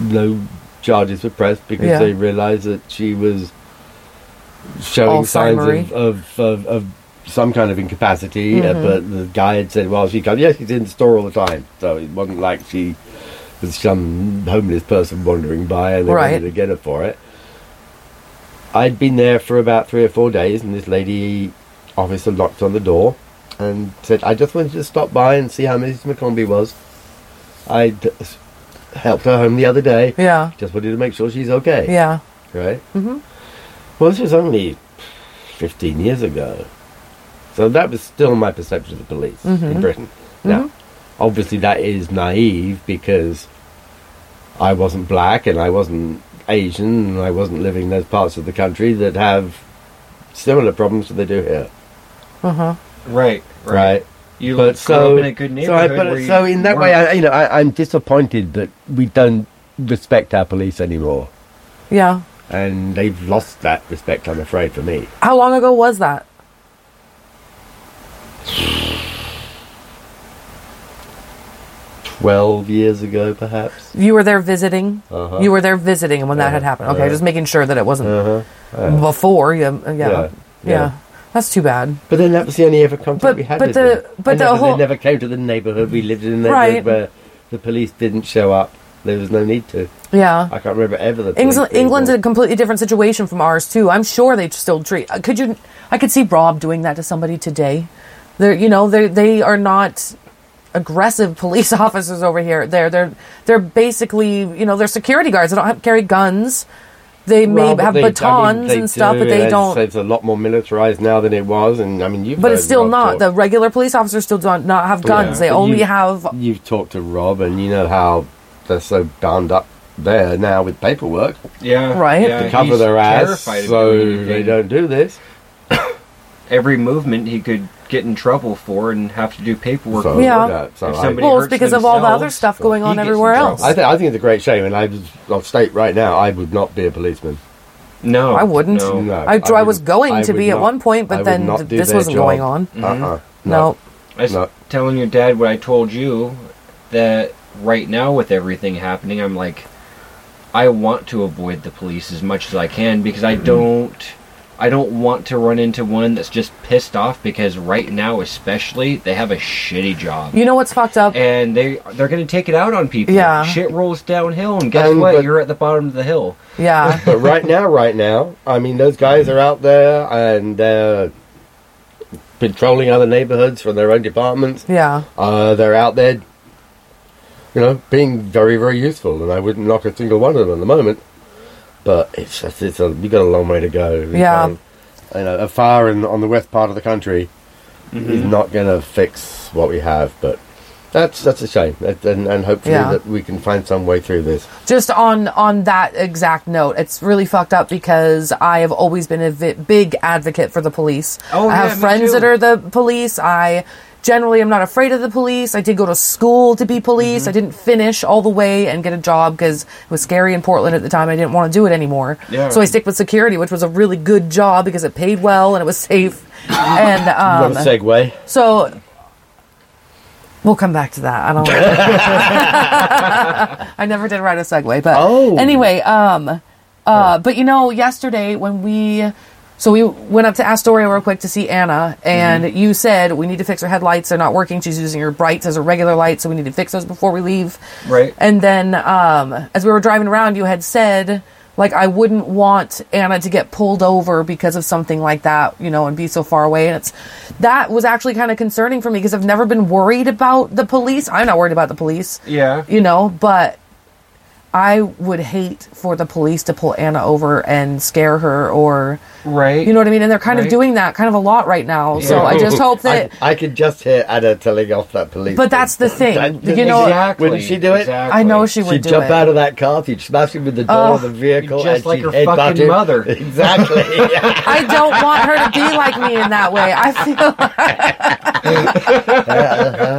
[SPEAKER 3] No charges were pressed because
[SPEAKER 1] Yeah.
[SPEAKER 3] they realised that she was showing signs
[SPEAKER 1] Alzheimer-y.
[SPEAKER 3] of, of, of, of some kind of incapacity. uh,
[SPEAKER 1] Mhm.
[SPEAKER 3] but the guy had said, well, she comes, yeah, she's in the store all the time. So it wasn't like she was some homeless person wandering by and they
[SPEAKER 1] Right.
[SPEAKER 3] wanted to get her for it. I'd been there for about three or four days, and this lady officer knocked on the door and said, I just wanted to stop by and see how Mrs. McCombie was. I helped her home the other day.
[SPEAKER 1] Yeah.
[SPEAKER 3] Just wanted to make sure she's okay.
[SPEAKER 1] Yeah.
[SPEAKER 3] Right? Mm-hmm. Well, this was only 15 years ago. So that was still my perception of the police
[SPEAKER 2] Mm-hmm.
[SPEAKER 3] in Britain. Now, obviously, that is naive because I wasn't black and I wasn't Asian and I wasn't living in those parts of the country that have similar problems that they do here.
[SPEAKER 1] Uh huh.
[SPEAKER 2] Right, right.
[SPEAKER 3] Right.
[SPEAKER 2] You
[SPEAKER 3] But
[SPEAKER 2] grew
[SPEAKER 3] so,
[SPEAKER 2] up in a good neighborhood.
[SPEAKER 3] So, I, but,
[SPEAKER 2] where you
[SPEAKER 3] so in that way,
[SPEAKER 2] weren't-
[SPEAKER 3] I, you know, I, I'm disappointed that we don't respect our police anymore,
[SPEAKER 1] Yeah.
[SPEAKER 3] and they've lost that respect. I'm afraid for me.
[SPEAKER 1] How long ago was that?
[SPEAKER 3] Twelve years ago, perhaps.
[SPEAKER 1] You were there visiting.
[SPEAKER 3] Uh-huh.
[SPEAKER 1] You were there visiting when that had
[SPEAKER 3] Uh-huh.
[SPEAKER 1] happened. Okay,
[SPEAKER 3] Uh-huh.
[SPEAKER 1] just making sure that it wasn't
[SPEAKER 3] Uh-huh.
[SPEAKER 1] before. Yeah, yeah,
[SPEAKER 3] Yeah.
[SPEAKER 1] yeah,
[SPEAKER 3] Yeah.
[SPEAKER 1] That's too bad.
[SPEAKER 3] But then that was the only ever contact
[SPEAKER 1] But-
[SPEAKER 3] we had.
[SPEAKER 1] but
[SPEAKER 3] with
[SPEAKER 1] the-
[SPEAKER 3] them.
[SPEAKER 1] but
[SPEAKER 3] And
[SPEAKER 1] the
[SPEAKER 3] never,
[SPEAKER 1] whole-
[SPEAKER 3] they never came to the neighbourhood we lived in. the
[SPEAKER 1] Right.
[SPEAKER 3] neighbourhood Where the police didn't show up. There was no need to.
[SPEAKER 1] Yeah.
[SPEAKER 3] I can't remember ever the. police
[SPEAKER 1] England,
[SPEAKER 3] being
[SPEAKER 1] England's in a
[SPEAKER 3] involved.
[SPEAKER 1] completely different situation from ours too. I'm sure they still treat. uh, Could you? I could see Rob doing that to somebody today. They're, you know, they they are not aggressive [LAUGHS] police officers over here. They're they're they're basically, you know, they're security guards. They don't have, carry guns. They
[SPEAKER 3] Well,
[SPEAKER 1] may
[SPEAKER 3] but
[SPEAKER 1] have
[SPEAKER 3] they- I mean,
[SPEAKER 1] batons
[SPEAKER 3] they
[SPEAKER 1] and stuff,
[SPEAKER 3] do,
[SPEAKER 1] but they
[SPEAKER 3] as I
[SPEAKER 1] don't.
[SPEAKER 3] say, It's a lot more militarised now than it was, and I mean, you.
[SPEAKER 1] but it's still not. The regular police officers still don't not have guns.
[SPEAKER 2] Yeah.
[SPEAKER 1] They
[SPEAKER 3] Oh, But
[SPEAKER 1] only
[SPEAKER 3] you-
[SPEAKER 1] have
[SPEAKER 3] You've talked to Rob, and you know how they're so bound up there now with paperwork
[SPEAKER 2] yeah,
[SPEAKER 1] Right.
[SPEAKER 2] yeah,
[SPEAKER 3] to cover
[SPEAKER 2] Uh, he's
[SPEAKER 3] their ass,
[SPEAKER 2] terrified of
[SPEAKER 3] so
[SPEAKER 2] doing
[SPEAKER 3] they
[SPEAKER 2] anything.
[SPEAKER 3] don't do this.
[SPEAKER 2] Every movement he could get in trouble for and have to do paperwork.
[SPEAKER 3] So,
[SPEAKER 2] for.
[SPEAKER 1] Yeah.
[SPEAKER 3] that's all
[SPEAKER 2] If
[SPEAKER 3] right.
[SPEAKER 2] somebody
[SPEAKER 1] well, it's
[SPEAKER 2] hurts
[SPEAKER 1] because of all the other
[SPEAKER 2] themselves,
[SPEAKER 1] stuff going
[SPEAKER 2] he
[SPEAKER 1] on
[SPEAKER 2] gets in
[SPEAKER 1] everywhere
[SPEAKER 2] trouble.
[SPEAKER 1] else.
[SPEAKER 3] I, th- I think it's a great shame, and I was, I'll state right now, I would not be a policeman.
[SPEAKER 2] No,
[SPEAKER 1] I wouldn't.
[SPEAKER 2] No.
[SPEAKER 3] No,
[SPEAKER 1] I, I, was
[SPEAKER 3] wouldn't-
[SPEAKER 1] going
[SPEAKER 3] I
[SPEAKER 1] to
[SPEAKER 3] would
[SPEAKER 1] be at
[SPEAKER 3] not-
[SPEAKER 1] one point,
[SPEAKER 3] I
[SPEAKER 1] but
[SPEAKER 3] would
[SPEAKER 1] then
[SPEAKER 3] not
[SPEAKER 1] th-
[SPEAKER 3] do
[SPEAKER 1] this
[SPEAKER 3] their
[SPEAKER 1] wasn't
[SPEAKER 3] job.
[SPEAKER 1] going on.
[SPEAKER 3] Uh-uh.
[SPEAKER 1] No.
[SPEAKER 2] I was
[SPEAKER 3] No.
[SPEAKER 2] telling your dad what I told you that right now with everything happening, I'm like, I want to avoid the police as much as I can because I don't, I don't want to run into one that's just pissed off because right now, especially, they have a shitty job.
[SPEAKER 1] You know what's fucked up?
[SPEAKER 3] Eh.
[SPEAKER 2] and they they're gonna take it out on people.
[SPEAKER 1] Yeah.
[SPEAKER 2] shit rolls downhill, and guess
[SPEAKER 3] And-
[SPEAKER 2] what?
[SPEAKER 3] but-
[SPEAKER 2] You're at the bottom of the hill.
[SPEAKER 3] [LAUGHS]
[SPEAKER 1] Yeah.
[SPEAKER 3] But right now, right now, I mean, those guys are out there and they're patrolling other neighborhoods from their own departments.
[SPEAKER 1] Yeah.
[SPEAKER 3] Uh, they're out there, you know, being very, very useful, and I wouldn't knock a single one of them at the moment. But it's just, it's a, you've got a long way to go. We
[SPEAKER 1] Yeah.
[SPEAKER 3] can't- You know, a fire in, on the west part of the country
[SPEAKER 2] Mm-hmm.
[SPEAKER 3] is not going to fix what we have, but that's that's a shame. That- And, and hopefully
[SPEAKER 1] Yeah.
[SPEAKER 3] that we can find some way through this.
[SPEAKER 1] Just on on that exact note, it's really fucked up because I have always been a vi- big advocate for the police.
[SPEAKER 2] Oh,
[SPEAKER 1] I
[SPEAKER 2] yeah,
[SPEAKER 1] have
[SPEAKER 2] me
[SPEAKER 1] friends
[SPEAKER 2] too.
[SPEAKER 1] that are the police. I generally am not afraid of the police. I did go to school to be
[SPEAKER 2] Mm-hmm.
[SPEAKER 1] police. I didn't finish all the way and get a job because it was scary in Portland at the time. I didn't want to do it anymore.
[SPEAKER 2] Yeah.
[SPEAKER 1] So I stick with security, which was a really good job because it paid well and it was
[SPEAKER 2] [LAUGHS]
[SPEAKER 1] safe. and um,
[SPEAKER 3] What a segue.
[SPEAKER 1] So we'll come back to that. I don't. [LAUGHS] I never did write a segue, but
[SPEAKER 3] Oh.
[SPEAKER 1] anyway. Um, uh, but you know, yesterday when we. So we went up to Astoria real quick to see Anna, and you said we need to fix her headlights. They're not working. She's using her brights as a regular light, so we need to fix those before we leave.
[SPEAKER 2] Right.
[SPEAKER 1] And then, um, as we were driving around, you had said, like, I wouldn't want Anna to get pulled over because of something like that, you know, and be so far away. And it's that was actually kind of concerning for me because I've never been worried about the police. I'm not worried about the police,
[SPEAKER 2] Yeah,
[SPEAKER 1] you know, but I would hate for the police to pull Anna over and scare her or.
[SPEAKER 2] right.
[SPEAKER 1] You know what I mean? And they're kind of
[SPEAKER 2] Right.
[SPEAKER 1] doing that kind of a lot right now. So I just hope that.
[SPEAKER 3] [LAUGHS] I, I could just hear Ada telling off that police.
[SPEAKER 1] But that's the thing.
[SPEAKER 3] That-
[SPEAKER 1] You know-
[SPEAKER 2] exactly.
[SPEAKER 3] Wouldn't she do it?
[SPEAKER 2] Exactly.
[SPEAKER 1] I know she would
[SPEAKER 3] She'd
[SPEAKER 1] do
[SPEAKER 3] jump
[SPEAKER 1] it. Oh.
[SPEAKER 3] out of that car, she'd smash him with the door of the vehicle,
[SPEAKER 2] Just
[SPEAKER 3] and
[SPEAKER 2] like
[SPEAKER 3] she'd
[SPEAKER 2] her
[SPEAKER 3] headbutt
[SPEAKER 2] fucking
[SPEAKER 3] him.
[SPEAKER 2] mother. [LAUGHS]
[SPEAKER 3] [LAUGHS] Exactly.
[SPEAKER 1] I don't want her to be like me in that way. I feel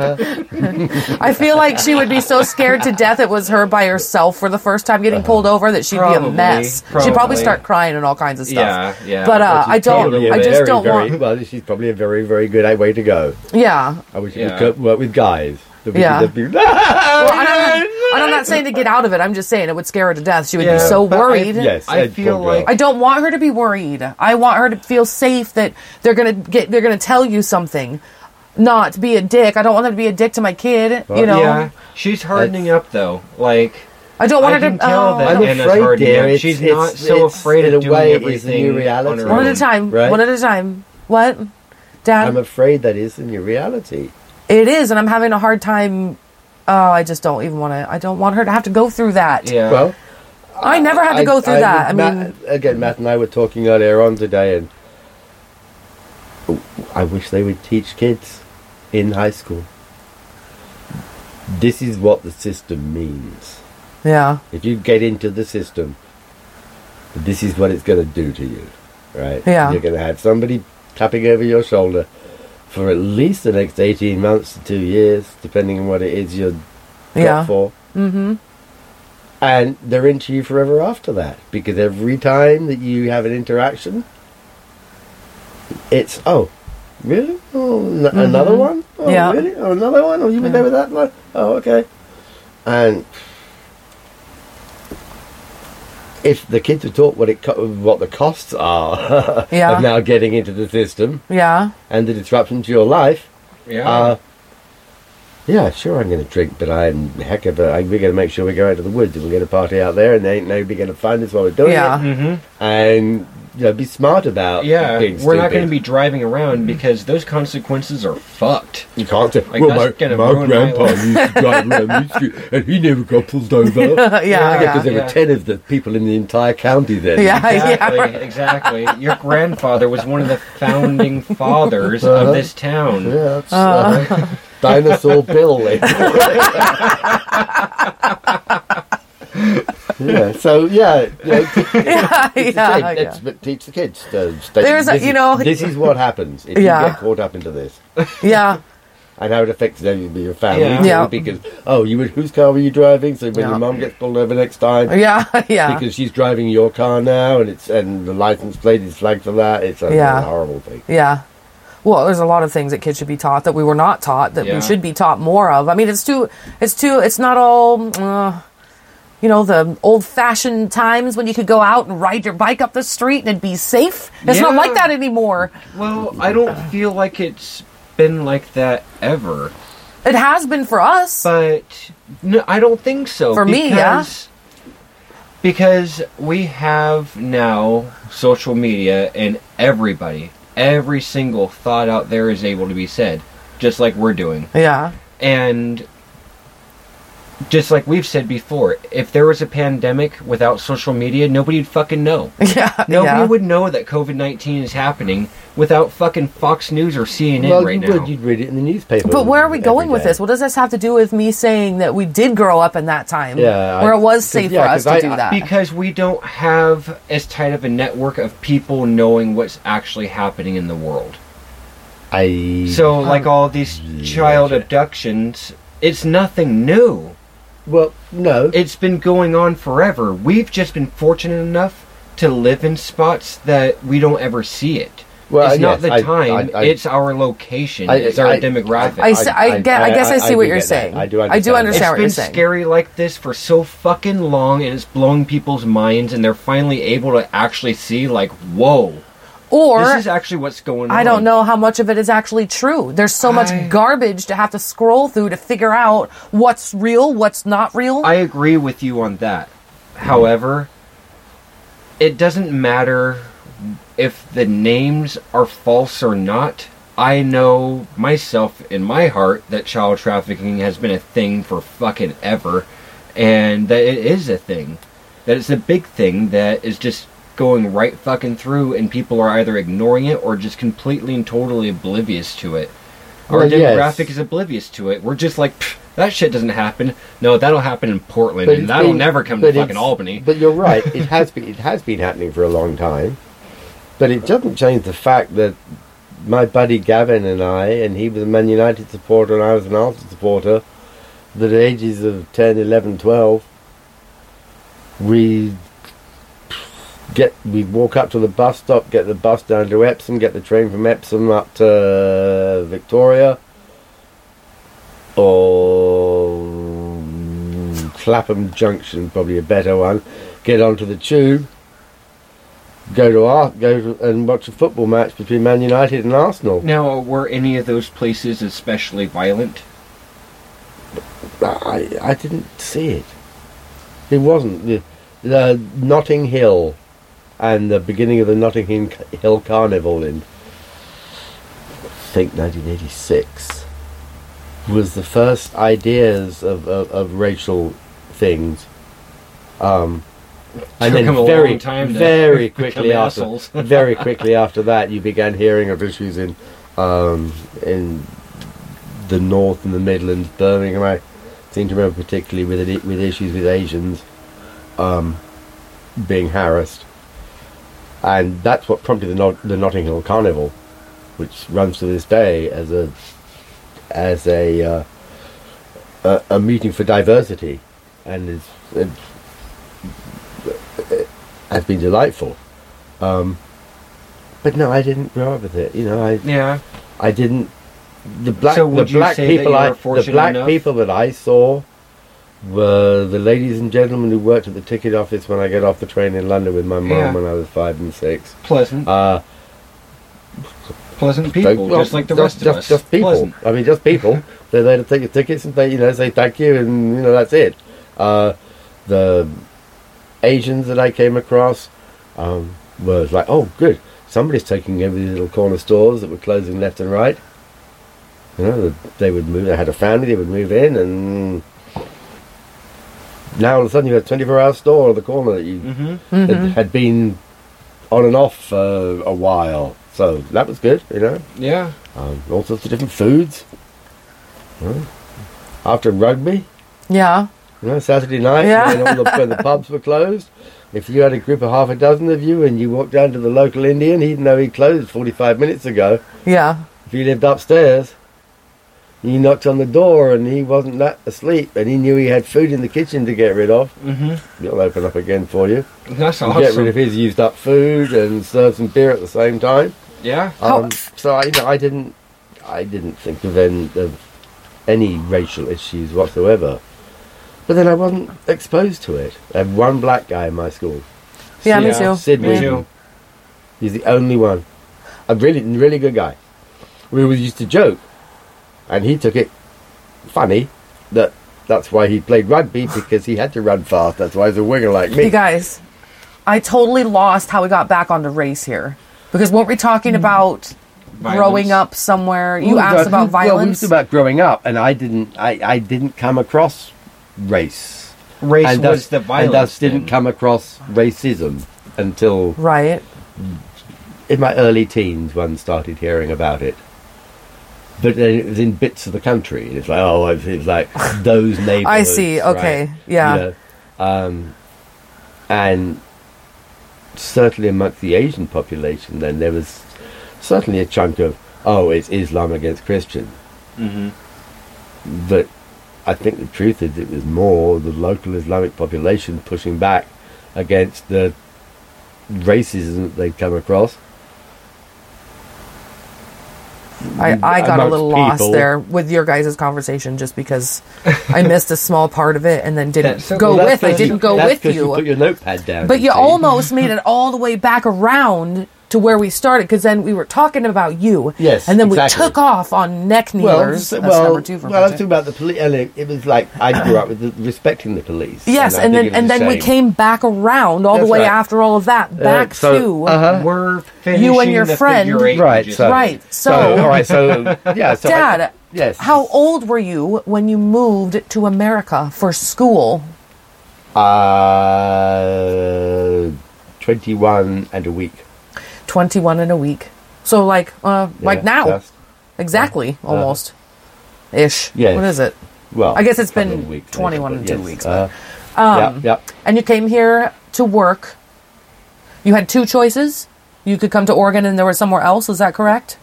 [SPEAKER 1] I feel like she would be so scared to death it was her by herself for the first time getting pulled over that she'd be
[SPEAKER 2] Probably,
[SPEAKER 1] a mess. She'd probably
[SPEAKER 2] probably.
[SPEAKER 1] start crying and all kinds of
[SPEAKER 2] Yeah,
[SPEAKER 1] stuff.
[SPEAKER 2] yeah.
[SPEAKER 1] But uh,
[SPEAKER 3] She's
[SPEAKER 1] I
[SPEAKER 3] probably
[SPEAKER 1] don't
[SPEAKER 3] a
[SPEAKER 1] I just
[SPEAKER 3] very,
[SPEAKER 1] don't
[SPEAKER 3] very,
[SPEAKER 1] want
[SPEAKER 3] [LAUGHS] Well, she's probably a very, very good eh, way to go.
[SPEAKER 1] Yeah.
[SPEAKER 3] I wish
[SPEAKER 2] Yeah.
[SPEAKER 3] we could work with guys. That we
[SPEAKER 1] Yeah.
[SPEAKER 3] could just [LAUGHS] be-
[SPEAKER 1] Well, and I'm, and I'm not saying to get out of it. I'm just saying it would scare her to death. She would
[SPEAKER 2] Yeah,
[SPEAKER 1] be so
[SPEAKER 2] but I-
[SPEAKER 1] worried.
[SPEAKER 3] yes,
[SPEAKER 2] I
[SPEAKER 3] I'd
[SPEAKER 2] feel
[SPEAKER 3] pull
[SPEAKER 2] like-
[SPEAKER 1] I don't want her to be worried. I want her to feel safe that they're gonna get they're gonna tell you something, not be a dick. I don't want them to be a dick to my kid. You know,
[SPEAKER 2] Yeah, she's hardening up though. Like
[SPEAKER 1] I don't want
[SPEAKER 2] I
[SPEAKER 1] her
[SPEAKER 2] can
[SPEAKER 1] to.
[SPEAKER 2] tell
[SPEAKER 1] oh,
[SPEAKER 2] that
[SPEAKER 1] I
[SPEAKER 3] I'm
[SPEAKER 1] don't-
[SPEAKER 2] Anna's
[SPEAKER 3] afraid,
[SPEAKER 2] hardening
[SPEAKER 3] dear.
[SPEAKER 2] up.
[SPEAKER 3] It's,
[SPEAKER 2] She's
[SPEAKER 3] it's,
[SPEAKER 2] not so
[SPEAKER 3] it's-
[SPEAKER 2] afraid of
[SPEAKER 3] in a
[SPEAKER 2] doing
[SPEAKER 3] way, It's the
[SPEAKER 2] everything
[SPEAKER 3] new
[SPEAKER 2] on
[SPEAKER 3] reality.
[SPEAKER 2] her
[SPEAKER 1] one at a
[SPEAKER 2] Right.
[SPEAKER 1] time.
[SPEAKER 3] Right?
[SPEAKER 1] One at a time. What, Dad?
[SPEAKER 3] I'm afraid that is the new reality.
[SPEAKER 1] it is, and I'm having a hard time oh, I just don't even want to. I don't want her to have to go through that.
[SPEAKER 2] Yeah.
[SPEAKER 3] Well,
[SPEAKER 1] I never had to go through that. I mean,
[SPEAKER 3] Matt, again, Matt and I were talking earlier on today, and I wish they would teach kids in high school. This is what the system means.
[SPEAKER 1] yeah,
[SPEAKER 3] If you get into the system, this is what it's going to do to you, right?
[SPEAKER 1] Yeah.
[SPEAKER 3] You're going to have somebody tapping over your shoulder for at least the next 18 months to two years, depending on what it is you're got
[SPEAKER 1] yeah,
[SPEAKER 3] for.
[SPEAKER 1] mm-hmm.
[SPEAKER 3] And they're into you forever after that because every time that you have an interaction, it's oh, really? Oh, n- another one? Oh,
[SPEAKER 1] Mm-hmm. Yeah.
[SPEAKER 3] really? Oh, another one? Oh, you've been
[SPEAKER 1] Yeah.
[SPEAKER 3] there with that one? Oh, okay. And if the kids were taught what it co- what the costs are [LAUGHS]
[SPEAKER 1] Yeah.
[SPEAKER 3] of now getting into the system
[SPEAKER 1] yeah, [LAUGHS]
[SPEAKER 3] and the disruption to your life,
[SPEAKER 2] Yeah.
[SPEAKER 3] uh, yeah, sure, I'm going to drink, but I'm heck of a. I, we're going to make sure we go out to the woods and we're going to party out there, and there ain't nobody going to find us while we're doing
[SPEAKER 1] Yeah.
[SPEAKER 3] it.
[SPEAKER 2] mm-hmm.
[SPEAKER 3] And you know, be smart about.
[SPEAKER 2] Yeah.
[SPEAKER 3] being
[SPEAKER 2] We're not going
[SPEAKER 3] stupid.
[SPEAKER 2] to be driving around because those consequences are fucked.
[SPEAKER 3] You can't say,
[SPEAKER 2] Like,
[SPEAKER 3] well,
[SPEAKER 2] that's
[SPEAKER 3] my,
[SPEAKER 2] gonna
[SPEAKER 3] my
[SPEAKER 2] ruin my
[SPEAKER 3] grandpa
[SPEAKER 2] life."
[SPEAKER 3] used to drive around the street and he never got pulled
[SPEAKER 2] [LAUGHS]
[SPEAKER 3] over.
[SPEAKER 1] yeah, yeah,
[SPEAKER 3] because
[SPEAKER 1] yeah,
[SPEAKER 3] there
[SPEAKER 2] yeah.
[SPEAKER 3] were 10 of the people in the entire county then.
[SPEAKER 1] [LAUGHS] yeah,
[SPEAKER 2] Exactly,
[SPEAKER 1] right.
[SPEAKER 2] exactly. Your grandfather was one of the
[SPEAKER 1] [LAUGHS]
[SPEAKER 2] founding fathers
[SPEAKER 3] Uh-huh.
[SPEAKER 2] of this town.
[SPEAKER 3] Yeah, that's, uh,
[SPEAKER 2] [LAUGHS]
[SPEAKER 3] Dinosaur Bill. [LAUGHS] eh? yeah, so yeah, yeah
[SPEAKER 1] [LAUGHS] yeah,
[SPEAKER 3] It's a shame.
[SPEAKER 1] yeah.
[SPEAKER 3] Let's but teach the kids. To stay,
[SPEAKER 1] There's a-
[SPEAKER 3] this
[SPEAKER 1] you
[SPEAKER 3] is-
[SPEAKER 1] know-
[SPEAKER 3] this is what happens if
[SPEAKER 1] Yeah.
[SPEAKER 3] you get caught up into this,
[SPEAKER 1] yeah.
[SPEAKER 3] and how it affects them, your family.
[SPEAKER 2] Yeah.
[SPEAKER 3] too,
[SPEAKER 1] Yeah.
[SPEAKER 3] Because oh, you would, whose car were you driving? So when
[SPEAKER 1] Yeah.
[SPEAKER 3] your mum gets pulled over next time,
[SPEAKER 1] Yeah, yeah.
[SPEAKER 3] because she's driving your car now, and it's and the license plate is flagged for that, it's a
[SPEAKER 1] Yeah.
[SPEAKER 3] horrible thing.
[SPEAKER 1] yeah. Well, there's a lot of things that kids should be taught that we were not taught that
[SPEAKER 2] Yeah.
[SPEAKER 1] we should be taught more of. I mean, it's too, it's too, it's not all, uh, you know, the old-fashioned times when you could go out and ride your bike up the street and it'd be safe. It's not
[SPEAKER 2] Yeah.
[SPEAKER 1] like that anymore.
[SPEAKER 2] Well, I don't feel like it's been like that ever.
[SPEAKER 1] It has been for us.
[SPEAKER 2] But no, I don't think so.
[SPEAKER 1] For me, yeah.
[SPEAKER 2] because- Because we have now social media and everybody, every single thought out there is able to be said, just like we're doing.
[SPEAKER 1] yeah, [LAUGHS]
[SPEAKER 2] And just like we've said before, if there was a pandemic without social media, nobody'd
[SPEAKER 1] [LAUGHS]
[SPEAKER 2] fucking know.
[SPEAKER 1] yeah,
[SPEAKER 2] Nobody
[SPEAKER 1] yeah.
[SPEAKER 2] would know that COVID 19 is happening without fucking Fox News or CNN
[SPEAKER 3] well,
[SPEAKER 2] right
[SPEAKER 3] you
[SPEAKER 2] now.
[SPEAKER 3] would, you'd read it in the newspaper.
[SPEAKER 1] But where are we
[SPEAKER 3] every
[SPEAKER 1] going with
[SPEAKER 3] day.
[SPEAKER 1] this? What does this have to do with me saying that we did grow up in that time,
[SPEAKER 3] Yeah,
[SPEAKER 1] where
[SPEAKER 3] I-
[SPEAKER 1] it was safe
[SPEAKER 3] yeah,
[SPEAKER 1] for us
[SPEAKER 3] 'cause I-
[SPEAKER 1] to do
[SPEAKER 3] I-
[SPEAKER 1] that?
[SPEAKER 2] Because we don't have as tight of a network of people knowing what's actually happening in the world.
[SPEAKER 3] I
[SPEAKER 2] So, like all these child abductions, it's nothing new.
[SPEAKER 3] well, no,
[SPEAKER 2] It's been going on forever. We've just been fortunate enough to live in spots that we don't ever see it.
[SPEAKER 3] Well,
[SPEAKER 2] it's not
[SPEAKER 3] yes,
[SPEAKER 2] the
[SPEAKER 3] I-
[SPEAKER 2] time,
[SPEAKER 3] I- I-
[SPEAKER 2] it's our location,
[SPEAKER 3] I-
[SPEAKER 2] it's our
[SPEAKER 3] I-
[SPEAKER 2] demographic.
[SPEAKER 1] I, s- I
[SPEAKER 3] I-
[SPEAKER 1] get- I
[SPEAKER 3] I-
[SPEAKER 1] guess I,
[SPEAKER 3] I-
[SPEAKER 1] see
[SPEAKER 3] I
[SPEAKER 1] what
[SPEAKER 3] do
[SPEAKER 1] you're
[SPEAKER 3] get that.
[SPEAKER 1] saying.
[SPEAKER 3] I do
[SPEAKER 1] I do
[SPEAKER 3] understand that.
[SPEAKER 1] understand
[SPEAKER 2] It's
[SPEAKER 1] what you're
[SPEAKER 2] been
[SPEAKER 1] saying.
[SPEAKER 2] scary like this for so fucking long, and it's blowing people's minds, and they're finally able to actually see, like, whoa,
[SPEAKER 1] Or
[SPEAKER 2] this is actually what's going on.
[SPEAKER 1] I don't know how much of it is actually true. There's so much
[SPEAKER 2] I-
[SPEAKER 1] garbage to have to scroll through to figure out what's real, what's not real.
[SPEAKER 2] I agree with you on that. However, it doesn't matter if the names are false or not. I know myself in my heart that child trafficking has been a thing for fucking ever, and that it is a thing. That it's a big thing that is just going right fucking through, and people are either ignoring it or just completely and totally oblivious to it. Our
[SPEAKER 3] Well, yes.
[SPEAKER 2] demographic is oblivious to it. We're just like, "Pfft, that shit doesn't happen. No, that'll happen in Portland, and
[SPEAKER 3] it's
[SPEAKER 2] that'll
[SPEAKER 3] been-
[SPEAKER 2] never come
[SPEAKER 3] but
[SPEAKER 2] to fucking
[SPEAKER 3] it's-
[SPEAKER 2] Albany.
[SPEAKER 3] But you're right. It has been it has been happening for a long time. But it doesn't change the fact that my buddy Gavin and I, and he was a Man United supporter and I was an Arsenal supporter, that at ages of 10, 11, 12, we get we walk up to the bus stop, get the bus down to Epsom, get the train from Epsom up to Victoria or Clapham Junction, probably a better one. Get onto the tube, go to Ar- go to, and watch a football match between Man United and Arsenal.
[SPEAKER 2] now, were any of those places especially violent?
[SPEAKER 3] I, I didn't see it. It wasn't the, the Notting Hill and the beginning of the Notting Hin- Hill Carnival in I think 1986 was the first ideas of, of, of racial things. Um,
[SPEAKER 2] Took
[SPEAKER 3] and then
[SPEAKER 2] them a
[SPEAKER 3] very,
[SPEAKER 2] long time to [LAUGHS]
[SPEAKER 3] very
[SPEAKER 2] become
[SPEAKER 3] quickly after,
[SPEAKER 2] assholes.
[SPEAKER 3] very quickly after that, you began hearing of issues in um, in the north and the Midlands, Birmingham. I seem to remember particularly with it, with issues with Asians um, being harassed, and that's what prompted the, Not- the Notting Hill Carnival, which runs to this day as a as a uh, a, a meeting for diversity, and is and uh, has been delightful. Um, but no, I didn't grow up with it. You know, I
[SPEAKER 2] Yeah.
[SPEAKER 3] I didn't. The black
[SPEAKER 2] So
[SPEAKER 3] the
[SPEAKER 2] would you
[SPEAKER 3] black
[SPEAKER 2] say that
[SPEAKER 3] people
[SPEAKER 2] you
[SPEAKER 3] I
[SPEAKER 2] were
[SPEAKER 3] the
[SPEAKER 2] fortunate
[SPEAKER 3] black
[SPEAKER 2] enough?
[SPEAKER 3] people that I saw were the ladies and gentlemen who worked at the ticket office when I got off the train in London with my mum
[SPEAKER 2] Yeah.
[SPEAKER 3] when I was five and six.
[SPEAKER 2] Pleasant.
[SPEAKER 3] Uh,
[SPEAKER 2] pleasant people,
[SPEAKER 3] well,
[SPEAKER 2] just like the
[SPEAKER 3] just,
[SPEAKER 2] rest
[SPEAKER 3] just,
[SPEAKER 2] of us.
[SPEAKER 3] Just people.
[SPEAKER 2] Pleasant.
[SPEAKER 3] I mean, just people. They're there to take your tickets and they, you know, say thank you, and you know that's it. Uh, the Asians that I came across um, were like, oh, good, somebody's taking over these little corner stores that were closing left and right. You know, they would move. They had a family. They would move in, and now all of a sudden you have a twenty-four hour store on the corner that you
[SPEAKER 2] hmm
[SPEAKER 3] that
[SPEAKER 1] Mhm.
[SPEAKER 3] had been on and off for a while. So that was good, you know
[SPEAKER 2] Yeah.
[SPEAKER 3] um, all sorts of different foods. Huh? After rugby,
[SPEAKER 1] Yeah.
[SPEAKER 3] you know, Saturday night
[SPEAKER 1] Yeah.
[SPEAKER 3] when, all the, when the pubs were closed, if you had a group of half a dozen of you and you walked down to the local Indian, he'd know he closed 45 minutes ago.
[SPEAKER 1] Yeah.
[SPEAKER 3] If he lived upstairs, you knocked on the door and he wasn't that asleep and he knew he had food in the kitchen to get rid of.
[SPEAKER 2] hmm
[SPEAKER 3] He'll open up again for you.
[SPEAKER 2] That's
[SPEAKER 3] He'll Get rid of
[SPEAKER 2] awesome.
[SPEAKER 3] his used up food and serve some beer at the same time.
[SPEAKER 2] Yeah.
[SPEAKER 1] How-
[SPEAKER 3] Um, so I, you know, I didn't, I didn't think of any, of any racial issues whatsoever. But then I wasn't exposed to it. I had one black guy in my school.
[SPEAKER 1] Yeah, me
[SPEAKER 2] Yeah.
[SPEAKER 1] too.
[SPEAKER 3] Sid
[SPEAKER 2] Me
[SPEAKER 1] yeah.
[SPEAKER 2] too.
[SPEAKER 3] Wheaton. He's the only one. A really, really good guy. We always used to joke, and he took it funny that that's why he
[SPEAKER 1] [SIGHS]
[SPEAKER 3] played rugby because he had to run fast. That's why he's a winger like me.
[SPEAKER 1] You guys, I totally lost how we got back onto race here. Because weren't we talking about growing
[SPEAKER 2] Violence.
[SPEAKER 1] up somewhere? You
[SPEAKER 3] Ooh,
[SPEAKER 1] asked
[SPEAKER 3] uh,
[SPEAKER 1] about
[SPEAKER 3] Well, we
[SPEAKER 1] violence.
[SPEAKER 3] used about growing up, and I didn't, I, I didn't come across race.
[SPEAKER 2] Race
[SPEAKER 3] and
[SPEAKER 2] was the
[SPEAKER 3] and thus
[SPEAKER 2] violence.
[SPEAKER 3] didn't
[SPEAKER 2] then.
[SPEAKER 3] come across racism until
[SPEAKER 1] right.
[SPEAKER 3] in my early teens one started hearing about it. But then it was in bits of the country, and it's like, oh, it's, it's like those
[SPEAKER 1] [LAUGHS]
[SPEAKER 3] neighbours.
[SPEAKER 1] I see, okay,
[SPEAKER 3] right,
[SPEAKER 1] yeah.
[SPEAKER 3] you know, um, and certainly amongst the Asian population, then there was certainly a chunk of, oh, it's Islam against Christian.
[SPEAKER 2] Mhm.
[SPEAKER 1] Mm-hmm.
[SPEAKER 3] But I think the truth is, it was more the local Islamic population pushing back against the racism that they'd come across.
[SPEAKER 1] I, I got a
[SPEAKER 3] amongst
[SPEAKER 1] little
[SPEAKER 3] people.
[SPEAKER 1] lost there with your guys' conversation just because I missed a small part of it and then didn't
[SPEAKER 2] That's so-
[SPEAKER 1] go
[SPEAKER 2] Well,
[SPEAKER 1] with. I didn't go
[SPEAKER 3] that's
[SPEAKER 1] with
[SPEAKER 3] 'cause
[SPEAKER 1] you.
[SPEAKER 3] Put your notepad down.
[SPEAKER 1] But you
[SPEAKER 3] see.
[SPEAKER 1] almost made it all the way back around to where we started because then we were talking about you.
[SPEAKER 3] Yes,
[SPEAKER 1] And then
[SPEAKER 3] exactly.
[SPEAKER 1] we took off on neck kneelers.
[SPEAKER 3] Well,
[SPEAKER 1] That's
[SPEAKER 3] well,
[SPEAKER 1] number two for
[SPEAKER 3] well, I was
[SPEAKER 1] Bridget.
[SPEAKER 3] talking about the police. And it, it was like I grew up with the, respecting the police.
[SPEAKER 1] Yes,
[SPEAKER 3] I
[SPEAKER 1] and,
[SPEAKER 3] think
[SPEAKER 1] then and
[SPEAKER 3] it was
[SPEAKER 1] then
[SPEAKER 3] a
[SPEAKER 1] we
[SPEAKER 3] shame.
[SPEAKER 1] came back around all
[SPEAKER 3] That's
[SPEAKER 1] the way
[SPEAKER 3] right.
[SPEAKER 1] after all of that
[SPEAKER 3] Uh,
[SPEAKER 1] back
[SPEAKER 3] so,
[SPEAKER 1] to
[SPEAKER 3] uh-huh.
[SPEAKER 2] We're finishing
[SPEAKER 1] your
[SPEAKER 2] the
[SPEAKER 1] friend-
[SPEAKER 2] figure eight
[SPEAKER 3] Right,
[SPEAKER 2] digits.
[SPEAKER 3] so-
[SPEAKER 1] right. So,
[SPEAKER 3] all right. So yeah. So I-
[SPEAKER 1] Dad,
[SPEAKER 3] yes.
[SPEAKER 1] how old were you when you moved to America for school?
[SPEAKER 3] Uh, twenty-one and a week.
[SPEAKER 1] Twenty one in a week. So like uh, like
[SPEAKER 3] Yeah,
[SPEAKER 1] now,
[SPEAKER 3] just- uh-huh.
[SPEAKER 1] exactly almost ish.
[SPEAKER 3] Yes.
[SPEAKER 1] What is it?
[SPEAKER 3] well,
[SPEAKER 1] I guess it's been
[SPEAKER 3] couple of weeks,
[SPEAKER 1] 21
[SPEAKER 3] but
[SPEAKER 1] and two weeks,
[SPEAKER 3] Uh,
[SPEAKER 1] Um,
[SPEAKER 3] yeah, yeah.
[SPEAKER 1] And you came here to work. You had two choices. You could come to Oregon and there was somewhere else. Is that correct?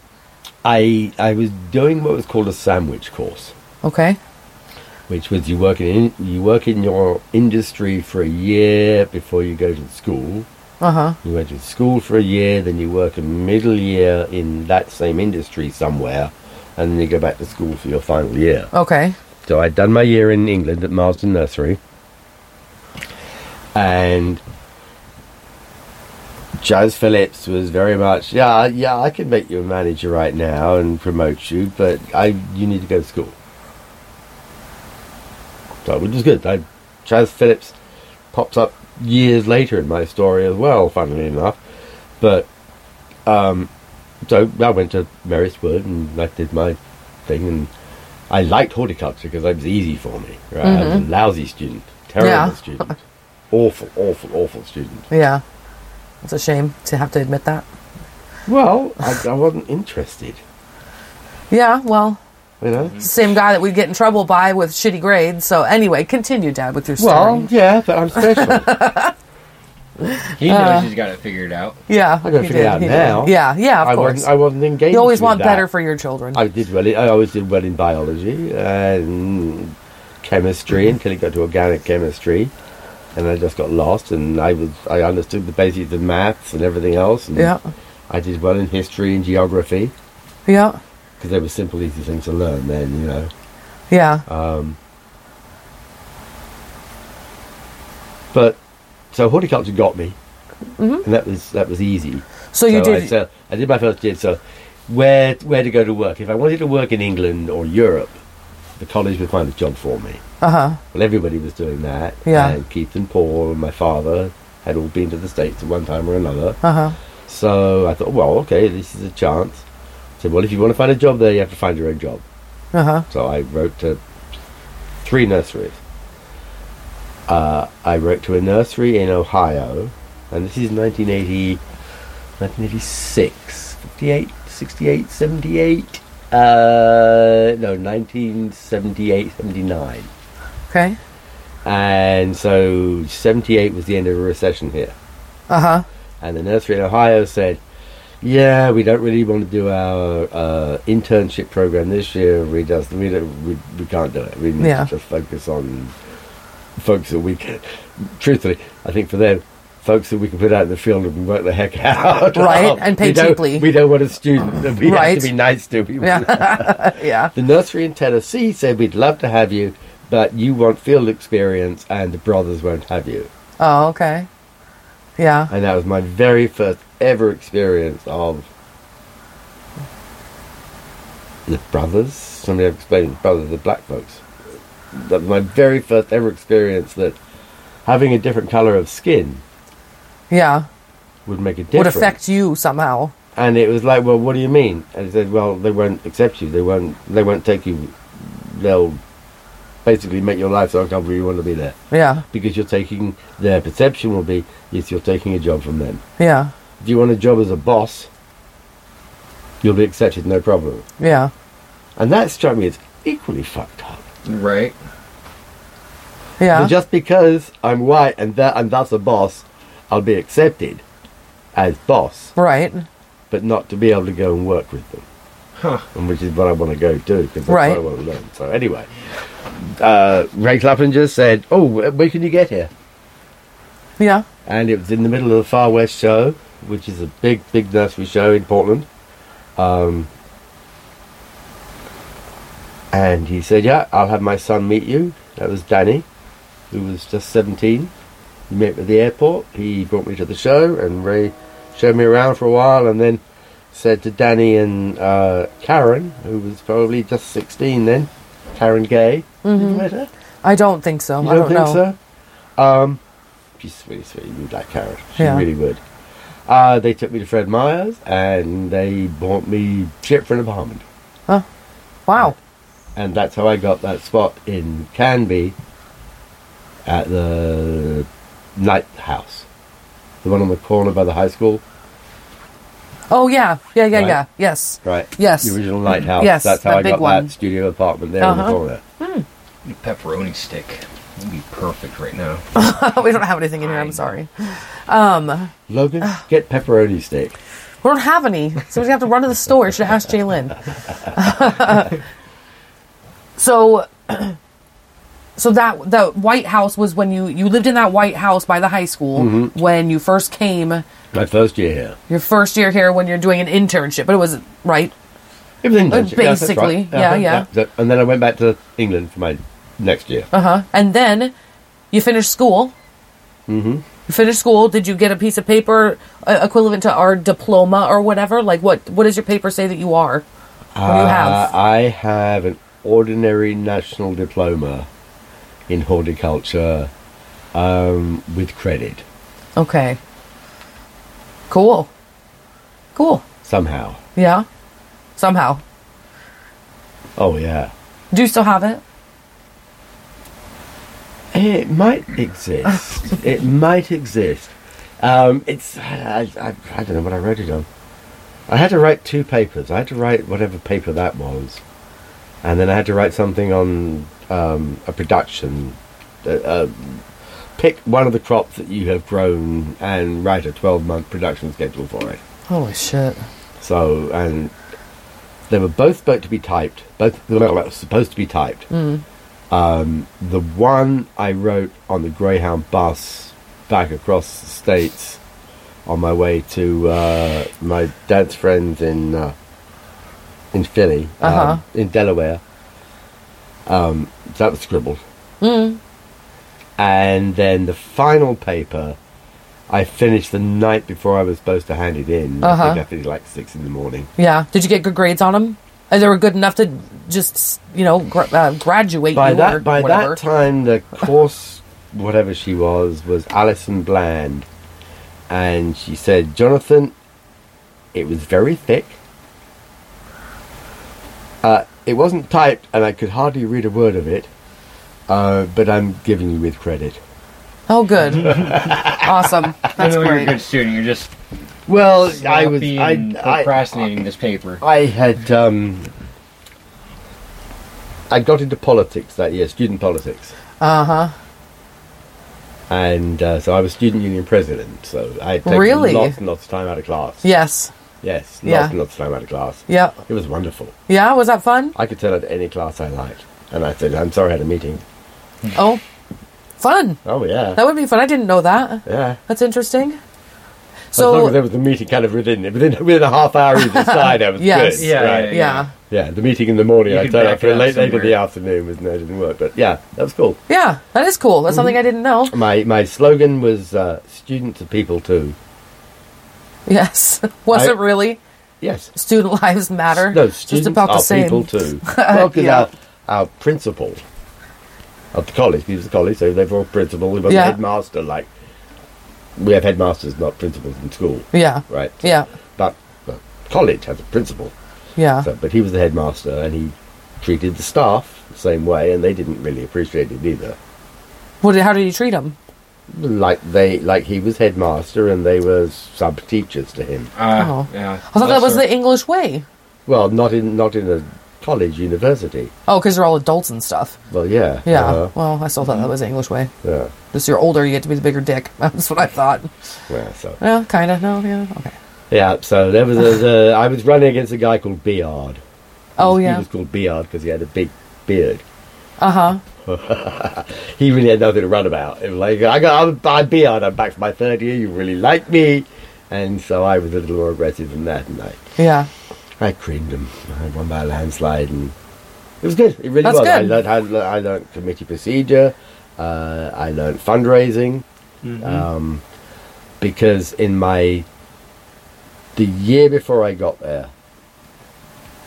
[SPEAKER 3] I I was doing what was called a sandwich course,
[SPEAKER 1] Okay.
[SPEAKER 3] which was you work in you work in your industry for a year before you go to school.
[SPEAKER 1] Uh huh.
[SPEAKER 3] You went to school for a year, then you work a middle year in that same industry somewhere, and then you go back to school for your final year.
[SPEAKER 1] Okay.
[SPEAKER 3] So I'd done my year in England at Marsden Nursery, and Jazz Phillips was very much, yeah, yeah, I can make you a manager right now and promote you, but I, you need to go to school. So which is good. I, Jazz Phillips pops up years later in my story as well, funnily enough, but um, so I went to Mary's Wood and I did my thing and I liked horticulture because it was easy for me. Right? I was a lousy student, terrible
[SPEAKER 1] Yeah.
[SPEAKER 3] student, awful, awful, awful student.
[SPEAKER 1] Yeah. It's a shame to have to admit that.
[SPEAKER 3] Well, I, I wasn't interested.
[SPEAKER 1] Yeah, well,
[SPEAKER 3] You know.
[SPEAKER 1] it's the same guy that we'd get in trouble by with shitty grades. So anyway, continue, Dad, with your story.
[SPEAKER 3] Well, yeah, but
[SPEAKER 1] [LAUGHS]
[SPEAKER 3] I'm special.
[SPEAKER 2] He
[SPEAKER 1] Uh.
[SPEAKER 2] knows he's got it figured out.
[SPEAKER 1] yeah,
[SPEAKER 3] I gotta
[SPEAKER 1] he
[SPEAKER 3] figure it
[SPEAKER 1] did,
[SPEAKER 3] out
[SPEAKER 1] he did.
[SPEAKER 3] now.
[SPEAKER 1] Yeah, yeah, of
[SPEAKER 3] I
[SPEAKER 1] course.
[SPEAKER 3] wasn't. I wasn't engaged.
[SPEAKER 1] you always
[SPEAKER 3] with
[SPEAKER 1] want
[SPEAKER 3] that.
[SPEAKER 1] better for your children.
[SPEAKER 3] I did well. In, I always did well in biology and
[SPEAKER 1] Mm-hmm.
[SPEAKER 3] chemistry until it got to organic chemistry, and I just got lost. And I was I understood the basics of maths and everything else. And
[SPEAKER 1] yeah,
[SPEAKER 3] I did well in history and geography
[SPEAKER 1] yeah,
[SPEAKER 3] because they were simple, easy things to learn. Then you know.
[SPEAKER 1] yeah.
[SPEAKER 3] But so horticulture got me,
[SPEAKER 1] Mm-hmm.
[SPEAKER 3] and that was that was easy.
[SPEAKER 1] so you
[SPEAKER 3] So I,
[SPEAKER 1] did.
[SPEAKER 3] so I did my first year. So where where to go to work? If I wanted to work in England or Europe, the college would find a job for me.
[SPEAKER 1] Uh huh.
[SPEAKER 3] Well, everybody was doing that.
[SPEAKER 1] Yeah.
[SPEAKER 3] And Keith and Paul and my father had all been to the States at one time or another.
[SPEAKER 1] Uh huh.
[SPEAKER 3] So I thought, well, okay, this is a chance. So, well, if you want to find a job there, you have to find your own job.
[SPEAKER 1] Uh huh.
[SPEAKER 3] So I wrote to three nurseries. Uh, I wrote to a nursery in Ohio, and this is 1980, 1986, 58, 68, 78. Uh, no, 1978, 79.
[SPEAKER 1] Okay.
[SPEAKER 3] And so 78 was the end of a recession here.
[SPEAKER 1] Uh huh.
[SPEAKER 3] And the nursery in Ohio said, yeah, we don't really want to do our uh, internship program this year. We just we don't we, we can't do it. We need
[SPEAKER 1] Yeah.
[SPEAKER 3] to just focus on folks that we can. Truthfully, I think for them, folks that we can put out in the field and work the heck [LAUGHS] out,
[SPEAKER 1] Right,
[SPEAKER 3] of.
[SPEAKER 1] and pay
[SPEAKER 3] we don't-
[SPEAKER 1] cheaply.
[SPEAKER 3] We don't want a student. that We
[SPEAKER 1] Right.
[SPEAKER 3] have to be nice to people.
[SPEAKER 1] [LAUGHS] Yeah. [LAUGHS] yeah.
[SPEAKER 3] The nursery in Tennessee said we'd love to have you, but you want field experience, and the brothers won't have you.
[SPEAKER 1] Oh, okay. Yeah.
[SPEAKER 3] And that was my very first ever experience of the brothers. Somebody had explained the brothers, the black folks. That was my very first ever experience that having a different color of skin
[SPEAKER 1] Yeah.
[SPEAKER 3] would make a difference.
[SPEAKER 1] Would affect you somehow.
[SPEAKER 3] And it was like, well, what do you mean? And he said, well, they won't accept you. They won't. They won't take you. They'll basically make your life so uncomfortable you want to be there
[SPEAKER 1] Yeah.
[SPEAKER 3] because you're taking their perception will be yes, you're taking a job from them.
[SPEAKER 1] Yeah.
[SPEAKER 3] If you want a job as a boss, you'll be accepted, no problem.
[SPEAKER 1] Yeah.
[SPEAKER 3] And that struck me as equally fucked up.
[SPEAKER 2] Right.
[SPEAKER 1] Yeah.
[SPEAKER 3] So just because I'm white and that and that's a boss, I'll be accepted as boss,
[SPEAKER 1] right.
[SPEAKER 3] but not to be able to go and work with them.
[SPEAKER 2] Huh.
[SPEAKER 3] and which is what I want to go do because that's
[SPEAKER 1] Right.
[SPEAKER 3] what I want to learn. So anyway, uh, Ray Clappinger said, "Oh, wh- when can you get here?"
[SPEAKER 1] Yeah.
[SPEAKER 3] And it was in the middle of the Far West show, which is a big, big nursery show in Portland. Um, and he said, "Yeah, I'll have my son meet you." That was Danny, who was just seventeen. We met at the airport. He brought me to the show, and Ray showed me around for a while, and then said to Danny and uh, Karen, who was probably just sixteen then, Karen Gay. Did you met her?
[SPEAKER 1] I don't think so.
[SPEAKER 3] You
[SPEAKER 1] Um, I don't
[SPEAKER 3] think
[SPEAKER 1] know.
[SPEAKER 3] so? Um, she's really sweet. You would like Karen. She
[SPEAKER 1] Yeah.
[SPEAKER 3] really would. Uh, they took me to Fred Meyer's and they bought me shit for an apartment.
[SPEAKER 1] Huh. Wow.
[SPEAKER 3] And that's how I got that spot in Canby at the night house. The one on the corner by the high school.
[SPEAKER 1] Oh yeah. Yeah. Yeah.
[SPEAKER 3] Right.
[SPEAKER 1] Yeah. Yes. [LAUGHS]
[SPEAKER 3] Right.
[SPEAKER 1] Yes.
[SPEAKER 3] The original night house.
[SPEAKER 1] Yes,
[SPEAKER 3] that's how
[SPEAKER 1] that
[SPEAKER 3] I
[SPEAKER 1] big
[SPEAKER 3] got
[SPEAKER 1] one.
[SPEAKER 3] that studio apartment there on
[SPEAKER 1] Uh-huh.
[SPEAKER 3] the corner.
[SPEAKER 2] Pepperoni stick. Would be perfect right now.
[SPEAKER 1] we don't have anything in here. I'm
[SPEAKER 2] Fine.
[SPEAKER 1] sorry. Um, we
[SPEAKER 3] Logan, get pepperoni steak.
[SPEAKER 1] don't have any, so we have to run to the store. You Should ask Jalen. [LAUGHS] so, [CLEARS THROAT] so that the White House was when you you lived in that White House by the high school
[SPEAKER 3] Mm-hmm.
[SPEAKER 1] when you first came.
[SPEAKER 3] My first year here.
[SPEAKER 1] Your first year here when you're doing an internship, but it was right.
[SPEAKER 3] It was internship. yeah, that's
[SPEAKER 1] Oh, basically,
[SPEAKER 3] right.
[SPEAKER 1] yeah, yeah.
[SPEAKER 3] So- And then I went back to England for my next year.
[SPEAKER 1] Uh huh. And then you finished school. Mm-hmm. You finished school. Did you get a piece of paper uh, equivalent to our diploma or whatever? Like what? What does your paper say that you are? What do Oh, you
[SPEAKER 3] Uh,
[SPEAKER 1] have?
[SPEAKER 3] I have an ordinary national diploma in horticulture um, with credit
[SPEAKER 1] Okay. Cool. Cool.
[SPEAKER 3] somehow.
[SPEAKER 1] Yeah. Somehow.
[SPEAKER 3] Oh yeah,
[SPEAKER 1] Do you still have it?
[SPEAKER 3] It might exist. it might exist. Um, it's I, I, I don't know what I wrote it on. I had to write two papers. I had to write whatever paper that was, and then I had to write something on um, a production. Uh, uh, pick one of the crops that you have grown and write a twelve-month production schedule for it.
[SPEAKER 1] Holy shit.
[SPEAKER 3] So and they were both supposed to be typed. Both supposed to be typed.
[SPEAKER 1] Mm.
[SPEAKER 3] Um, the one I wrote on the Greyhound bus back across the states on my way to uh, my dad's friends in uh, in Philly, um,
[SPEAKER 1] Uh-huh.
[SPEAKER 3] in Delaware. Um, that was scribbled,
[SPEAKER 1] Mm.
[SPEAKER 3] and then the final paper I finished the night before I was supposed to hand it in. I
[SPEAKER 1] Uh-huh.
[SPEAKER 3] think I finished like six in the morning.
[SPEAKER 1] Yeah. Did you get good grades on them? And they were good enough to just, you know, gra- uh, graduate
[SPEAKER 3] by
[SPEAKER 1] you or
[SPEAKER 3] that by
[SPEAKER 1] whatever.
[SPEAKER 3] that time the course whatever she was was Alison Bland and she said Jonathan it was very thick uh, it wasn't typed and I could hardly read a word of it uh, but I'm giving you with credit
[SPEAKER 1] oh, good.
[SPEAKER 2] [LAUGHS]
[SPEAKER 1] awesome.
[SPEAKER 2] I
[SPEAKER 1] [LAUGHS] That's
[SPEAKER 2] know you're a
[SPEAKER 1] great.
[SPEAKER 2] good student. You're just
[SPEAKER 3] well I was
[SPEAKER 2] sloppy and
[SPEAKER 3] I,
[SPEAKER 2] procrastinating this paper.
[SPEAKER 1] Oh.
[SPEAKER 3] I, I had um, I got into politics that year student politics
[SPEAKER 1] Uh huh.
[SPEAKER 3] and uh, so I was student union president. So I had taken
[SPEAKER 1] Really?
[SPEAKER 3] lots and lots of time out of class.
[SPEAKER 1] Yes.
[SPEAKER 3] Yes, lots
[SPEAKER 1] Yeah.
[SPEAKER 3] and lots of time out of class.
[SPEAKER 1] Yeah.
[SPEAKER 3] It was wonderful.
[SPEAKER 1] Yeah. Was that fun?
[SPEAKER 3] I could turn out to any class I liked, and I said, "I'm sorry, I had a meeting."
[SPEAKER 1] Oh, fun.
[SPEAKER 3] Oh yeah,
[SPEAKER 1] That would be fun. I didn't know that.
[SPEAKER 3] yeah.
[SPEAKER 1] That's interesting.
[SPEAKER 3] as long as
[SPEAKER 1] So,
[SPEAKER 3] there was a meeting kind of within within within a half
[SPEAKER 1] [LAUGHS]
[SPEAKER 3] hour either side, I was
[SPEAKER 1] Yes.
[SPEAKER 3] good.
[SPEAKER 2] Yeah,
[SPEAKER 3] right.
[SPEAKER 2] yeah,
[SPEAKER 1] yeah.
[SPEAKER 3] Yeah, the meeting in the morning,
[SPEAKER 2] You
[SPEAKER 3] I
[SPEAKER 2] could
[SPEAKER 3] turned
[SPEAKER 2] back
[SPEAKER 3] up for
[SPEAKER 2] it up
[SPEAKER 3] late late in the
[SPEAKER 2] somewhere.
[SPEAKER 3] afternoon, was no, it didn't work. But yeah, that was cool.
[SPEAKER 1] Yeah. That is cool. That's
[SPEAKER 3] Mm-hmm.
[SPEAKER 1] something I didn't know. [LAUGHS]
[SPEAKER 3] My my slogan was uh, "Students are people too."
[SPEAKER 1] Yes. Was
[SPEAKER 3] I-
[SPEAKER 1] it really?
[SPEAKER 3] Yes,
[SPEAKER 1] Student [LAUGHS] lives matter.
[SPEAKER 3] No,
[SPEAKER 1] It's
[SPEAKER 3] students
[SPEAKER 1] Just about
[SPEAKER 3] are
[SPEAKER 1] the same.
[SPEAKER 3] people
[SPEAKER 1] [LAUGHS]
[SPEAKER 3] too. well, 'cause
[SPEAKER 1] Yeah.
[SPEAKER 3] our, our principal of the college, he was the college, so therefore principal, we were
[SPEAKER 1] Yeah.
[SPEAKER 3] the headmaster, like, we have headmasters, not principals in school,
[SPEAKER 1] Yeah.
[SPEAKER 3] right?
[SPEAKER 1] Yeah.
[SPEAKER 3] But the college has a principal,
[SPEAKER 1] Yeah.
[SPEAKER 3] so, but he was the headmaster, and he treated the staff the same way, and they didn't really appreciate it either.
[SPEAKER 1] What? How did you treat them?
[SPEAKER 3] Like they, like he was headmaster, and they were sub teachers to him.
[SPEAKER 2] Uh,
[SPEAKER 1] Oh.
[SPEAKER 2] yeah.
[SPEAKER 1] I thought that was
[SPEAKER 2] Lesser-
[SPEAKER 1] the English way.
[SPEAKER 3] Well, not in not in a college, university.
[SPEAKER 1] Oh, because you're all adults and stuff.
[SPEAKER 3] Well, yeah,
[SPEAKER 1] Yeah.
[SPEAKER 3] uh-huh,
[SPEAKER 1] Well, I still thought that was the English way.
[SPEAKER 3] yeah.
[SPEAKER 1] Just you're older, you get to be the bigger dick. [LAUGHS] That's what I thought.
[SPEAKER 3] Yeah, so
[SPEAKER 1] Well, kind of. No, yeah. Okay.
[SPEAKER 3] Yeah, so there was a, a I was running against a guy called Beard. He
[SPEAKER 1] Oh,
[SPEAKER 3] was-
[SPEAKER 1] yeah.
[SPEAKER 3] He was called Beard because he had a big beard.
[SPEAKER 1] Uh huh.
[SPEAKER 3] He really had nothing to run about. It was like I got I'm, I'm Beard. I'm back for my third year. You really like me, and so I was a little more aggressive than that, and I
[SPEAKER 1] Yeah.
[SPEAKER 3] I creamed him. I won by a landslide, and it was good. It really
[SPEAKER 1] That's
[SPEAKER 3] was. I
[SPEAKER 1] good.
[SPEAKER 3] learned how, to- I learned committee procedure. Uh, I learned fundraising.
[SPEAKER 2] Mm-hmm.
[SPEAKER 3] um, because in my the year before I got there,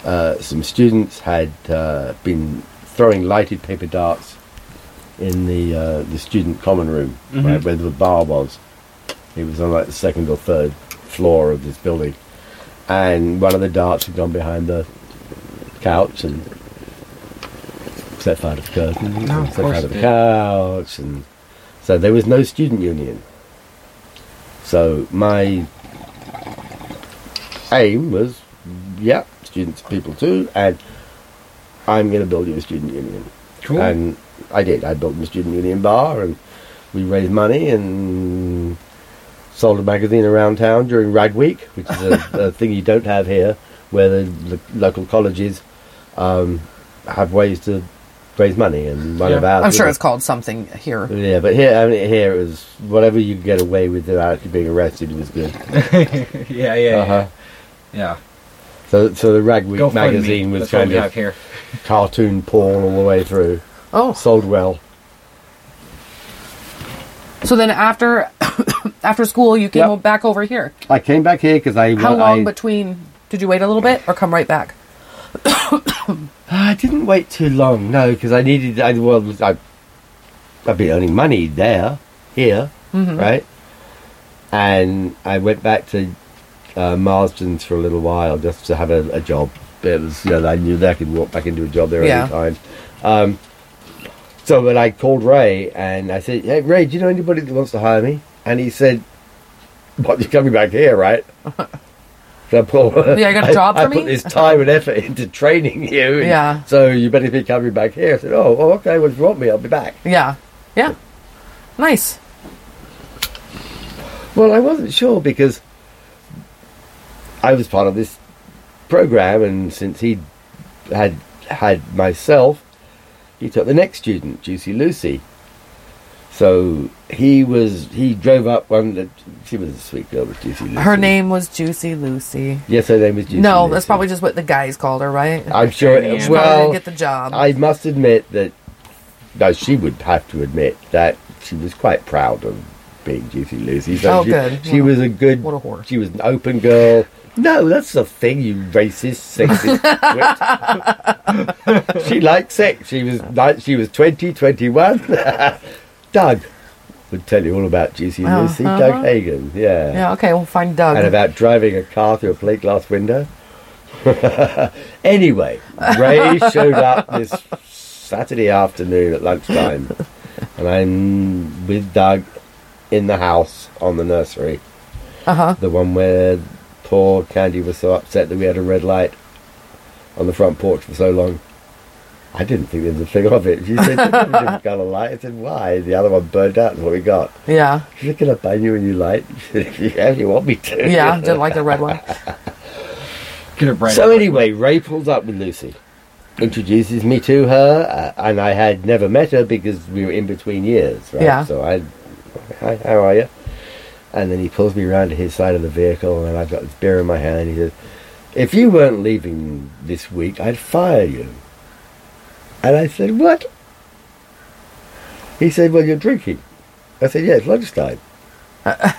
[SPEAKER 3] uh, some students had uh, been throwing lighted paper darts in the uh, the student common room,
[SPEAKER 2] Mhm.
[SPEAKER 3] right where the bar was. It was on like the second or third floor of this building, and one of the darts had gone behind the couch and set fire to the curtain,
[SPEAKER 2] No, of
[SPEAKER 3] set
[SPEAKER 2] course
[SPEAKER 3] fire to
[SPEAKER 2] it
[SPEAKER 3] the
[SPEAKER 2] did.
[SPEAKER 3] couch, and so there was no student union. So my aim was, yeah, students, people too, and I'm going to build you a student union.
[SPEAKER 2] Cool.
[SPEAKER 3] And I did. I built a student union bar, and we raised money and sold a magazine around town during Rag Week, which is a,
[SPEAKER 2] [LAUGHS]
[SPEAKER 3] a thing you don't have here, where the, the local colleges um, have ways to raise money. And one of
[SPEAKER 2] Yeah.
[SPEAKER 3] ours,
[SPEAKER 1] I'm sure
[SPEAKER 3] was-
[SPEAKER 1] it's called something here.
[SPEAKER 3] yeah, but here, I mean, here it was whatever you could get away with without actually being arrested was good.
[SPEAKER 2] [LAUGHS] yeah, yeah, yeah.
[SPEAKER 3] Uh-huh.
[SPEAKER 2] yeah.
[SPEAKER 3] So, so the Rag Week
[SPEAKER 2] Go Fund Me.
[SPEAKER 3] magazine was
[SPEAKER 2] That's what
[SPEAKER 3] kind
[SPEAKER 2] we have
[SPEAKER 3] of
[SPEAKER 2] here.
[SPEAKER 3] cartoon porn all the way through.
[SPEAKER 1] Oh.
[SPEAKER 3] Sold well.
[SPEAKER 1] So then after [COUGHS] after school, you came
[SPEAKER 3] Yep.
[SPEAKER 1] o- back over here.
[SPEAKER 3] I came back here because I.
[SPEAKER 1] How long
[SPEAKER 3] I,
[SPEAKER 1] between? Did you wait a little bit or come right back?
[SPEAKER 3] Ah, I didn't wait too long, no, because I needed. I well, I, I'd been earning money there, here,
[SPEAKER 1] Mm-hmm.
[SPEAKER 3] right, and I went back to uh, Marsden's for a little while just to have a, a job It was, you know, I knew that I could walk back into a job there
[SPEAKER 1] Yeah.
[SPEAKER 3] any time. Um, so when I called Ray and I said, "Hey, Ray, do you know anybody that wants to hire me?" And he said, "But you're coming back here,
[SPEAKER 1] [LAUGHS]
[SPEAKER 3] right?" So I put,
[SPEAKER 1] Yeah, you got a
[SPEAKER 3] [LAUGHS] I-
[SPEAKER 1] job
[SPEAKER 3] I
[SPEAKER 1] for me?
[SPEAKER 3] put this time and effort into training [LAUGHS] you. and
[SPEAKER 1] Yeah.
[SPEAKER 3] So you better be coming back here. I said, "Oh, oh, okay. Well, if you want me, I'll be back."
[SPEAKER 1] Yeah. Yeah. Nice.
[SPEAKER 3] Well, I wasn't sure because I was part of this program, and since he had had myself, he took the next student, Juicy Lucy. So he was he drove up one. that- She was a sweet girl, with Juicy Lucy.
[SPEAKER 1] Her name was Juicy Lucy.
[SPEAKER 3] Yes, her name was Juicy.
[SPEAKER 1] no,
[SPEAKER 3] Lucy.
[SPEAKER 1] that's probably just what the guys called her, right?
[SPEAKER 3] I'm sure.
[SPEAKER 2] Yeah.
[SPEAKER 3] It,
[SPEAKER 2] She
[SPEAKER 1] She probably
[SPEAKER 3] well,
[SPEAKER 1] didn't get the job.
[SPEAKER 3] I must admit that, no, she would have to admit that she was quite proud of being Juicy Lucy. So
[SPEAKER 1] Oh,
[SPEAKER 3] she,
[SPEAKER 1] good. What
[SPEAKER 3] She
[SPEAKER 1] a-
[SPEAKER 3] was a good.
[SPEAKER 1] what a whore.
[SPEAKER 3] She was an open girl. No, that's the thing, you racist, sexist. wit. [LAUGHS] she liked sex. She was like she was 20, 21. [LAUGHS] Doug would tell you all about Juicy
[SPEAKER 1] Oh,
[SPEAKER 3] Lucy.
[SPEAKER 1] uh-huh.
[SPEAKER 3] Doug Hagen, yeah.
[SPEAKER 1] yeah, okay, we'll find Doug.
[SPEAKER 3] And about driving a car through a plate glass window. [LAUGHS] anyway, Ray showed up this Saturday afternoon at lunchtime, and I'm with Doug in the house on the nursery,
[SPEAKER 1] uh-huh.
[SPEAKER 3] the one where poor Candy was so upset that we had a red light on the front porch for so long. I didn't think there was a thing of it. She said, "You got a different colour light." I said, "Why?" The other one burned out. Is what we got.
[SPEAKER 1] Yeah.
[SPEAKER 3] She said, "Can I buy you a new light?" [LAUGHS] if you have, you want me to.
[SPEAKER 1] Yeah, didn't like the red
[SPEAKER 3] [LAUGHS]
[SPEAKER 1] one.
[SPEAKER 2] Get it right.
[SPEAKER 3] So anyway, Ray pulls up with Lucy, introduces me to her, uh, and I had never met her because we were in between years, right?
[SPEAKER 1] Yeah.
[SPEAKER 3] So I, hi, how are you? And then he pulls me around to his side of the vehicle, and I've got this beer in my hand. He says, "If you weren't leaving this week, I'd fire you." And I said, "What?" He said, "Well, you're drinking." I said, "Yeah, it's lunchtime." and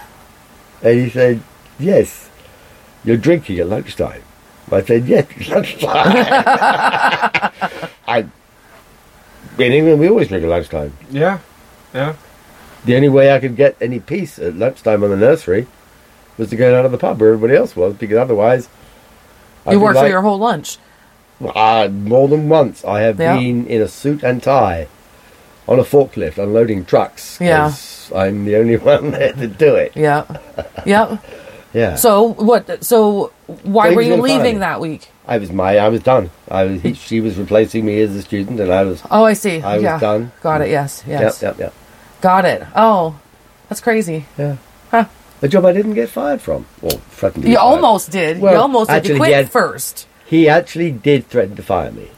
[SPEAKER 3] he said, "Yes, you're drinking at lunchtime." I said, yes, lunchtime. I, in England, we always drink at lunchtime.
[SPEAKER 2] Yeah.
[SPEAKER 1] [LAUGHS]
[SPEAKER 2] Yeah.
[SPEAKER 3] The only way I could get any peace at lunchtime on the nursery was to go down to the pub where everybody else was, because otherwise,
[SPEAKER 1] you
[SPEAKER 3] be
[SPEAKER 1] worked for
[SPEAKER 3] like-
[SPEAKER 1] your whole lunch.
[SPEAKER 3] Ah, more than once, I have
[SPEAKER 1] Yeah.
[SPEAKER 3] been in a suit and tie on a forklift unloading trucks. 'cause I'm the only [LAUGHS] one there to do it.
[SPEAKER 1] Yeah. Yeah.
[SPEAKER 3] Yeah.
[SPEAKER 1] So what so why
[SPEAKER 3] Things
[SPEAKER 1] were you
[SPEAKER 3] were fine.
[SPEAKER 1] leaving that week?
[SPEAKER 3] I was my, I was done. I was, he, she was replacing me as a student, and I was.
[SPEAKER 1] Oh, I see.
[SPEAKER 3] I was
[SPEAKER 1] yeah.
[SPEAKER 3] done.
[SPEAKER 1] Got it. Yes. Yes.
[SPEAKER 3] Yep, yep, yep.
[SPEAKER 1] Got it. Oh. That's crazy.
[SPEAKER 3] Yeah.
[SPEAKER 1] Huh.
[SPEAKER 3] A job I didn't get fired from. Or threatened to
[SPEAKER 1] You
[SPEAKER 3] get fired.
[SPEAKER 1] almost did. you
[SPEAKER 3] Well,
[SPEAKER 1] almost did.
[SPEAKER 3] actually,
[SPEAKER 1] You
[SPEAKER 3] he
[SPEAKER 1] quit
[SPEAKER 3] had-
[SPEAKER 1] first.
[SPEAKER 3] He actually did threaten to fire me.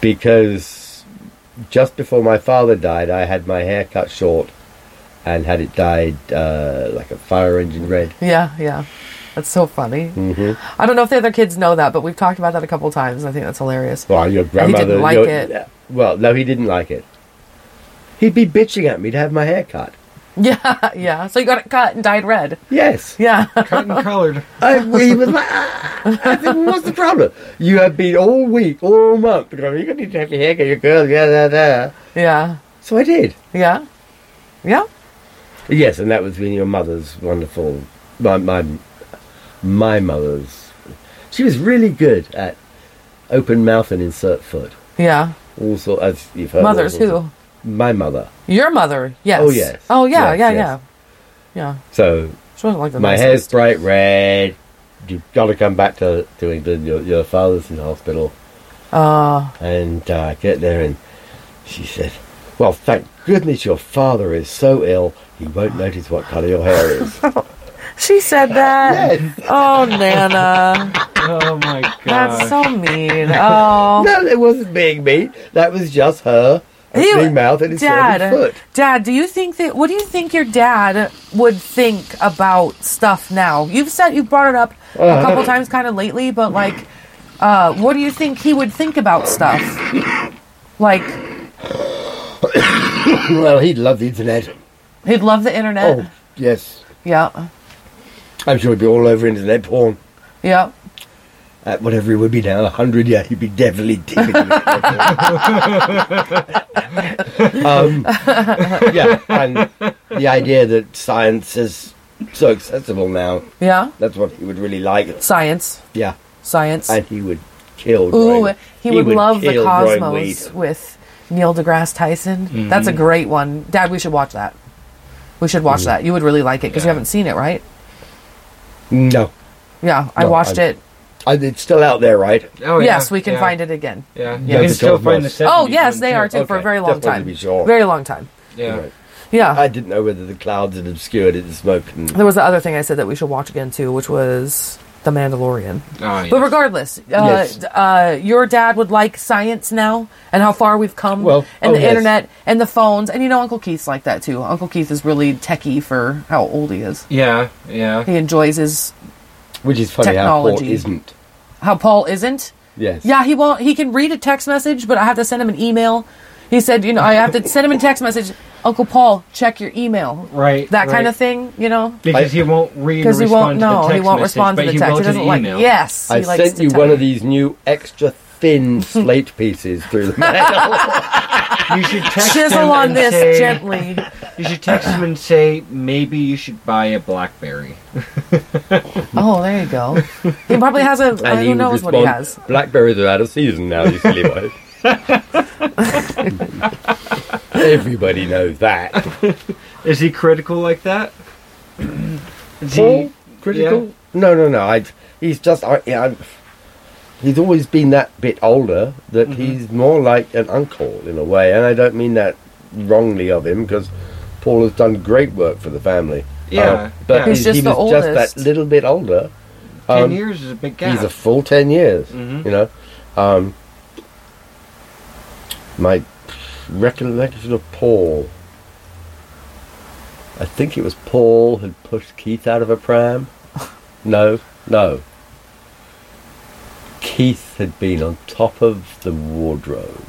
[SPEAKER 3] Because just before my father died, I had my hair cut short and had it dyed uh, like a fire engine red.
[SPEAKER 1] Yeah, yeah. That's so funny.
[SPEAKER 3] Mm-hmm.
[SPEAKER 1] I don't know if the other kids know that, but we've talked about that a couple times. and I think that's hilarious.
[SPEAKER 3] Well, your grandmother.
[SPEAKER 1] like
[SPEAKER 3] your-
[SPEAKER 1] it.
[SPEAKER 3] Well, no, he didn't like it. He'd be bitching at me to have my hair cut.
[SPEAKER 1] [LAUGHS] Yeah, yeah. So you got it cut and dyed red.
[SPEAKER 3] Yes.
[SPEAKER 1] Yeah. [LAUGHS]
[SPEAKER 2] Cut and colored.
[SPEAKER 3] I, he was like, "Ah." I said, well, what's the problem? You have been all week, all month, going, you're going to need to have your hair, get your girls, yeah, yeah, yeah.
[SPEAKER 1] Yeah.
[SPEAKER 3] So I did.
[SPEAKER 1] Yeah. Yeah.
[SPEAKER 3] Yes, and that was when your mother's wonderful, my, my, my mother's. She was really good at open mouth and insert foot.
[SPEAKER 1] Yeah.
[SPEAKER 3] Also, as you've heard. all
[SPEAKER 1] Mothers
[SPEAKER 3] sorts
[SPEAKER 1] who?
[SPEAKER 3] of- My mother.
[SPEAKER 1] Your mother. Yes.
[SPEAKER 3] Oh, yes.
[SPEAKER 1] Oh yeah,
[SPEAKER 3] Yes,
[SPEAKER 1] yeah,
[SPEAKER 3] yes.
[SPEAKER 1] yeah.
[SPEAKER 3] So
[SPEAKER 1] Yeah. She wasn't like the
[SPEAKER 3] my
[SPEAKER 1] nicest.
[SPEAKER 3] hair's bright red. You've got to come back to, to England. Your, your father's in hospital.
[SPEAKER 1] Uh,
[SPEAKER 3] And uh, I get there, and she said, Well, thank goodness your father is so ill, he won't notice what colour your hair is.
[SPEAKER 1] [LAUGHS] she said that.
[SPEAKER 3] Yes.
[SPEAKER 1] Oh
[SPEAKER 3] [LAUGHS]
[SPEAKER 1] Nana.
[SPEAKER 2] Oh my god.
[SPEAKER 1] That's so mean. Oh
[SPEAKER 3] no, it wasn't being me. That was just her
[SPEAKER 1] He-
[SPEAKER 3] opening mouth and inserting
[SPEAKER 1] Dad,
[SPEAKER 3] foot.
[SPEAKER 1] Dad, do you think that? What do you think your dad would think about stuff now? You've said you brought it up a
[SPEAKER 3] Uh-huh.
[SPEAKER 1] couple times, kind of lately, but like, uh, what do you think he would think about stuff? Like,
[SPEAKER 3] [COUGHS] well, he'd love the internet.
[SPEAKER 1] he'd love the internet.
[SPEAKER 3] Oh, yes.
[SPEAKER 1] Yeah,
[SPEAKER 3] I'm sure he'd be all over internet porn.
[SPEAKER 1] yeah.
[SPEAKER 3] At whatever he would be now, 100, yeah, he'd be definitely deep in
[SPEAKER 1] [LAUGHS]
[SPEAKER 3] internet porn. um, yeah, and the idea that science has so accessible now.
[SPEAKER 1] Yeah.
[SPEAKER 3] That's what he would really like.
[SPEAKER 1] Science.
[SPEAKER 3] Yeah,
[SPEAKER 1] Science.
[SPEAKER 3] and he would kill.
[SPEAKER 1] Ooh,
[SPEAKER 3] growing-
[SPEAKER 1] he, would, love the
[SPEAKER 3] kill growing weed.
[SPEAKER 1] cosmos with Neil deGrasse Tyson.
[SPEAKER 3] Mm-hmm.
[SPEAKER 1] That's a great one, Dad. We should watch that. We should
[SPEAKER 3] Mm-hmm.
[SPEAKER 1] watch that. You would really like it because you
[SPEAKER 2] Yeah.
[SPEAKER 1] haven't seen it, right?
[SPEAKER 3] No,
[SPEAKER 1] Yeah, I
[SPEAKER 3] No,
[SPEAKER 1] watched
[SPEAKER 3] I-
[SPEAKER 1] it.
[SPEAKER 3] I, it's still out there, right?
[SPEAKER 2] Oh,
[SPEAKER 1] yes,
[SPEAKER 2] yeah,
[SPEAKER 1] we can
[SPEAKER 2] yeah,
[SPEAKER 1] find it again.
[SPEAKER 2] Yeah, you
[SPEAKER 1] Yeah.
[SPEAKER 2] can still
[SPEAKER 3] Because-
[SPEAKER 2] find the seventies.
[SPEAKER 1] Oh yes, they are too for a
[SPEAKER 3] Okay,
[SPEAKER 1] very long
[SPEAKER 3] just wanted
[SPEAKER 1] time.
[SPEAKER 3] to be sure.
[SPEAKER 1] Very long time.
[SPEAKER 2] Yeah,
[SPEAKER 3] Right.
[SPEAKER 1] Yeah.
[SPEAKER 3] I didn't know whether the clouds had obscured it, the smoke. And,
[SPEAKER 1] there was the other thing I said that we should watch again too, which was The Mandalorian.
[SPEAKER 2] Ah,
[SPEAKER 1] But
[SPEAKER 2] yes.
[SPEAKER 1] regardless, uh,
[SPEAKER 3] Yes.
[SPEAKER 1] d- uh, your dad would like science now and how far we've come,
[SPEAKER 3] Well,
[SPEAKER 1] and
[SPEAKER 3] oh,
[SPEAKER 1] the
[SPEAKER 3] yes.
[SPEAKER 1] internet and the phones. And you know, Uncle Keith's like that too. Uncle Keith is really techie for how old he is.
[SPEAKER 2] yeah, yeah.
[SPEAKER 1] He enjoys his
[SPEAKER 3] which is funny how Paul
[SPEAKER 1] Technology.
[SPEAKER 3] isn't.
[SPEAKER 1] how Paul isn't.
[SPEAKER 3] Yes.
[SPEAKER 1] Yeah, he won't. He can read a text message, but I have to send him an email. He said, you know, I have to send him a text message. Uncle Paul, check your email.
[SPEAKER 2] Right,
[SPEAKER 1] That kind
[SPEAKER 2] right.
[SPEAKER 1] of thing. You know.
[SPEAKER 2] Because he won't read.
[SPEAKER 1] Because
[SPEAKER 2] Because
[SPEAKER 1] he won't. No,
[SPEAKER 2] To the
[SPEAKER 1] he
[SPEAKER 2] text
[SPEAKER 1] won't respond
[SPEAKER 2] message,
[SPEAKER 1] to the
[SPEAKER 2] but
[SPEAKER 1] text. He
[SPEAKER 2] He, will to
[SPEAKER 1] doesn't
[SPEAKER 2] the
[SPEAKER 1] like.
[SPEAKER 2] email.
[SPEAKER 1] Yes,
[SPEAKER 3] I
[SPEAKER 1] he likes
[SPEAKER 3] sent
[SPEAKER 1] to
[SPEAKER 3] you
[SPEAKER 1] type.
[SPEAKER 3] one of these new extra
[SPEAKER 1] [LAUGHS]
[SPEAKER 3] thin slate pieces through the mail.
[SPEAKER 1] [LAUGHS]
[SPEAKER 2] You should [LAUGHS] text him
[SPEAKER 1] Chisel on
[SPEAKER 2] and
[SPEAKER 1] this
[SPEAKER 2] say-
[SPEAKER 1] gently.
[SPEAKER 2] You should text him and say maybe you should buy a BlackBerry. [LAUGHS]
[SPEAKER 1] Oh, there you go. He probably has a.
[SPEAKER 3] [LAUGHS] and he
[SPEAKER 1] who
[SPEAKER 3] would
[SPEAKER 1] knows
[SPEAKER 3] respond,
[SPEAKER 1] what he has?
[SPEAKER 3] Blackberries are out of season now, you silly boy.
[SPEAKER 1] [LAUGHS]
[SPEAKER 3] Everybody knows that.
[SPEAKER 2] Is he critical like that? [CLEARS THROAT] Is
[SPEAKER 3] Paul?
[SPEAKER 2] he?
[SPEAKER 3] Critical? No, no, no. I, he's just. I, yeah, I'm, he's always been that bit older that
[SPEAKER 1] Mm-hmm.
[SPEAKER 3] he's more like an uncle in a way, and I don't mean that wrongly of him because Paul has done great work for the family.
[SPEAKER 2] Yeah,
[SPEAKER 3] Um, Oh, but
[SPEAKER 2] yeah.
[SPEAKER 3] he-
[SPEAKER 1] He's
[SPEAKER 3] he,
[SPEAKER 1] just the
[SPEAKER 3] was just
[SPEAKER 1] oldest.
[SPEAKER 3] that little bit older.
[SPEAKER 2] Ten
[SPEAKER 3] Um,
[SPEAKER 2] years is a big gap.
[SPEAKER 3] He's a full ten years.
[SPEAKER 2] Mhm.
[SPEAKER 1] Mm-hmm.
[SPEAKER 3] You know, um, my recollection of Paul. I think it was Paul who pushed Keith out of
[SPEAKER 1] [LAUGHS]
[SPEAKER 3] a pram. No, no. Keith had been on top of the wardrobe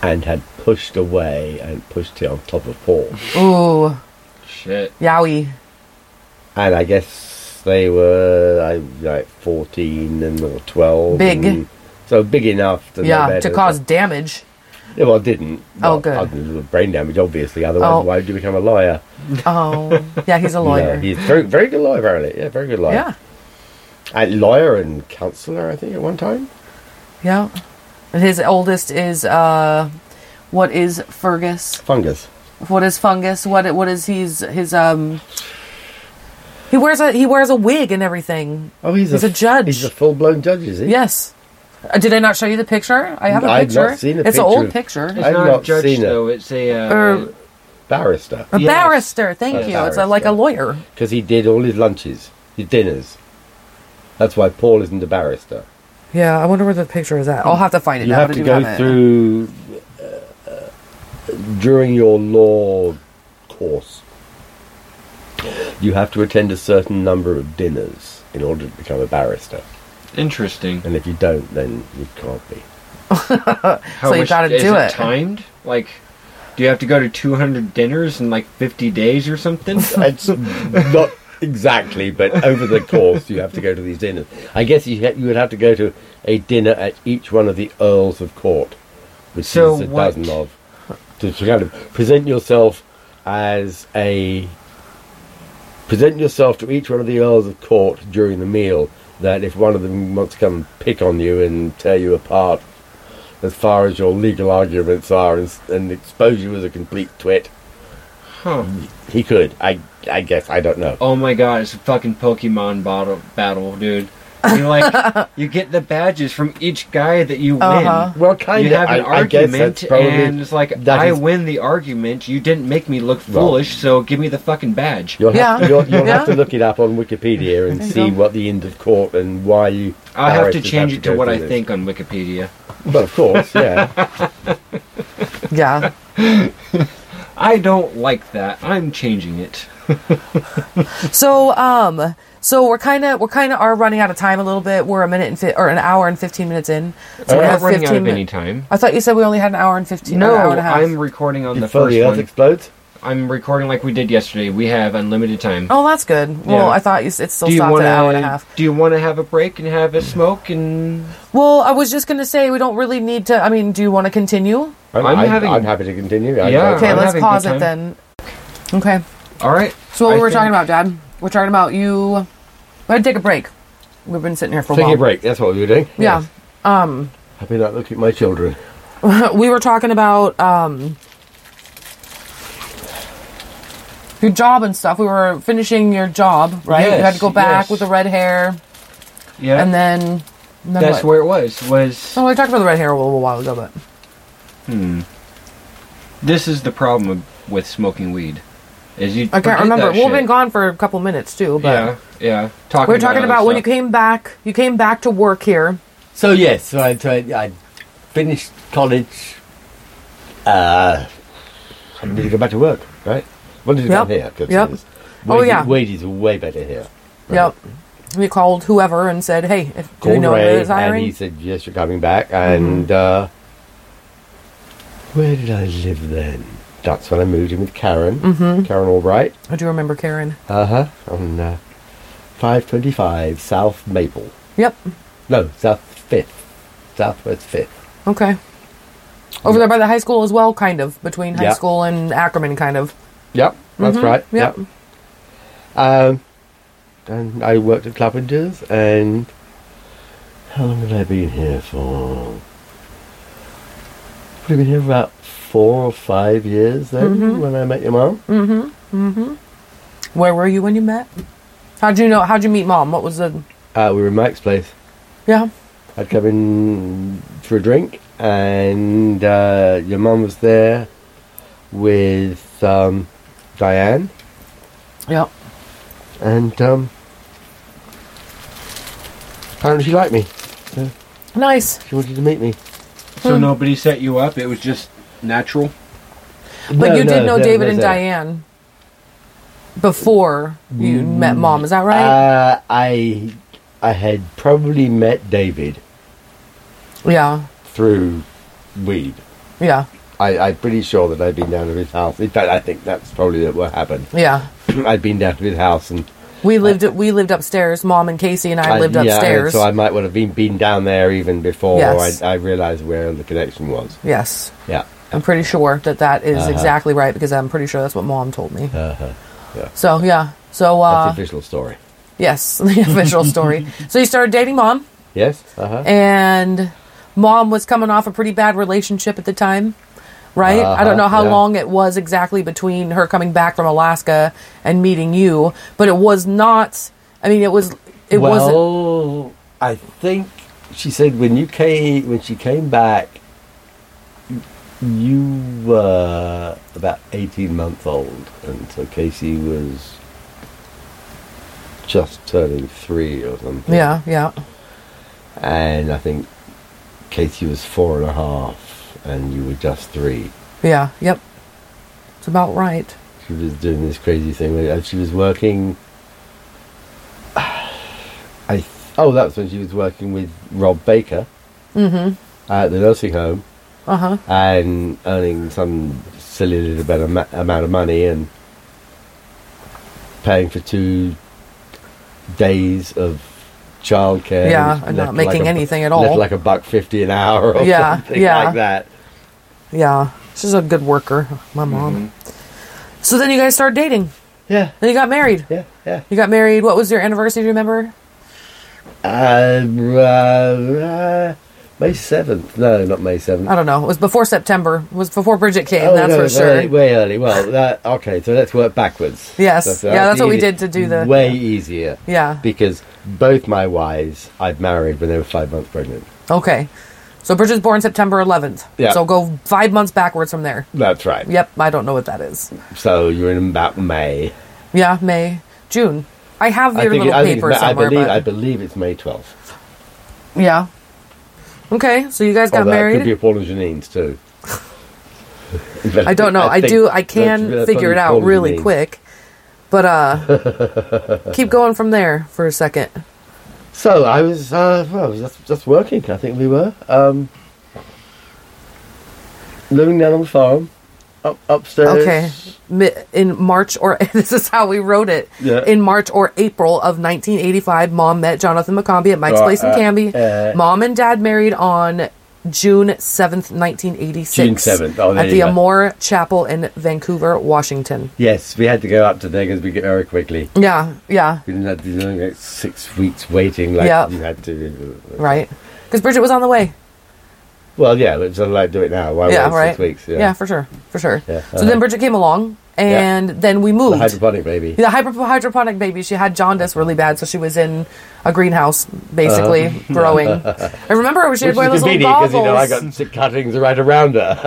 [SPEAKER 3] and had pushed away and pushed it on top of Paul.
[SPEAKER 1] Ooh,
[SPEAKER 2] Shit.
[SPEAKER 1] yowie.
[SPEAKER 3] and I guess they were I, like fourteen and or twelve,
[SPEAKER 1] Big.
[SPEAKER 3] and- so big enough to know
[SPEAKER 1] Yeah,
[SPEAKER 3] better.
[SPEAKER 1] to cause
[SPEAKER 3] [LAUGHS]
[SPEAKER 1] damage.
[SPEAKER 3] Yeah, well, I didn't.
[SPEAKER 1] Oh,
[SPEAKER 3] Well,
[SPEAKER 1] good.
[SPEAKER 3] Other than a little brain damage, obviously. Otherwise,
[SPEAKER 1] Oh.
[SPEAKER 3] why would you become a lawyer?
[SPEAKER 1] Oh, yeah, he's a lawyer.
[SPEAKER 3] No, he's very, very good lawyer, apparently. Yeah, very good lawyer.
[SPEAKER 1] yeah,
[SPEAKER 3] A lawyer and counselor, I think, at one time.
[SPEAKER 1] yeah. And his oldest is uh, what is Fergus?
[SPEAKER 3] Fungus.
[SPEAKER 1] What is fungus? What what is he's his um. He wears a he wears a wig and everything.
[SPEAKER 3] Oh, he's,
[SPEAKER 1] He's a judge.
[SPEAKER 3] He's a full-blown judge, is he?
[SPEAKER 1] Yes. Uh, did I not show you the picture? I have a
[SPEAKER 3] I've
[SPEAKER 1] picture.
[SPEAKER 3] not seen a
[SPEAKER 1] it's
[SPEAKER 3] picture
[SPEAKER 1] an old
[SPEAKER 3] of-
[SPEAKER 1] picture.
[SPEAKER 2] It's
[SPEAKER 3] [LAUGHS] I've
[SPEAKER 2] not,
[SPEAKER 3] not
[SPEAKER 2] a judge
[SPEAKER 3] seen it.
[SPEAKER 2] though. It's a. Uh,
[SPEAKER 1] Er,
[SPEAKER 3] barrister
[SPEAKER 1] A
[SPEAKER 2] Yes.
[SPEAKER 1] barrister. Thank
[SPEAKER 3] A
[SPEAKER 1] you. It's a, like a
[SPEAKER 3] barrister.
[SPEAKER 1] lawyer.
[SPEAKER 3] because he did all his lunches, his dinners. That's why Paul isn't a barrister.
[SPEAKER 1] Yeah, I wonder where the picture is at. I'll have to find it.
[SPEAKER 3] you
[SPEAKER 1] now,
[SPEAKER 3] have
[SPEAKER 1] but I
[SPEAKER 3] to
[SPEAKER 1] do
[SPEAKER 3] go
[SPEAKER 1] have it.
[SPEAKER 3] through uh, during your law course you have to attend a certain number of dinners in order to become a barrister
[SPEAKER 2] interesting.
[SPEAKER 3] and if you don't then you can't be
[SPEAKER 2] How
[SPEAKER 1] So you
[SPEAKER 2] much-
[SPEAKER 1] gotta
[SPEAKER 2] is
[SPEAKER 1] do it.
[SPEAKER 2] Timed? Like, do you have to go to 200 dinners in like 50 days
[SPEAKER 1] [LAUGHS]
[SPEAKER 2] or something? [LAUGHS]
[SPEAKER 3] it's not exactly but over the course you have to go to these dinners i guess you, ha- you would have to go to a dinner at each one of the earls of court which
[SPEAKER 2] So
[SPEAKER 3] is a
[SPEAKER 2] what-
[SPEAKER 3] dozen of to, to kind of present yourself as a present yourself to each one of the earls of court during the meal that if one of them wants to come and pick on you and tear you apart as far as your legal arguments are and, s- and expose you as a complete twit
[SPEAKER 2] huh.
[SPEAKER 3] he could i i guess i don't know
[SPEAKER 2] Oh my god, it's a fucking Pokemon bottle, battle, dude.
[SPEAKER 1] [LAUGHS]
[SPEAKER 2] You like you get the badges from each guy that you win.
[SPEAKER 1] Uh-huh.
[SPEAKER 3] well kind
[SPEAKER 2] You
[SPEAKER 3] of
[SPEAKER 2] have an
[SPEAKER 3] I, I guess
[SPEAKER 2] argument,
[SPEAKER 3] that's probably
[SPEAKER 2] and it's like
[SPEAKER 3] that
[SPEAKER 2] I
[SPEAKER 3] is-
[SPEAKER 2] win the argument. You didn't make me look
[SPEAKER 3] Well-
[SPEAKER 2] foolish, so give me the fucking badge.
[SPEAKER 3] You'll, have,
[SPEAKER 1] Yeah.
[SPEAKER 3] to, you'll, you'll
[SPEAKER 1] Yeah.
[SPEAKER 3] have to look it up on Wikipedia and
[SPEAKER 1] There you
[SPEAKER 3] see
[SPEAKER 1] go.
[SPEAKER 3] what the end of court and why you.
[SPEAKER 2] I'll have to
[SPEAKER 3] barristers
[SPEAKER 2] change it to
[SPEAKER 3] go
[SPEAKER 2] what
[SPEAKER 3] through
[SPEAKER 2] I
[SPEAKER 3] this.
[SPEAKER 2] think on Wikipedia.
[SPEAKER 3] Well, of course,
[SPEAKER 2] [LAUGHS]
[SPEAKER 3] yeah. [LAUGHS]
[SPEAKER 1] Yeah.
[SPEAKER 2] I don't like that. I'm changing it.
[SPEAKER 1] So um so we're kind of we're kind of are running out of time a little bit. We're a minute and fi- or an hour and 15 minutes in. So
[SPEAKER 2] I'm
[SPEAKER 1] we
[SPEAKER 2] not running out of
[SPEAKER 1] mi-
[SPEAKER 2] any time.
[SPEAKER 1] I thought you said we only had an hour and 15
[SPEAKER 2] No,
[SPEAKER 1] an hour and a half.
[SPEAKER 2] I'm recording on the
[SPEAKER 3] Before
[SPEAKER 2] first
[SPEAKER 3] the earth
[SPEAKER 2] one.
[SPEAKER 3] explodes.
[SPEAKER 2] I'm recording like we did yesterday. We have unlimited time.
[SPEAKER 1] Oh, that's good. Well,
[SPEAKER 2] Yeah.
[SPEAKER 1] I thought you, s- it still
[SPEAKER 2] do you
[SPEAKER 1] stopped
[SPEAKER 2] want
[SPEAKER 1] at an hour and a half.
[SPEAKER 2] Do you want to have a break and have a smoke? And
[SPEAKER 1] Well, I was just going to say we don't really need to I mean, do you want to continue?
[SPEAKER 3] I'm,
[SPEAKER 2] I'm
[SPEAKER 3] I'm,
[SPEAKER 2] having-
[SPEAKER 3] I'm happy to continue. I-
[SPEAKER 2] Yeah.
[SPEAKER 3] I-
[SPEAKER 1] Okay,
[SPEAKER 2] I'm
[SPEAKER 1] let's
[SPEAKER 2] having a good
[SPEAKER 1] pause it
[SPEAKER 2] time.
[SPEAKER 1] then. Okay.
[SPEAKER 2] All right.
[SPEAKER 1] So what
[SPEAKER 2] I
[SPEAKER 1] we were
[SPEAKER 2] think-
[SPEAKER 1] talking about, Dad? We're talking about you. We're gonna take a break. We've been sitting here for a
[SPEAKER 3] Taking
[SPEAKER 1] while.
[SPEAKER 3] a break. That's what we were doing.
[SPEAKER 1] Yeah.
[SPEAKER 3] Yes. I've been like looking at my children.
[SPEAKER 1] we were talking about um your job and stuff. We were finishing your job, right? you had to
[SPEAKER 2] Yes,
[SPEAKER 1] go back
[SPEAKER 2] yes.
[SPEAKER 1] with the red hair,
[SPEAKER 2] Yeah.
[SPEAKER 1] and then, and then
[SPEAKER 2] that's
[SPEAKER 1] what?
[SPEAKER 2] where it was. Was
[SPEAKER 1] Oh, I talked about the red hair a little while ago, but
[SPEAKER 2] this is the problem of- with smoking weed? Is you
[SPEAKER 1] I can't
[SPEAKER 2] forget
[SPEAKER 1] remember.
[SPEAKER 2] that
[SPEAKER 1] We've
[SPEAKER 2] shit.
[SPEAKER 1] been gone for a couple minutes too, but
[SPEAKER 2] Yeah, yeah. Talking
[SPEAKER 1] we were talking
[SPEAKER 2] other
[SPEAKER 1] about when you
[SPEAKER 2] stuff.
[SPEAKER 1] came back. You came back to work here.
[SPEAKER 3] So yes, so I, so I, I finished college. Uh, I need to go back to work, right? What did you
[SPEAKER 1] Yep.
[SPEAKER 3] come here? 'Cause
[SPEAKER 1] Yep.
[SPEAKER 3] it's-
[SPEAKER 1] Oh,
[SPEAKER 3] wages-
[SPEAKER 1] yeah.
[SPEAKER 3] wages are way better here.
[SPEAKER 1] Yep. We called whoever and said, "Hey, if do you
[SPEAKER 3] Called
[SPEAKER 1] know
[SPEAKER 3] Ray,
[SPEAKER 1] who's hiring?" Mm-hmm.
[SPEAKER 3] and he said yes, you're coming back. And uh, where did I live then? That's when I moved in with Karen,
[SPEAKER 1] Mm-hmm.
[SPEAKER 3] Karen Albright.
[SPEAKER 1] I do remember Karen.
[SPEAKER 3] Uh huh. On uh, five twenty-five South Maple.
[SPEAKER 1] Yep.
[SPEAKER 3] No, South Fifth, Southwest Fifth.
[SPEAKER 1] Okay. Over there by the high school as well, kind of between high
[SPEAKER 3] Yeah.
[SPEAKER 1] school and Ackerman, kind of.
[SPEAKER 3] Yep, that's right.
[SPEAKER 1] yep.
[SPEAKER 3] Yep. Um, and I worked at Clappinger's, and how long had I been here for? Would have been here for about four or five years then when I met your mum.
[SPEAKER 1] Where were you when you met? How'd you know? How'd you meet mom? What was the?
[SPEAKER 3] Uh, we were in Mike's place.
[SPEAKER 1] Yeah.
[SPEAKER 3] I'd come in for a drink, and uh, your mum was there with um, Diane.
[SPEAKER 1] Yep.
[SPEAKER 3] and um, apparently she liked me. So
[SPEAKER 1] Nice.
[SPEAKER 3] she wanted to meet me.
[SPEAKER 2] So nobody set you up. It was just natural.
[SPEAKER 1] But
[SPEAKER 3] No,
[SPEAKER 1] you did
[SPEAKER 3] no,
[SPEAKER 1] know
[SPEAKER 3] no,
[SPEAKER 1] David
[SPEAKER 3] no,
[SPEAKER 1] and
[SPEAKER 3] no.
[SPEAKER 1] Diane before you met mom. Is that right?
[SPEAKER 3] Mm. Uh, I I had probably met David
[SPEAKER 1] yeah.
[SPEAKER 3] through weed.
[SPEAKER 1] Yeah.
[SPEAKER 3] I, I'm pretty sure that I'd been down to his house. In fact, I think that's probably what happened. [CLEARS THROAT]
[SPEAKER 1] Yeah.
[SPEAKER 3] I'd been down to his house and
[SPEAKER 1] We lived. we lived upstairs. Mom and Casey and I, lived
[SPEAKER 3] yeah, and
[SPEAKER 1] upstairs.
[SPEAKER 3] so I might well have been, been down there even before
[SPEAKER 1] Yes.
[SPEAKER 3] I, I realised where the connection was.
[SPEAKER 1] yes.
[SPEAKER 3] Yeah.
[SPEAKER 1] I'm pretty sure that that is
[SPEAKER 3] Uh-huh.
[SPEAKER 1] exactly right because I'm pretty sure that's what mom told me.
[SPEAKER 3] Uh-huh. Yeah.
[SPEAKER 1] So yeah. So
[SPEAKER 3] That's
[SPEAKER 1] uh,
[SPEAKER 3] the official story.
[SPEAKER 1] yes, [LAUGHS] the official story. So you started dating mom,
[SPEAKER 3] Yes? Uh-huh.
[SPEAKER 1] and mom was coming off a pretty bad relationship at the time, right? I don't
[SPEAKER 3] Uh-huh,
[SPEAKER 1] know how
[SPEAKER 3] yeah.
[SPEAKER 1] long it was exactly between her coming back from Alaska and meeting you, but it was not. I mean, it was. It wasn't.
[SPEAKER 3] well, I think she said when you came when she came back, you were about eighteen months old, and so Casey was just turning three or something.
[SPEAKER 1] Yeah, yeah,
[SPEAKER 3] and I think Casey was four and a half, and you were just three.
[SPEAKER 1] yeah. Yep, it's about right.
[SPEAKER 3] She was doing this crazy thing. where- And she was working. [SIGHS] I th- oh, that's when she was working with Rob Baker
[SPEAKER 1] Mm-hmm.
[SPEAKER 3] at the nursing home
[SPEAKER 1] Uh huh.
[SPEAKER 3] and earning some silly little bit of ma- amount of money and paying for two days of childcare.
[SPEAKER 1] Yeah,
[SPEAKER 3] which
[SPEAKER 1] and not
[SPEAKER 3] left
[SPEAKER 1] making
[SPEAKER 3] bu-
[SPEAKER 1] anything at all.
[SPEAKER 3] left like a buck fifty an hour or
[SPEAKER 1] Yeah,
[SPEAKER 3] something
[SPEAKER 1] yeah.
[SPEAKER 3] like that.
[SPEAKER 1] Yeah, she's a good worker. My mom. So then you guys started dating.
[SPEAKER 3] Yeah,
[SPEAKER 1] Then you got married.
[SPEAKER 3] Mm-hmm. yeah, yeah.
[SPEAKER 1] You got married. What was your anniversary? Do you remember?
[SPEAKER 3] Uh, uh, May seventh? No, not May seventh. Oh,
[SPEAKER 1] I don't know. It was before September. It was before Bridget came. that's
[SPEAKER 3] no,
[SPEAKER 1] for sure.
[SPEAKER 3] Way, way early. Well, that, okay. So let's work backwards. uh,
[SPEAKER 1] Yes. Yeah, that's what we
[SPEAKER 3] easy-
[SPEAKER 1] did to do the-
[SPEAKER 3] way easier
[SPEAKER 1] Yeah.
[SPEAKER 3] because both my wives I'd married when they were five months pregnant.
[SPEAKER 1] Okay. So Bridget's born September 11th.
[SPEAKER 3] Yeah.
[SPEAKER 1] So go five months backwards from there.
[SPEAKER 3] That's right.
[SPEAKER 1] Yep. I don't know what that is.
[SPEAKER 3] So you're in about May.
[SPEAKER 1] Yeah. May, June. I have
[SPEAKER 3] I
[SPEAKER 1] your
[SPEAKER 3] think. It,
[SPEAKER 1] little
[SPEAKER 3] I, think it's
[SPEAKER 1] paper
[SPEAKER 3] Ma- I
[SPEAKER 1] somewhere,
[SPEAKER 3] believe.
[SPEAKER 1] but
[SPEAKER 3] I believe it's May twelfth.
[SPEAKER 1] yeah. Okay. So you guys got
[SPEAKER 3] Although it
[SPEAKER 1] married.
[SPEAKER 3] could be Paul and Janine's too.
[SPEAKER 1] [LAUGHS] I don't
[SPEAKER 3] [LAUGHS]
[SPEAKER 1] know. I,
[SPEAKER 3] think
[SPEAKER 1] do. I
[SPEAKER 3] that's-
[SPEAKER 1] can
[SPEAKER 3] that's
[SPEAKER 1] figure it
[SPEAKER 3] only
[SPEAKER 1] out
[SPEAKER 3] Paul and
[SPEAKER 1] really
[SPEAKER 3] Janine.
[SPEAKER 1] quick. But uh,
[SPEAKER 3] [LAUGHS]
[SPEAKER 1] keep going from there for a second.
[SPEAKER 3] So I was, uh, well, I was just, just working. I think we were um, living down on the farm, up upstairs.
[SPEAKER 1] Okay. Mi- In March or [LAUGHS] this is how we wrote it.
[SPEAKER 3] Yeah.
[SPEAKER 1] In March or April of 1985, mom met Jonathan McCombie at Mike's
[SPEAKER 3] Uh,
[SPEAKER 1] Place in
[SPEAKER 3] uh,
[SPEAKER 1] Canby.
[SPEAKER 3] uh,
[SPEAKER 1] mom and dad married on June 7th, 1986.
[SPEAKER 3] June 7th. Oh, there
[SPEAKER 1] at
[SPEAKER 3] you
[SPEAKER 1] the
[SPEAKER 3] go.
[SPEAKER 1] Amore Chapel in Vancouver, Washington.
[SPEAKER 3] Yes, we had to go up to there because we get very quickly.
[SPEAKER 1] Yeah, yeah,
[SPEAKER 3] We didn't have to do like six weeks waiting like
[SPEAKER 1] Yep.
[SPEAKER 3] you had to.
[SPEAKER 1] right. Because Bridget was on the way.
[SPEAKER 3] Well, yeah, let's not like do it now. Why
[SPEAKER 1] yeah,
[SPEAKER 3] wait
[SPEAKER 1] right.
[SPEAKER 3] Oh, six weeks? Yeah,
[SPEAKER 1] for sure, for sure.
[SPEAKER 3] Yeah,
[SPEAKER 1] So then
[SPEAKER 3] uh-huh.
[SPEAKER 1] Bridget came along, and then we
[SPEAKER 3] the
[SPEAKER 1] moved.
[SPEAKER 3] hydroponic baby.
[SPEAKER 1] the hyper- hydroponic baby, she had jaundice really bad, so she was in a greenhouse basically
[SPEAKER 3] [LAUGHS]
[SPEAKER 1] growing. I remember she had
[SPEAKER 3] Uh-huh. Which is
[SPEAKER 1] one of those little
[SPEAKER 3] convenient because you know I
[SPEAKER 1] goggles.
[SPEAKER 3] got sick cuttings right around her.
[SPEAKER 1] [LAUGHS]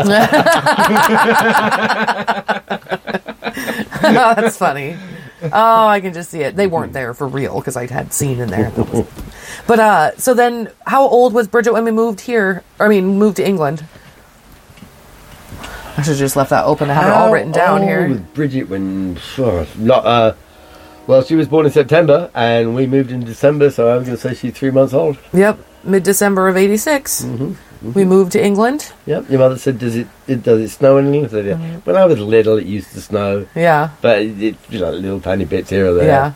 [SPEAKER 1] oh, that's funny. Oh, I can just see it. They weren't there for real because I had seen in there. That was- But uh, so then, how old was Bridget when we moved here? I mean, moved to England. I should have just left that open to have it all written down
[SPEAKER 3] old Was
[SPEAKER 1] here.
[SPEAKER 3] Bridget when oh, not uh, well, she was born in September and we moved in December, so I was going to say she's three months old.
[SPEAKER 1] Yep, mid December of '86,
[SPEAKER 3] Mm-hmm,
[SPEAKER 1] we moved to England.
[SPEAKER 3] Yep. Your mother said, "Does it, it does it snow in England?" I said, yeah.
[SPEAKER 1] Mm-hmm.
[SPEAKER 3] When I was little, it used to snow,
[SPEAKER 1] Yeah,
[SPEAKER 3] but it, it you know little tiny bits here or there.
[SPEAKER 1] yeah,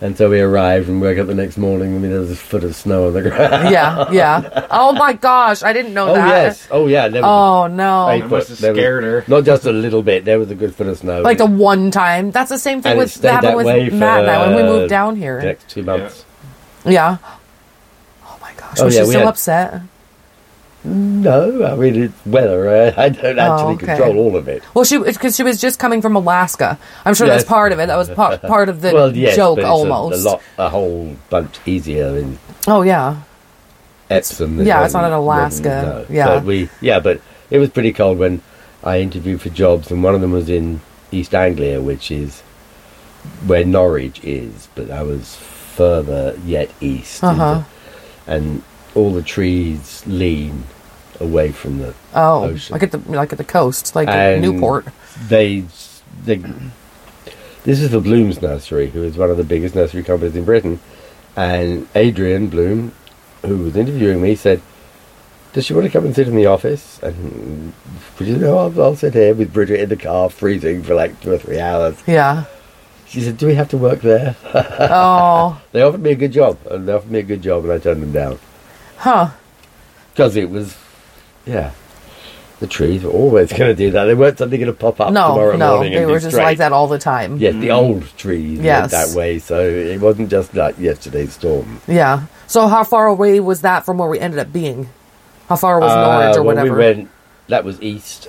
[SPEAKER 3] And so we arrived and woke up the next morning and there was a foot of snow on the ground.
[SPEAKER 1] yeah, yeah. Oh my gosh, I didn't know
[SPEAKER 3] [LAUGHS] Oh
[SPEAKER 1] that.
[SPEAKER 3] yes. Oh yeah. There was
[SPEAKER 1] Oh no.
[SPEAKER 3] Hey,
[SPEAKER 2] That must have
[SPEAKER 3] There was-
[SPEAKER 2] scared her.
[SPEAKER 3] not just a little bit. There was a good foot of snow.
[SPEAKER 1] like the one time. That's the same thing
[SPEAKER 3] And it
[SPEAKER 1] with
[SPEAKER 3] stayed
[SPEAKER 1] that happened
[SPEAKER 3] that
[SPEAKER 1] with
[SPEAKER 3] way
[SPEAKER 1] Matt and
[SPEAKER 3] for,
[SPEAKER 1] I when we
[SPEAKER 3] uh,
[SPEAKER 1] moved down here.
[SPEAKER 3] next two months.
[SPEAKER 1] Yeah. Oh my gosh,
[SPEAKER 3] Oh,
[SPEAKER 1] was
[SPEAKER 3] yeah,
[SPEAKER 1] she
[SPEAKER 3] we
[SPEAKER 1] still
[SPEAKER 3] had-
[SPEAKER 1] upset?
[SPEAKER 3] No, I mean it's weather. I, I don't actually
[SPEAKER 1] Oh, okay.
[SPEAKER 3] control all of it.
[SPEAKER 1] Well, she because she was just coming from Alaska. I'm sure that's
[SPEAKER 3] Yes.
[SPEAKER 1] part of it. That was
[SPEAKER 3] [LAUGHS]
[SPEAKER 1] part, part of the
[SPEAKER 3] well, yes,
[SPEAKER 1] joke
[SPEAKER 3] but it's
[SPEAKER 1] almost.
[SPEAKER 3] A, a lot, a whole bunch easier in
[SPEAKER 1] Oh yeah,
[SPEAKER 3] Epsom. than-
[SPEAKER 1] yeah, it's not in
[SPEAKER 3] than-
[SPEAKER 1] Alaska,
[SPEAKER 3] no.
[SPEAKER 1] yeah.
[SPEAKER 3] but we yeah, but it was pretty cold when I interviewed for jobs, and one of them was in East Anglia, which is where Norwich is, but I was further yet east,
[SPEAKER 1] Uh-huh.
[SPEAKER 3] into- and all the trees lean away from the
[SPEAKER 1] Oh,
[SPEAKER 3] Ocean.
[SPEAKER 1] like at the like at the coast, like at
[SPEAKER 3] and
[SPEAKER 1] Newport.
[SPEAKER 3] They, they, this is the Bloom's Nursery, who is one of the biggest nursery companies in Britain. And Adrian Bloom, who was interviewing me, said, "Does she want to come and sit in the office?" And we said, "No, I'll, I'll sit here with Bridget in the car, freezing for like two or three hours."
[SPEAKER 1] Yeah.
[SPEAKER 3] She said, "Do we have to work there?" [LAUGHS]
[SPEAKER 1] oh,
[SPEAKER 3] they offered me a good job, and they offered me a good job, and I turned them down
[SPEAKER 1] huh.
[SPEAKER 3] because it was, yeah. The trees were always [LAUGHS] going to do that. They weren't suddenly going to pop up
[SPEAKER 1] No,
[SPEAKER 3] tomorrow
[SPEAKER 1] no,
[SPEAKER 3] morning.
[SPEAKER 1] they
[SPEAKER 3] and
[SPEAKER 1] were
[SPEAKER 3] be
[SPEAKER 1] just
[SPEAKER 3] straight.
[SPEAKER 1] like that all the time.
[SPEAKER 3] Yes, the old trees
[SPEAKER 1] Mm. Yes.
[SPEAKER 3] went that way, so it wasn't just like yesterday's storm.
[SPEAKER 1] Yeah. So how far away was that from where we ended up being? How far was Norwich
[SPEAKER 3] Uh,
[SPEAKER 1] or
[SPEAKER 3] when
[SPEAKER 1] whatever?
[SPEAKER 3] We went, that was east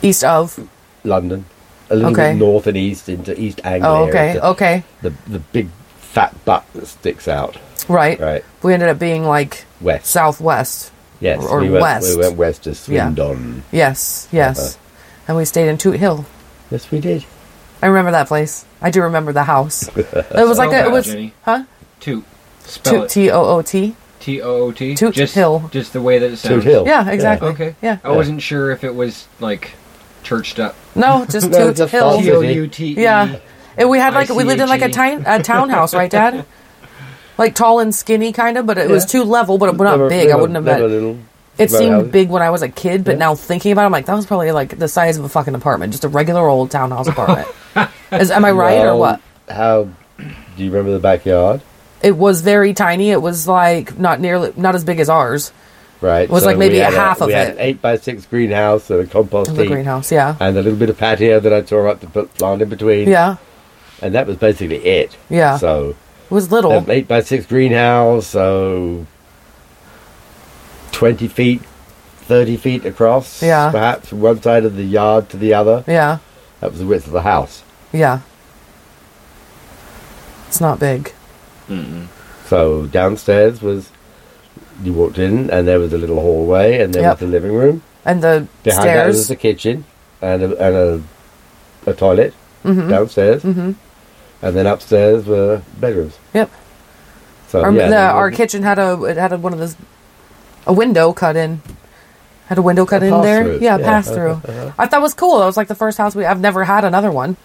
[SPEAKER 1] East of.
[SPEAKER 3] London, a little
[SPEAKER 1] Okay.
[SPEAKER 3] bit north and east into East Anglia.
[SPEAKER 1] Oh, okay,
[SPEAKER 3] into
[SPEAKER 1] okay,
[SPEAKER 3] The, the big fat butt that sticks out.
[SPEAKER 1] right.
[SPEAKER 3] Right,
[SPEAKER 1] We ended up being like
[SPEAKER 3] west.
[SPEAKER 1] southwest.
[SPEAKER 3] yes,
[SPEAKER 1] or
[SPEAKER 3] we went,
[SPEAKER 1] west.
[SPEAKER 3] We went west to
[SPEAKER 1] Yeah.
[SPEAKER 3] Swindon.
[SPEAKER 1] Yes,
[SPEAKER 3] Uh-huh.
[SPEAKER 1] yes. And we stayed in Toot Hill.
[SPEAKER 3] Yes, we did.
[SPEAKER 1] I remember that place. I do remember the
[SPEAKER 3] [LAUGHS]
[SPEAKER 1] house. It was like a,
[SPEAKER 2] Spell
[SPEAKER 1] it was
[SPEAKER 2] that, Jenny.
[SPEAKER 1] huh?
[SPEAKER 2] Toot. Spell
[SPEAKER 1] Toot
[SPEAKER 2] it.
[SPEAKER 1] T O O T.
[SPEAKER 2] T O O T.
[SPEAKER 1] Toot
[SPEAKER 2] Just
[SPEAKER 1] Hill.
[SPEAKER 2] Just the way that it
[SPEAKER 3] Toot
[SPEAKER 2] sounds.
[SPEAKER 3] Hill.
[SPEAKER 1] Yeah, exactly.
[SPEAKER 2] Okay.
[SPEAKER 1] Yeah.
[SPEAKER 2] I wasn't sure if it was like churched up.
[SPEAKER 1] No, just
[SPEAKER 3] [LAUGHS] No,
[SPEAKER 1] Toot
[SPEAKER 3] it's a
[SPEAKER 1] Hill.
[SPEAKER 3] false-
[SPEAKER 2] T O U T. E.
[SPEAKER 1] Yeah. And we had like we lived in like a tiny a townhouse, right, Dad? Like tall and skinny, kind of, but it was
[SPEAKER 3] Yeah.
[SPEAKER 1] two level, but it, but not
[SPEAKER 3] Never-
[SPEAKER 1] big. I
[SPEAKER 3] never-
[SPEAKER 1] wouldn't have.
[SPEAKER 3] never
[SPEAKER 1] Met.
[SPEAKER 3] little
[SPEAKER 1] It
[SPEAKER 3] row
[SPEAKER 1] seemed
[SPEAKER 3] houses.
[SPEAKER 1] big when I was a kid, but
[SPEAKER 3] Yeah.
[SPEAKER 1] now thinking about, it, I'm like that was probably like the size of a fucking apartment, just a regular old townhouse apartment. Is am I right or
[SPEAKER 3] Well,
[SPEAKER 1] what?
[SPEAKER 3] How do you remember the backyard?
[SPEAKER 1] It was very tiny. It was like not nearly not as big as ours.
[SPEAKER 3] Right, it
[SPEAKER 1] was like maybe a half of
[SPEAKER 3] we Had
[SPEAKER 1] it.
[SPEAKER 3] an eight by six greenhouse and a compost
[SPEAKER 1] The
[SPEAKER 3] heap.
[SPEAKER 1] greenhouse, yeah.
[SPEAKER 3] and a little bit of patio that I tore up to put plant in between.
[SPEAKER 1] Yeah.
[SPEAKER 3] And that was basically it.
[SPEAKER 1] Yeah.
[SPEAKER 3] So
[SPEAKER 1] It was little.
[SPEAKER 3] an eight by six greenhouse, so twenty feet, thirty feet across.
[SPEAKER 1] Yeah.
[SPEAKER 3] Perhaps from one side of the yard to the other.
[SPEAKER 1] Yeah.
[SPEAKER 3] That was the width of the house.
[SPEAKER 1] Yeah. It's not big.
[SPEAKER 2] Mm-mm.
[SPEAKER 3] So downstairs was you walked in and there was a little hallway and there
[SPEAKER 1] Yep.
[SPEAKER 3] was the living room.
[SPEAKER 1] And the
[SPEAKER 3] Behind that was
[SPEAKER 1] stairs.
[SPEAKER 3] the kitchen and a and a, a toilet
[SPEAKER 1] Mhm.
[SPEAKER 3] downstairs.
[SPEAKER 1] Mhm.
[SPEAKER 3] And then upstairs were bedrooms.
[SPEAKER 1] Yep.
[SPEAKER 3] So
[SPEAKER 1] Our,
[SPEAKER 3] yeah,
[SPEAKER 1] the,
[SPEAKER 3] there
[SPEAKER 1] our
[SPEAKER 3] was-
[SPEAKER 1] kitchen had a it had a, one of those a window cut in. Had a window cut in there.
[SPEAKER 3] pass-through,
[SPEAKER 1] Yeah,
[SPEAKER 3] yeah.
[SPEAKER 1] pass through. I thought it was cool. That was like the first house we I've never had another one.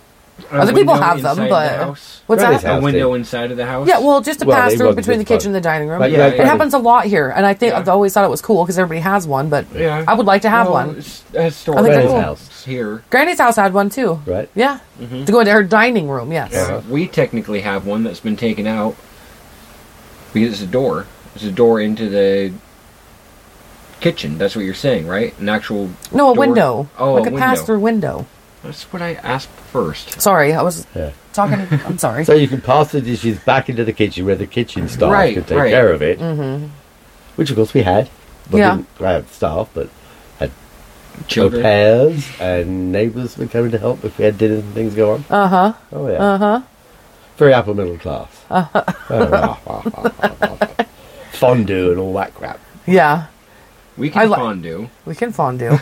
[SPEAKER 2] A
[SPEAKER 1] Other people
[SPEAKER 2] window
[SPEAKER 1] have them,
[SPEAKER 2] inside
[SPEAKER 1] but
[SPEAKER 2] the house?
[SPEAKER 1] what's
[SPEAKER 3] Granny's
[SPEAKER 1] that?
[SPEAKER 3] house.
[SPEAKER 2] a window inside of the house.
[SPEAKER 1] Yeah, well, just a
[SPEAKER 3] Well, they
[SPEAKER 1] pass through
[SPEAKER 3] wasn't
[SPEAKER 1] between the
[SPEAKER 3] just fun.
[SPEAKER 1] kitchen and the dining room.
[SPEAKER 3] Like,
[SPEAKER 2] Yeah,
[SPEAKER 3] like,
[SPEAKER 2] yeah.
[SPEAKER 1] It happens a lot here, and I think I've
[SPEAKER 2] Yeah.
[SPEAKER 1] always thought it was cool because everybody has one. But
[SPEAKER 2] Yeah.
[SPEAKER 1] I would like to have
[SPEAKER 2] Well,
[SPEAKER 1] one.
[SPEAKER 2] it's-
[SPEAKER 1] I
[SPEAKER 2] It has
[SPEAKER 1] think
[SPEAKER 2] storage
[SPEAKER 1] they're
[SPEAKER 3] house.
[SPEAKER 2] It's here.
[SPEAKER 1] Granny's house had one too.
[SPEAKER 3] Right.
[SPEAKER 1] Yeah, to go into her dining room. Yes.
[SPEAKER 3] Yeah.
[SPEAKER 2] We technically have one that's been taken out because it's a door. It's a door into the kitchen. That's what you're saying, right? An actual
[SPEAKER 1] No, a
[SPEAKER 2] door-
[SPEAKER 1] window.
[SPEAKER 2] Oh,
[SPEAKER 1] like
[SPEAKER 2] a,
[SPEAKER 1] a,
[SPEAKER 2] window.
[SPEAKER 1] pass through window.
[SPEAKER 2] That's what I asked first.
[SPEAKER 1] Sorry, I was
[SPEAKER 3] Yeah.
[SPEAKER 1] talking. I'm sorry.
[SPEAKER 3] [LAUGHS] So you can pass the dishes back into the kitchen where the kitchen staff
[SPEAKER 2] Right,
[SPEAKER 3] could take
[SPEAKER 2] right.
[SPEAKER 3] care of it. Mm-hmm. Which, of course, we had. We
[SPEAKER 1] Yeah.
[SPEAKER 3] didn't have staff, but had
[SPEAKER 2] Children.
[SPEAKER 3] au pairs and neighbours were coming to help if we had dinners and things go on.
[SPEAKER 1] Uh huh.
[SPEAKER 3] Oh, yeah.
[SPEAKER 1] Uh huh.
[SPEAKER 3] Very upper middle class. [LAUGHS] Fondue and all that crap.
[SPEAKER 1] Yeah.
[SPEAKER 2] We can
[SPEAKER 1] I li-
[SPEAKER 2] fondue.
[SPEAKER 1] We can
[SPEAKER 2] [LAUGHS]
[SPEAKER 1] fondue.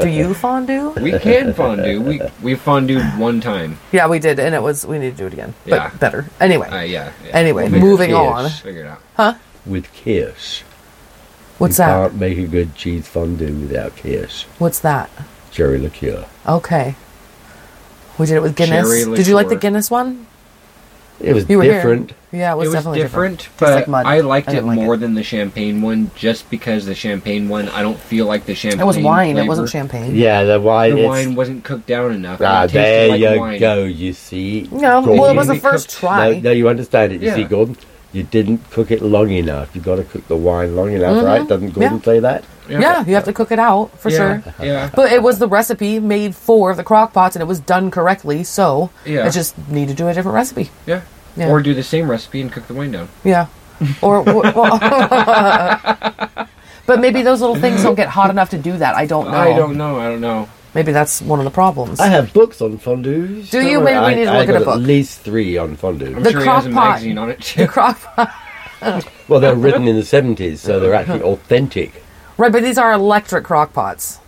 [SPEAKER 1] Do you fondue?
[SPEAKER 2] We can fondue. We we fondued one time.
[SPEAKER 1] Yeah, we did, and it was we need to do it again, but
[SPEAKER 2] Yeah.
[SPEAKER 1] better. Anyway,
[SPEAKER 2] Uh, yeah, yeah.
[SPEAKER 1] anyway,
[SPEAKER 3] We'll make
[SPEAKER 1] moving
[SPEAKER 3] it
[SPEAKER 1] on.
[SPEAKER 3] fierce.
[SPEAKER 2] Figure it out.
[SPEAKER 3] With kirsch.
[SPEAKER 1] What's
[SPEAKER 3] you
[SPEAKER 1] that?
[SPEAKER 3] can't make a good cheese fondue without kirsch.
[SPEAKER 1] What's that?
[SPEAKER 3] Cherry liqueur.
[SPEAKER 1] Okay. We did it with Guinness.
[SPEAKER 2] Cherry
[SPEAKER 1] Did you like the
[SPEAKER 2] liqueur.
[SPEAKER 1] Guinness one?
[SPEAKER 3] It was
[SPEAKER 1] You were
[SPEAKER 3] different.
[SPEAKER 1] here. Yeah, it was,
[SPEAKER 2] it was
[SPEAKER 1] definitely
[SPEAKER 2] different,
[SPEAKER 1] different. Tastes
[SPEAKER 2] but
[SPEAKER 1] like mud.
[SPEAKER 2] I liked
[SPEAKER 1] I
[SPEAKER 2] it
[SPEAKER 1] didn't like
[SPEAKER 2] more
[SPEAKER 1] it.
[SPEAKER 2] than the champagne one, just because the champagne one, I don't feel like the champagne.
[SPEAKER 1] It was wine. It wasn't
[SPEAKER 2] flavor-
[SPEAKER 1] champagne.
[SPEAKER 3] Yeah, the wine.
[SPEAKER 2] The
[SPEAKER 3] it's-
[SPEAKER 2] wine wasn't cooked down enough.
[SPEAKER 3] Ah,
[SPEAKER 2] it tasted
[SPEAKER 3] there
[SPEAKER 2] like
[SPEAKER 3] you
[SPEAKER 2] wine.
[SPEAKER 3] go. You see.
[SPEAKER 1] No, well, it
[SPEAKER 3] Gordon.
[SPEAKER 1] was the
[SPEAKER 2] Maybe
[SPEAKER 1] first
[SPEAKER 2] cooked-
[SPEAKER 1] try.
[SPEAKER 3] No, no, you understand it. You see,
[SPEAKER 2] Yeah.
[SPEAKER 3] Gordon, you didn't cook it long enough. You've got to cook the wine long enough, right? Doesn't Gordon
[SPEAKER 1] Mm-hmm. Yeah.
[SPEAKER 3] say that?
[SPEAKER 1] yeah. you have to cook it out for
[SPEAKER 2] Yeah,
[SPEAKER 1] sure.
[SPEAKER 2] Yeah.
[SPEAKER 1] But it was the recipe made for the crock pots, and it was done correctly. So
[SPEAKER 2] Yeah.
[SPEAKER 1] it just need to do a different recipe.
[SPEAKER 2] yeah.
[SPEAKER 1] Yeah.
[SPEAKER 2] Or do the same recipe and cook the wine down.
[SPEAKER 1] Yeah. Or, [LAUGHS] well, but maybe those little things don't get hot enough to do that. I don't know.
[SPEAKER 2] I don't know. I don't know.
[SPEAKER 1] Maybe that's one of the problems.
[SPEAKER 3] I have books on fondues.
[SPEAKER 1] Do you?
[SPEAKER 3] Don't
[SPEAKER 1] Maybe we
[SPEAKER 3] worry,
[SPEAKER 1] need to
[SPEAKER 3] I, I
[SPEAKER 1] look at a
[SPEAKER 3] got
[SPEAKER 1] book.
[SPEAKER 3] At least three on fondue.
[SPEAKER 2] I'm
[SPEAKER 1] The
[SPEAKER 2] sure he has a
[SPEAKER 1] crock pot.
[SPEAKER 2] magazine on it
[SPEAKER 1] [LAUGHS]
[SPEAKER 2] too.
[SPEAKER 1] the crock pot,
[SPEAKER 3] Well, they're written in the 70s, so they're actually authentic.
[SPEAKER 1] right? But these are electric crock pots.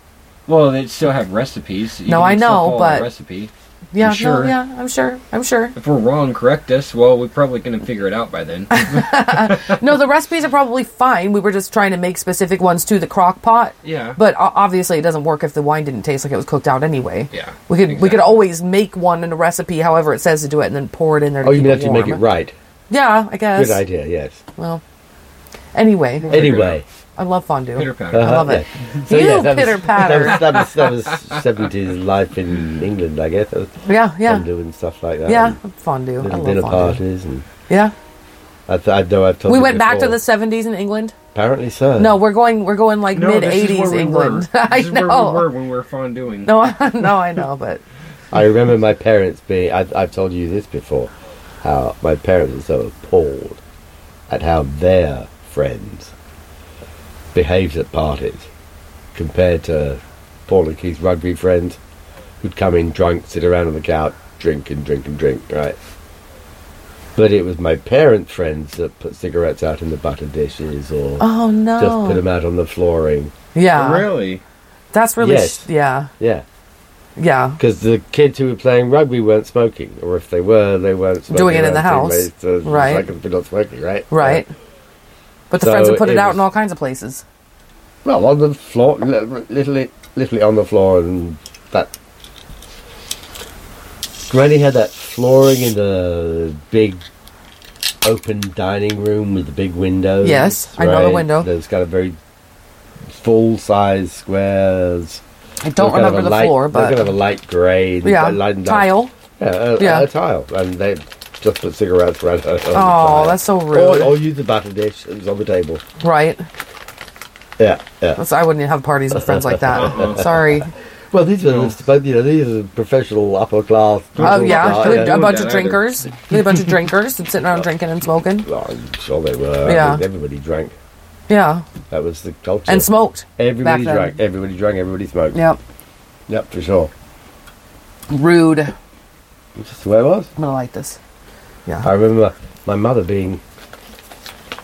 [SPEAKER 2] well, they still have recipes. You
[SPEAKER 1] No,
[SPEAKER 2] can
[SPEAKER 1] I
[SPEAKER 2] still
[SPEAKER 1] know,
[SPEAKER 2] follow the
[SPEAKER 1] but-
[SPEAKER 2] recipe.
[SPEAKER 1] Yeah,
[SPEAKER 2] You sure?
[SPEAKER 1] no, yeah, I'm sure. I'm sure.
[SPEAKER 2] If we're wrong, correct us. Well, we're probably going to figure it out
[SPEAKER 1] [LAUGHS]
[SPEAKER 2] by then. [LAUGHS]
[SPEAKER 1] No, the recipes are probably fine. We were just trying to make specific ones to the crock pot.
[SPEAKER 2] Yeah.
[SPEAKER 1] But o- obviously, it doesn't work if the wine didn't taste like it was cooked out anyway.
[SPEAKER 2] Yeah,
[SPEAKER 1] we could we
[SPEAKER 2] exactly.
[SPEAKER 1] could always make one in a recipe, however it says to do it, and then pour it in there. To
[SPEAKER 3] Oh, you
[SPEAKER 1] keep
[SPEAKER 3] mean actually make it
[SPEAKER 1] warm.
[SPEAKER 3] right?
[SPEAKER 1] Yeah, I guess.
[SPEAKER 3] Good idea, yes.
[SPEAKER 1] Well, anyway,
[SPEAKER 2] Figure it
[SPEAKER 3] Anyway.
[SPEAKER 1] I love fondue.
[SPEAKER 2] Pitter
[SPEAKER 1] I
[SPEAKER 2] patter.
[SPEAKER 1] love it.
[SPEAKER 3] Uh-huh.
[SPEAKER 1] [LAUGHS]
[SPEAKER 3] yeah.
[SPEAKER 1] You
[SPEAKER 3] that was-
[SPEAKER 1] pitter-patter.
[SPEAKER 3] That was, that, was, that was 70s life in England, I guess. That was
[SPEAKER 1] [LAUGHS] Yeah, yeah,
[SPEAKER 3] Fondue and stuff like that.
[SPEAKER 1] yeah.
[SPEAKER 3] and
[SPEAKER 1] Fondue. I
[SPEAKER 3] Little
[SPEAKER 1] love
[SPEAKER 3] dinner
[SPEAKER 1] fondue.
[SPEAKER 3] parties. and
[SPEAKER 1] Yeah,
[SPEAKER 3] I, th- I know I've told
[SPEAKER 1] we
[SPEAKER 3] you
[SPEAKER 1] went back to
[SPEAKER 3] before. Uh-huh.
[SPEAKER 1] the '70s in England.
[SPEAKER 3] Apparently so.
[SPEAKER 1] No, we're going. We're going like mid '80s [LAUGHS] England.
[SPEAKER 2] Were.
[SPEAKER 1] I
[SPEAKER 2] This is where
[SPEAKER 1] know.
[SPEAKER 2] we were when we were
[SPEAKER 1] [LAUGHS]
[SPEAKER 2] fonduing.
[SPEAKER 1] No, I- no, I know, but
[SPEAKER 3] I remember my parents being, I, I've told you this before, how my parents were so appalled at how their friends behaved at parties compared to Paul and Keith's rugby friends who'd come in drunk, sit around on the couch, drink and drink and drink, right? But it was my parents' friends that put cigarettes out in the butter dishes or
[SPEAKER 1] oh no.
[SPEAKER 3] just put them out on the flooring.
[SPEAKER 1] Yeah,
[SPEAKER 2] Really?
[SPEAKER 1] that's really.
[SPEAKER 3] Yes.
[SPEAKER 1] Sh- yeah,
[SPEAKER 3] Yeah.
[SPEAKER 1] yeah.
[SPEAKER 3] Because the kids who were playing rugby weren't smoking, or if they were, they weren't smoking
[SPEAKER 1] Doing it in the
[SPEAKER 3] around
[SPEAKER 1] house.
[SPEAKER 3] teammates, so it's
[SPEAKER 1] Right.
[SPEAKER 3] Like if they're not smoking, right?
[SPEAKER 1] Right.
[SPEAKER 3] Uh,
[SPEAKER 1] But the
[SPEAKER 3] So
[SPEAKER 1] friends have put
[SPEAKER 3] it
[SPEAKER 1] it, out
[SPEAKER 3] was-
[SPEAKER 1] in all kinds of places.
[SPEAKER 3] well, on the floor, li- literally, literally on the floor, and that. Granny had that flooring in the big open dining room with the big windows.
[SPEAKER 1] Yes, I know the
[SPEAKER 3] right?
[SPEAKER 1] window.
[SPEAKER 3] That's got a very full size squares.
[SPEAKER 1] I don't
[SPEAKER 3] They're kind of
[SPEAKER 1] remember
[SPEAKER 3] a
[SPEAKER 1] the
[SPEAKER 3] light-
[SPEAKER 1] floor,
[SPEAKER 3] they're kind of
[SPEAKER 1] but
[SPEAKER 3] a light grey.
[SPEAKER 1] yeah,
[SPEAKER 3] light
[SPEAKER 1] tile.
[SPEAKER 3] Yeah, a,
[SPEAKER 1] Yeah.
[SPEAKER 3] Uh, a tile, and they just put cigarettes right out. on the
[SPEAKER 1] Oh,
[SPEAKER 3] tile.
[SPEAKER 1] that's so
[SPEAKER 3] Or, or
[SPEAKER 1] rude.
[SPEAKER 3] use the battle dish that was on the table.
[SPEAKER 1] Right.
[SPEAKER 3] Yeah, yeah.
[SPEAKER 1] That's, I wouldn't have parties with friends like that.
[SPEAKER 3] [LAUGHS]
[SPEAKER 2] Uh-uh.
[SPEAKER 1] Sorry.
[SPEAKER 3] Well, these were the, but, you know these are professional upper class.
[SPEAKER 1] Oh
[SPEAKER 3] middle
[SPEAKER 1] yeah,
[SPEAKER 3] class,
[SPEAKER 2] I
[SPEAKER 1] With
[SPEAKER 2] don't
[SPEAKER 1] a
[SPEAKER 2] know
[SPEAKER 1] bunch of
[SPEAKER 2] that either.
[SPEAKER 1] drinkers. With a bunch of drinkers and sitting around drinking and smoking.
[SPEAKER 3] Well, Oh, I'm sure they were.
[SPEAKER 1] Yeah.
[SPEAKER 3] I mean, everybody drank.
[SPEAKER 1] Yeah,
[SPEAKER 3] That was the culture.
[SPEAKER 1] and smoked. back
[SPEAKER 3] Everybody
[SPEAKER 1] then.
[SPEAKER 3] drank. Everybody drank. Everybody smoked.
[SPEAKER 1] Yep.
[SPEAKER 3] Yep, for sure.
[SPEAKER 1] Rude. I'm
[SPEAKER 3] That's just the way it was.
[SPEAKER 1] gonna like this.
[SPEAKER 3] I
[SPEAKER 1] Yeah.
[SPEAKER 3] remember my mother being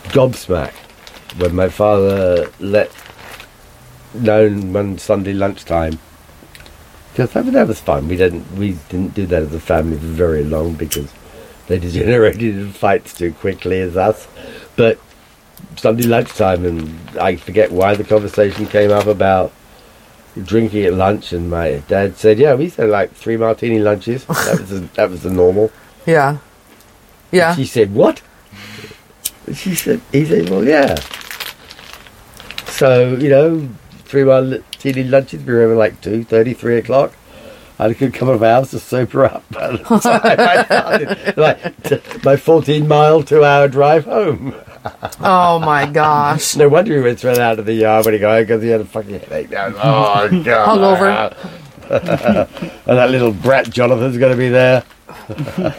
[SPEAKER 3] gobsmacked when my father let known one Sunday lunchtime. Because that, that was fun. We didn't we didn't do that as a family for very long because they degenerated in fights too quickly as us. But Sunday lunchtime, and I forget why the conversation came up about drinking at lunch, and my dad said, "Yeah, we used to have like three martini lunches. That was the, that was the normal."
[SPEAKER 1] Yeah. Yeah. [LAUGHS]
[SPEAKER 3] She said, What? And She said, He said, Well, yeah. So, you know, three mile teeny lunches, we were like two thirty, three o'clock. I had a good couple of hours to sober up [LAUGHS] by the time I started. Like, t- my 14 mile, two hour drive home.
[SPEAKER 1] Oh my gosh.
[SPEAKER 3] No wonder he was thrown out of the yard when he got home because he had a fucking
[SPEAKER 1] [LAUGHS]
[SPEAKER 3] headache. That was- Oh, God.
[SPEAKER 1] Hungover.
[SPEAKER 3] and that little brat Jonathan's going to be there.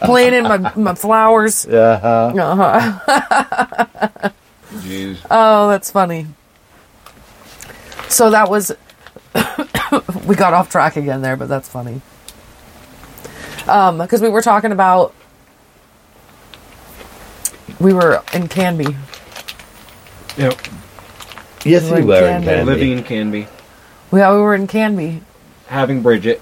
[SPEAKER 1] Playing in my, my flowers.
[SPEAKER 3] Yeah. uh,
[SPEAKER 1] Uh-huh.
[SPEAKER 2] Jeez.
[SPEAKER 1] Oh, that's funny. So that was. [COUGHS] we got off track again there, but that's funny. Um, because we were talking about. We were in Canby.
[SPEAKER 2] Yep.
[SPEAKER 3] Yes, we
[SPEAKER 1] Like
[SPEAKER 3] were in
[SPEAKER 1] Candy.
[SPEAKER 3] Candy.
[SPEAKER 2] Living in Canby,
[SPEAKER 1] Yeah, we were in Canby.
[SPEAKER 2] having Bridget.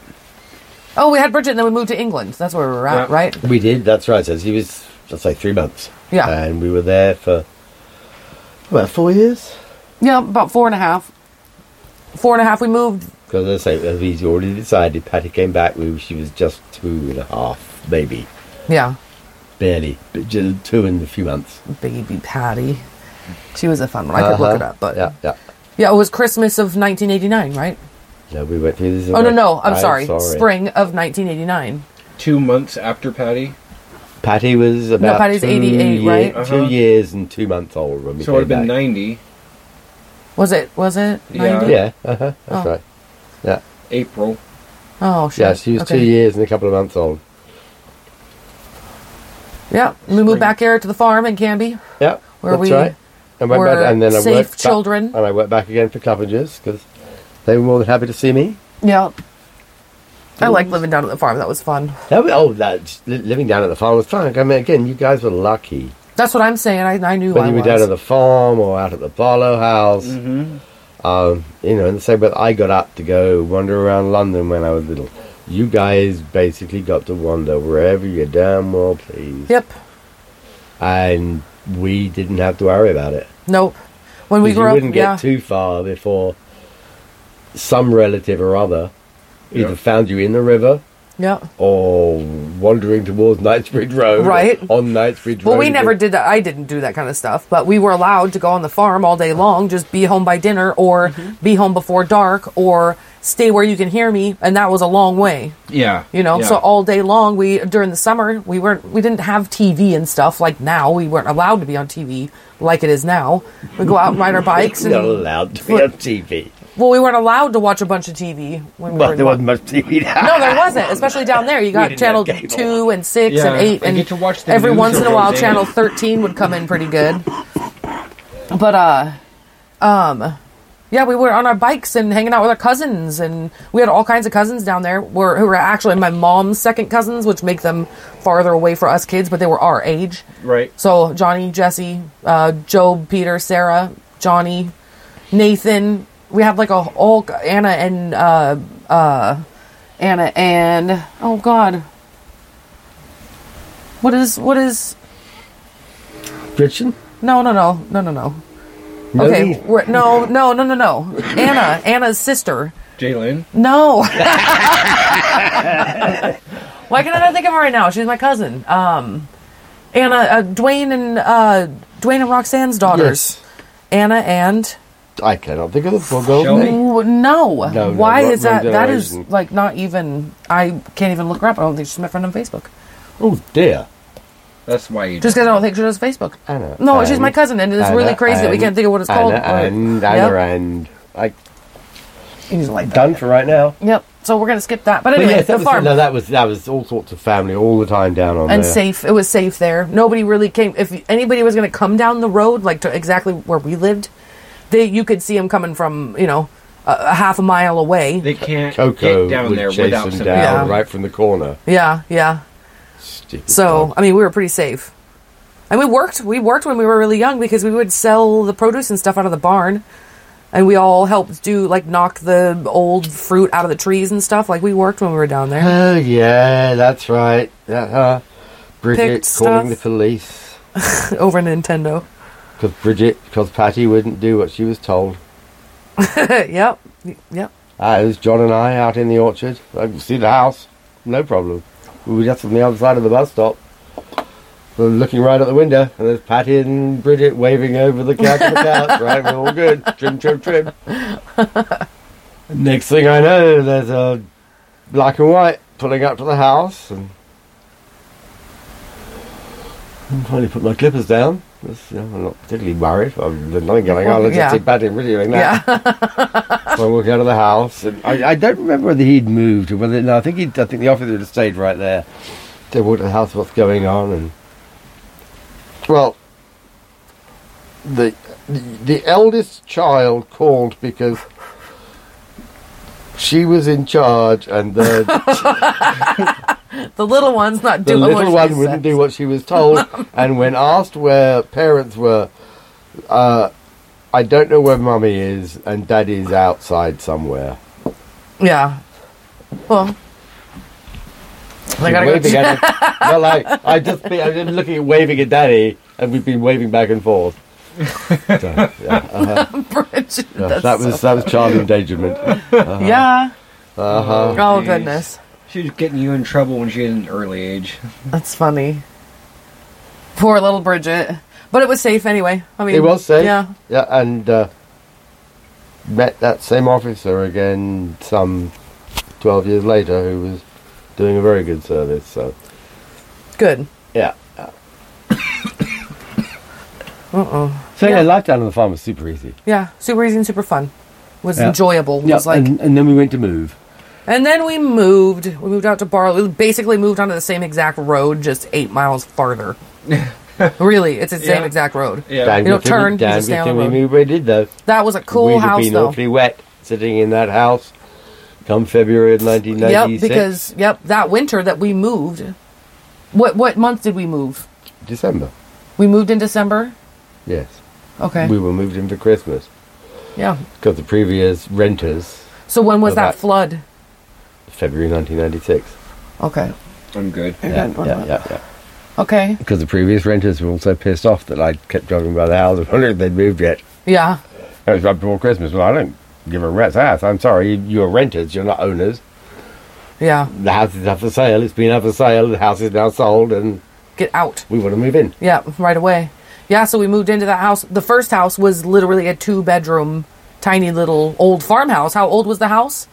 [SPEAKER 1] Oh, we had Bridget, and then we moved to England. That's where we were at,
[SPEAKER 2] Yeah.
[SPEAKER 1] right?
[SPEAKER 3] We did, that's right. So he was, let's say, three months.
[SPEAKER 1] Yeah.
[SPEAKER 3] And we were there for about four years.
[SPEAKER 1] Yeah, about four and a half. Four and a half. We moved.
[SPEAKER 3] Because as I say, as he's already decided, Patty came back, we, she was just two and a half, maybe.
[SPEAKER 1] Yeah,
[SPEAKER 3] Barely. But just two and a few months.
[SPEAKER 1] baby Patty. She was a fun one. I could look it up, but
[SPEAKER 3] Uh-huh. Yeah,
[SPEAKER 1] yeah.
[SPEAKER 3] yeah.
[SPEAKER 1] it was Christmas of 1989, right?
[SPEAKER 3] No, we went through this.
[SPEAKER 1] Oh no, no, I'm, sorry. spring of 1989.
[SPEAKER 2] Two months after Patty,
[SPEAKER 3] Patty was about
[SPEAKER 1] Patty's
[SPEAKER 3] two
[SPEAKER 1] 88,
[SPEAKER 3] year-
[SPEAKER 1] right?
[SPEAKER 2] Uh-huh.
[SPEAKER 3] Two years and two months old when
[SPEAKER 2] so
[SPEAKER 3] we
[SPEAKER 2] it
[SPEAKER 3] came
[SPEAKER 2] would have been
[SPEAKER 3] back.
[SPEAKER 2] ninety
[SPEAKER 1] Was it? Was it?
[SPEAKER 2] Yeah.
[SPEAKER 1] 90?
[SPEAKER 3] Yeah, uh-huh, that's
[SPEAKER 1] Oh.
[SPEAKER 3] right. Yeah,
[SPEAKER 2] April.
[SPEAKER 1] Oh shit.
[SPEAKER 3] yeah. She was
[SPEAKER 1] Okay.
[SPEAKER 3] two years and a couple of months old.
[SPEAKER 1] Yeah, we
[SPEAKER 2] Spring.
[SPEAKER 1] moved back here to the farm in Canby.
[SPEAKER 3] Yeah,
[SPEAKER 1] Where
[SPEAKER 3] that's
[SPEAKER 1] we
[SPEAKER 3] right. And went back,
[SPEAKER 1] were
[SPEAKER 3] and then I
[SPEAKER 1] safe
[SPEAKER 3] worked back-
[SPEAKER 1] children.
[SPEAKER 3] and I went back again for Clappingers because they were more than happy to see me.
[SPEAKER 1] Yeah. I like living down at the farm. That was fun.
[SPEAKER 3] That was, oh, that li- living down at the farm was fun. I mean, again, you guys were lucky.
[SPEAKER 1] That's what I'm saying. I, I knew
[SPEAKER 3] Whether
[SPEAKER 1] I
[SPEAKER 3] you were
[SPEAKER 1] was.
[SPEAKER 3] down at the farm or out at the Barlow house,
[SPEAKER 2] Mm-hmm.
[SPEAKER 3] um, you know, and the same. But I got up to go wander around London when I was little. You guys basically got to wander wherever you damn well please.
[SPEAKER 1] Yep.
[SPEAKER 3] and we didn't have to worry about it.
[SPEAKER 1] Nope. When we
[SPEAKER 3] Because
[SPEAKER 1] grew
[SPEAKER 3] you
[SPEAKER 1] up,
[SPEAKER 3] wouldn't
[SPEAKER 1] yeah.
[SPEAKER 3] get too far before some relative or other either
[SPEAKER 2] Yeah.
[SPEAKER 3] found you in the river
[SPEAKER 1] yeah.
[SPEAKER 3] or wandering towards Knightsbridge Road. or
[SPEAKER 1] Right.
[SPEAKER 3] On Knightsbridge Road.
[SPEAKER 1] Well, we never
[SPEAKER 3] again.
[SPEAKER 1] did that. I didn't do that kind of stuff, but we were allowed to go on the farm all day long, just be home by dinner or be home before dark or stay where you can hear me. And that was a long way,
[SPEAKER 2] Yeah.
[SPEAKER 1] you know?
[SPEAKER 2] Yeah.
[SPEAKER 1] So all day long, we, during the summer, we weren't, we didn't have TV and stuff like now. We weren't allowed to be on TV like it is now. We go out and ride our bikes
[SPEAKER 3] [LAUGHS]
[SPEAKER 1] and,
[SPEAKER 3] Not allowed to be
[SPEAKER 1] Well-
[SPEAKER 3] on TV.
[SPEAKER 1] well, we weren't allowed to watch a bunch of TV when we
[SPEAKER 3] Well,
[SPEAKER 1] were
[SPEAKER 3] there
[SPEAKER 1] [LAUGHS]
[SPEAKER 3] wasn't
[SPEAKER 1] no,
[SPEAKER 3] much TV now.
[SPEAKER 1] there wasn't, especially down there. You
[SPEAKER 3] We
[SPEAKER 1] got
[SPEAKER 3] didn't
[SPEAKER 1] channel
[SPEAKER 3] have cable.
[SPEAKER 1] two and six
[SPEAKER 2] Yeah,
[SPEAKER 1] and eight,
[SPEAKER 2] I
[SPEAKER 1] and
[SPEAKER 2] get to watch the
[SPEAKER 1] every
[SPEAKER 2] news
[SPEAKER 1] once in a
[SPEAKER 2] every
[SPEAKER 1] while,
[SPEAKER 2] day.
[SPEAKER 1] channel thirteen would come in pretty good. But uh, um, yeah, we were on our bikes and hanging out with our cousins, and we had all kinds of cousins down there. Were who were actually my mom's second cousins, which make them farther away for us kids, but they were our age.
[SPEAKER 2] right.
[SPEAKER 1] So Johnny, Jesse, uh, Job, Peter, Sarah, Johnny, Nathan. We have like a whole Anna and uh, uh, Anna and oh god, what is what is
[SPEAKER 3] [LAUGHS] Christian?
[SPEAKER 1] no no no no no no.
[SPEAKER 3] No,
[SPEAKER 1] Okay,
[SPEAKER 3] these-
[SPEAKER 1] we're, no no no no no Anna Anna's sister.
[SPEAKER 2] Jalen.
[SPEAKER 1] No. [LAUGHS] Why can I not think of her right now? She's my cousin. Um, Anna, uh, Dwayne and uh, Dwayne and Roxanne's daughters. Anna and
[SPEAKER 3] I cannot think of the poor girl's
[SPEAKER 2] Shelby.
[SPEAKER 3] name.
[SPEAKER 1] Ooh, no.
[SPEAKER 3] No, no,
[SPEAKER 1] Why
[SPEAKER 3] wrong-
[SPEAKER 1] is that?
[SPEAKER 3] wrong
[SPEAKER 1] That is
[SPEAKER 3] generation.
[SPEAKER 1] like not even. I can't even look her up. I don't think she's my friend on Facebook.
[SPEAKER 3] Oh, dear.
[SPEAKER 2] That's why you.
[SPEAKER 1] Just because I don't think she does Facebook.
[SPEAKER 3] Anna.
[SPEAKER 1] No, she's
[SPEAKER 3] and-
[SPEAKER 1] my cousin, and it's
[SPEAKER 3] Anna
[SPEAKER 1] really crazy that we
[SPEAKER 3] and-
[SPEAKER 1] can't think of what it's
[SPEAKER 3] Anna
[SPEAKER 1] called.
[SPEAKER 3] And
[SPEAKER 1] Yep.
[SPEAKER 3] Anna and. I,
[SPEAKER 1] He's like that.
[SPEAKER 3] done for right now.
[SPEAKER 1] Yep. So we're gonna skip that. But
[SPEAKER 3] But
[SPEAKER 1] anyway,
[SPEAKER 3] yes, that
[SPEAKER 1] the
[SPEAKER 3] was,
[SPEAKER 1] farm.
[SPEAKER 3] no, that was that was all sorts of family all the time down on
[SPEAKER 1] and
[SPEAKER 3] there.
[SPEAKER 1] safe. It was safe there. Nobody really came. If anybody was going to come down the road, like to exactly where we lived, they you could see them coming from you know a, a half a mile away.
[SPEAKER 2] They can't
[SPEAKER 3] Coco
[SPEAKER 2] get down
[SPEAKER 3] would
[SPEAKER 2] there
[SPEAKER 3] chase
[SPEAKER 2] without
[SPEAKER 3] them
[SPEAKER 2] somebody.
[SPEAKER 3] down
[SPEAKER 1] Yeah.
[SPEAKER 3] right from the corner.
[SPEAKER 1] yeah, yeah.
[SPEAKER 3] Stupid
[SPEAKER 1] So
[SPEAKER 3] dog.
[SPEAKER 1] I mean, we were pretty safe. And we worked. We worked when we were really young because we would sell the produce and stuff out of the barn, and we all helped do like knock the old fruit out of the trees and stuff. Like we worked when we were down
[SPEAKER 3] [LAUGHS]
[SPEAKER 1] there.
[SPEAKER 3] oh yeah, that's right. Uh-huh. Bridget
[SPEAKER 1] Picked
[SPEAKER 3] calling the
[SPEAKER 1] stuff.
[SPEAKER 3] police
[SPEAKER 1] over Nintendo. [LAUGHS]
[SPEAKER 3] because Bridget because Patty wouldn't do what she was told.
[SPEAKER 1] yep, yep.
[SPEAKER 3] Uh, it was John and I out in the orchard. I could see the house, no problem. We were just on the other side of the bus stop. We were looking right at the window, and there's Patty and Bridget waving over the couch of the couch. [LAUGHS] Right, we're all good. Trim,
[SPEAKER 1] [LAUGHS]
[SPEAKER 3] trim, trim. Next thing I know, there's a black and white pulling up to the house, and I finally put my clippers down. That's- yeah, I'm not particularly worried. I'm, there's nothing going on. I just
[SPEAKER 1] Yeah.
[SPEAKER 3] sit back and reviewing that.
[SPEAKER 1] Yeah. [LAUGHS]
[SPEAKER 3] So I walked out of the house, and I, I don't remember whether he'd moved or whether no. I think he. I think the officer would have stayed right there. They walked to the house. What's going on? And well, the the eldest child called because she was in charge,
[SPEAKER 1] [LAUGHS]
[SPEAKER 3] and the,
[SPEAKER 1] the little one's not
[SPEAKER 3] the
[SPEAKER 1] doing what
[SPEAKER 3] little
[SPEAKER 1] she
[SPEAKER 3] one wouldn't
[SPEAKER 1] says.
[SPEAKER 3] do what she
[SPEAKER 1] [LAUGHS]
[SPEAKER 3] was told. and when asked where parents were, uh, I don't know where mummy is, and daddy's outside somewhere.
[SPEAKER 1] Yeah. Well. [LAUGHS] I gotta go.
[SPEAKER 3] waving at him. no, like I just be, I've been looking at waving at Daddy, and we've been waving back and forth. So, yeah, uh-huh,
[SPEAKER 1] Bridget, [LAUGHS]
[SPEAKER 3] yeah,
[SPEAKER 1] that's
[SPEAKER 3] that
[SPEAKER 1] so-
[SPEAKER 3] was uh, that was child endangerment.
[SPEAKER 1] Yeah.
[SPEAKER 3] Uh-huh.
[SPEAKER 1] Oh
[SPEAKER 2] Jeez.
[SPEAKER 1] goodness,
[SPEAKER 2] She was getting you in trouble when she was an early age.
[SPEAKER 1] that's funny. Poor little Bridget, but it was safe anyway. I mean,
[SPEAKER 3] It was safe.
[SPEAKER 1] Yeah.
[SPEAKER 3] yeah, and uh, met that same officer again some twelve years later, who was doing a very good service. So
[SPEAKER 1] Good. [COUGHS]
[SPEAKER 3] yeah.
[SPEAKER 1] Uh-uh.
[SPEAKER 3] So yeah, life down on the farm was super easy.
[SPEAKER 1] Yeah. Super easy and super fun. Was
[SPEAKER 3] Yeah.
[SPEAKER 1] enjoyable.
[SPEAKER 3] Yeah,
[SPEAKER 1] was like, and,
[SPEAKER 3] and, and then we went to move.
[SPEAKER 1] then we moved. We moved out to Barlow. We basically moved onto the same exact road, just eight miles farther. really, it's the same
[SPEAKER 2] Yeah.
[SPEAKER 1] exact road.
[SPEAKER 2] Yeah.
[SPEAKER 3] Dang
[SPEAKER 1] You don't
[SPEAKER 3] good thing
[SPEAKER 1] turn,
[SPEAKER 3] we,
[SPEAKER 1] you
[SPEAKER 3] dang
[SPEAKER 1] just stay
[SPEAKER 3] good
[SPEAKER 1] on
[SPEAKER 3] thing
[SPEAKER 1] the
[SPEAKER 3] we
[SPEAKER 1] road.
[SPEAKER 3] moved. We did though.
[SPEAKER 1] That was a cool
[SPEAKER 3] We'd have
[SPEAKER 1] house,
[SPEAKER 3] been
[SPEAKER 1] though.
[SPEAKER 3] awfully wet sitting in that house come February of
[SPEAKER 1] Yep,
[SPEAKER 3] 1996.
[SPEAKER 1] because yep, that winter that we moved. What what month did we move?
[SPEAKER 3] December,
[SPEAKER 1] We moved in December.
[SPEAKER 3] yes.
[SPEAKER 1] Okay.
[SPEAKER 3] We were moved in for Christmas
[SPEAKER 1] yeah.
[SPEAKER 3] because the previous renters,
[SPEAKER 1] So when was
[SPEAKER 3] Go
[SPEAKER 1] that
[SPEAKER 3] back.
[SPEAKER 1] flood?
[SPEAKER 3] February 1996.
[SPEAKER 1] Okay.
[SPEAKER 2] I'm good.
[SPEAKER 3] Yeah,
[SPEAKER 1] Okay.
[SPEAKER 3] yeah, yeah, yeah.
[SPEAKER 1] Okay.
[SPEAKER 3] Because the previous renters were also pissed off that I kept driving by the house and wondering if they'd moved yet.
[SPEAKER 1] Yeah.
[SPEAKER 3] That was right before Christmas. Well, I don't give a rat's ass. I'm sorry, you- you're renters, you're not owners.
[SPEAKER 1] Yeah.
[SPEAKER 3] The house is up for sale, it's been up for sale, the house is now sold, and
[SPEAKER 1] Get out.
[SPEAKER 3] we want to move in.
[SPEAKER 1] Yeah, right away. Yeah, so we moved into that house. The first house was literally a two bedroom, tiny little old farmhouse. How old was the house?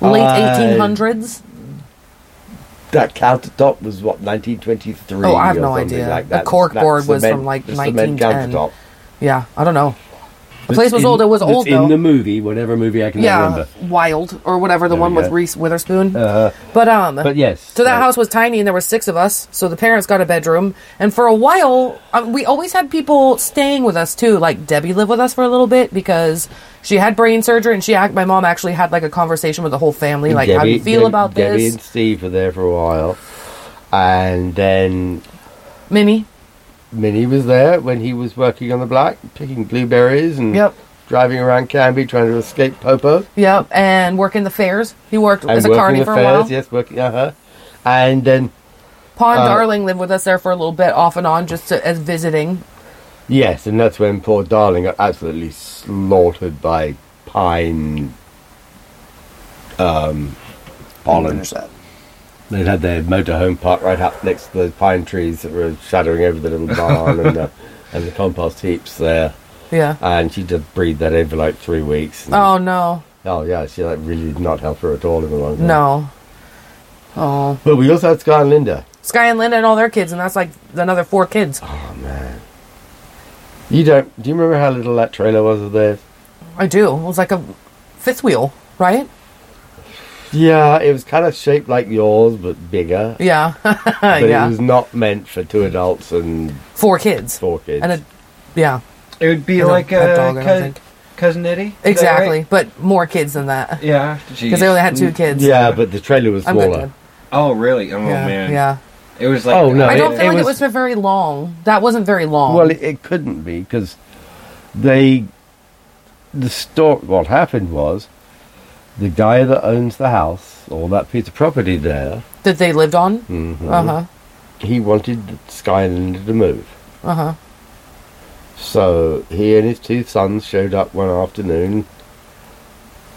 [SPEAKER 1] Late
[SPEAKER 3] Uh,
[SPEAKER 1] eighteen hundreds?
[SPEAKER 3] that countertop was what 1923.
[SPEAKER 1] Oh, I have
[SPEAKER 3] or
[SPEAKER 1] no
[SPEAKER 3] something
[SPEAKER 1] idea.
[SPEAKER 3] Like
[SPEAKER 1] The
[SPEAKER 3] that.
[SPEAKER 1] cork
[SPEAKER 3] That
[SPEAKER 1] board was from, like,
[SPEAKER 3] the cement
[SPEAKER 1] 1910.
[SPEAKER 3] countertop.
[SPEAKER 1] Yeah, I don't know. The
[SPEAKER 3] That's
[SPEAKER 1] place was
[SPEAKER 3] in-
[SPEAKER 1] old, it was
[SPEAKER 3] that's
[SPEAKER 1] old
[SPEAKER 3] in
[SPEAKER 1] though.
[SPEAKER 3] the movie, whatever movie I can
[SPEAKER 1] yeah,
[SPEAKER 3] remember.
[SPEAKER 1] Wild or whatever the
[SPEAKER 3] There we
[SPEAKER 1] one with
[SPEAKER 3] go.
[SPEAKER 1] Reese Witherspoon.
[SPEAKER 3] Uh,
[SPEAKER 1] but um
[SPEAKER 3] but yes.
[SPEAKER 1] So that
[SPEAKER 3] uh,
[SPEAKER 1] house was tiny, and there were six of us. So the parents got a bedroom, and for a while, um, we always had people staying with us too. Like Debbie lived with us for a little bit because she had brain surgery, and she act- my mom actually had like a conversation with the whole family, like how do you
[SPEAKER 3] Debbie-
[SPEAKER 1] feel
[SPEAKER 3] Deb-
[SPEAKER 1] about
[SPEAKER 3] Debbie
[SPEAKER 1] this,
[SPEAKER 3] and Steve were there for a while, and then
[SPEAKER 1] Minnie?
[SPEAKER 3] Minnie was there when he was working on the black, picking blueberries and
[SPEAKER 1] Yep.
[SPEAKER 3] driving around Canby trying to escape Popo.
[SPEAKER 1] Yep, and working the fairs. He worked
[SPEAKER 3] and
[SPEAKER 1] as a
[SPEAKER 3] working
[SPEAKER 1] carny
[SPEAKER 3] the
[SPEAKER 1] for a
[SPEAKER 3] fairs,
[SPEAKER 1] while.
[SPEAKER 3] Yes, working. Uh huh. And then
[SPEAKER 1] Pond
[SPEAKER 3] Uh,
[SPEAKER 1] Darling lived with us there for a little bit, off and on, just to, as visiting.
[SPEAKER 3] Yes, and that's when poor darling got absolutely slaughtered by pine um, pollen. They'd had their motorhome parked right up next to the pine trees that were shadowing over the little barn and,
[SPEAKER 1] [LAUGHS]
[SPEAKER 3] the, and the compost heaps there.
[SPEAKER 1] Yeah.
[SPEAKER 3] And she just breathed that in for like three weeks. and-
[SPEAKER 1] Oh no,
[SPEAKER 3] Oh, yeah, she like, really did not help her at all in the long run.
[SPEAKER 1] no. Oh,
[SPEAKER 3] But we also had Sky and Linda.
[SPEAKER 1] Sky and Linda and all their kids, and that's like another four kids.
[SPEAKER 3] Oh, man. You don't. Do you remember how little that trailer was of theirs?
[SPEAKER 1] I do. It was like a fifth wheel, right?
[SPEAKER 3] Yeah, it was kind of shaped like yours, but bigger.
[SPEAKER 1] [LAUGHS] Yeah.
[SPEAKER 3] but
[SPEAKER 1] yeah.
[SPEAKER 3] it was not meant for two adults and
[SPEAKER 1] Four kids.
[SPEAKER 3] four kids.
[SPEAKER 1] And a, yeah,
[SPEAKER 2] It would be
[SPEAKER 1] I don't-
[SPEAKER 2] like
[SPEAKER 1] that
[SPEAKER 2] uh,
[SPEAKER 1] dog, I don't
[SPEAKER 2] cou-
[SPEAKER 1] think.
[SPEAKER 2] cousin Eddie. Is that
[SPEAKER 1] exactly.
[SPEAKER 2] right?
[SPEAKER 1] But more kids than that.
[SPEAKER 2] Yeah. Mm.
[SPEAKER 1] Because they only had two kids.
[SPEAKER 3] yeah, but the trailer was
[SPEAKER 1] I'm good,
[SPEAKER 3] smaller.
[SPEAKER 1] Dad.
[SPEAKER 2] Oh really? Oh
[SPEAKER 1] yeah,
[SPEAKER 2] man.
[SPEAKER 1] Yeah.
[SPEAKER 2] It was like.
[SPEAKER 3] Oh, no,
[SPEAKER 1] I don't
[SPEAKER 3] it-
[SPEAKER 1] feel
[SPEAKER 3] it
[SPEAKER 1] like
[SPEAKER 3] was-
[SPEAKER 1] it was for very long. That wasn't very long.
[SPEAKER 3] Well, it, it couldn't be because they the story. What happened was the guy that owns the house or that piece of property there.
[SPEAKER 1] that they lived on.
[SPEAKER 3] mhm,
[SPEAKER 1] Uh huh.
[SPEAKER 3] He wanted Sky and Linda to move.
[SPEAKER 1] Uh huh.
[SPEAKER 3] So he and his two sons showed up one afternoon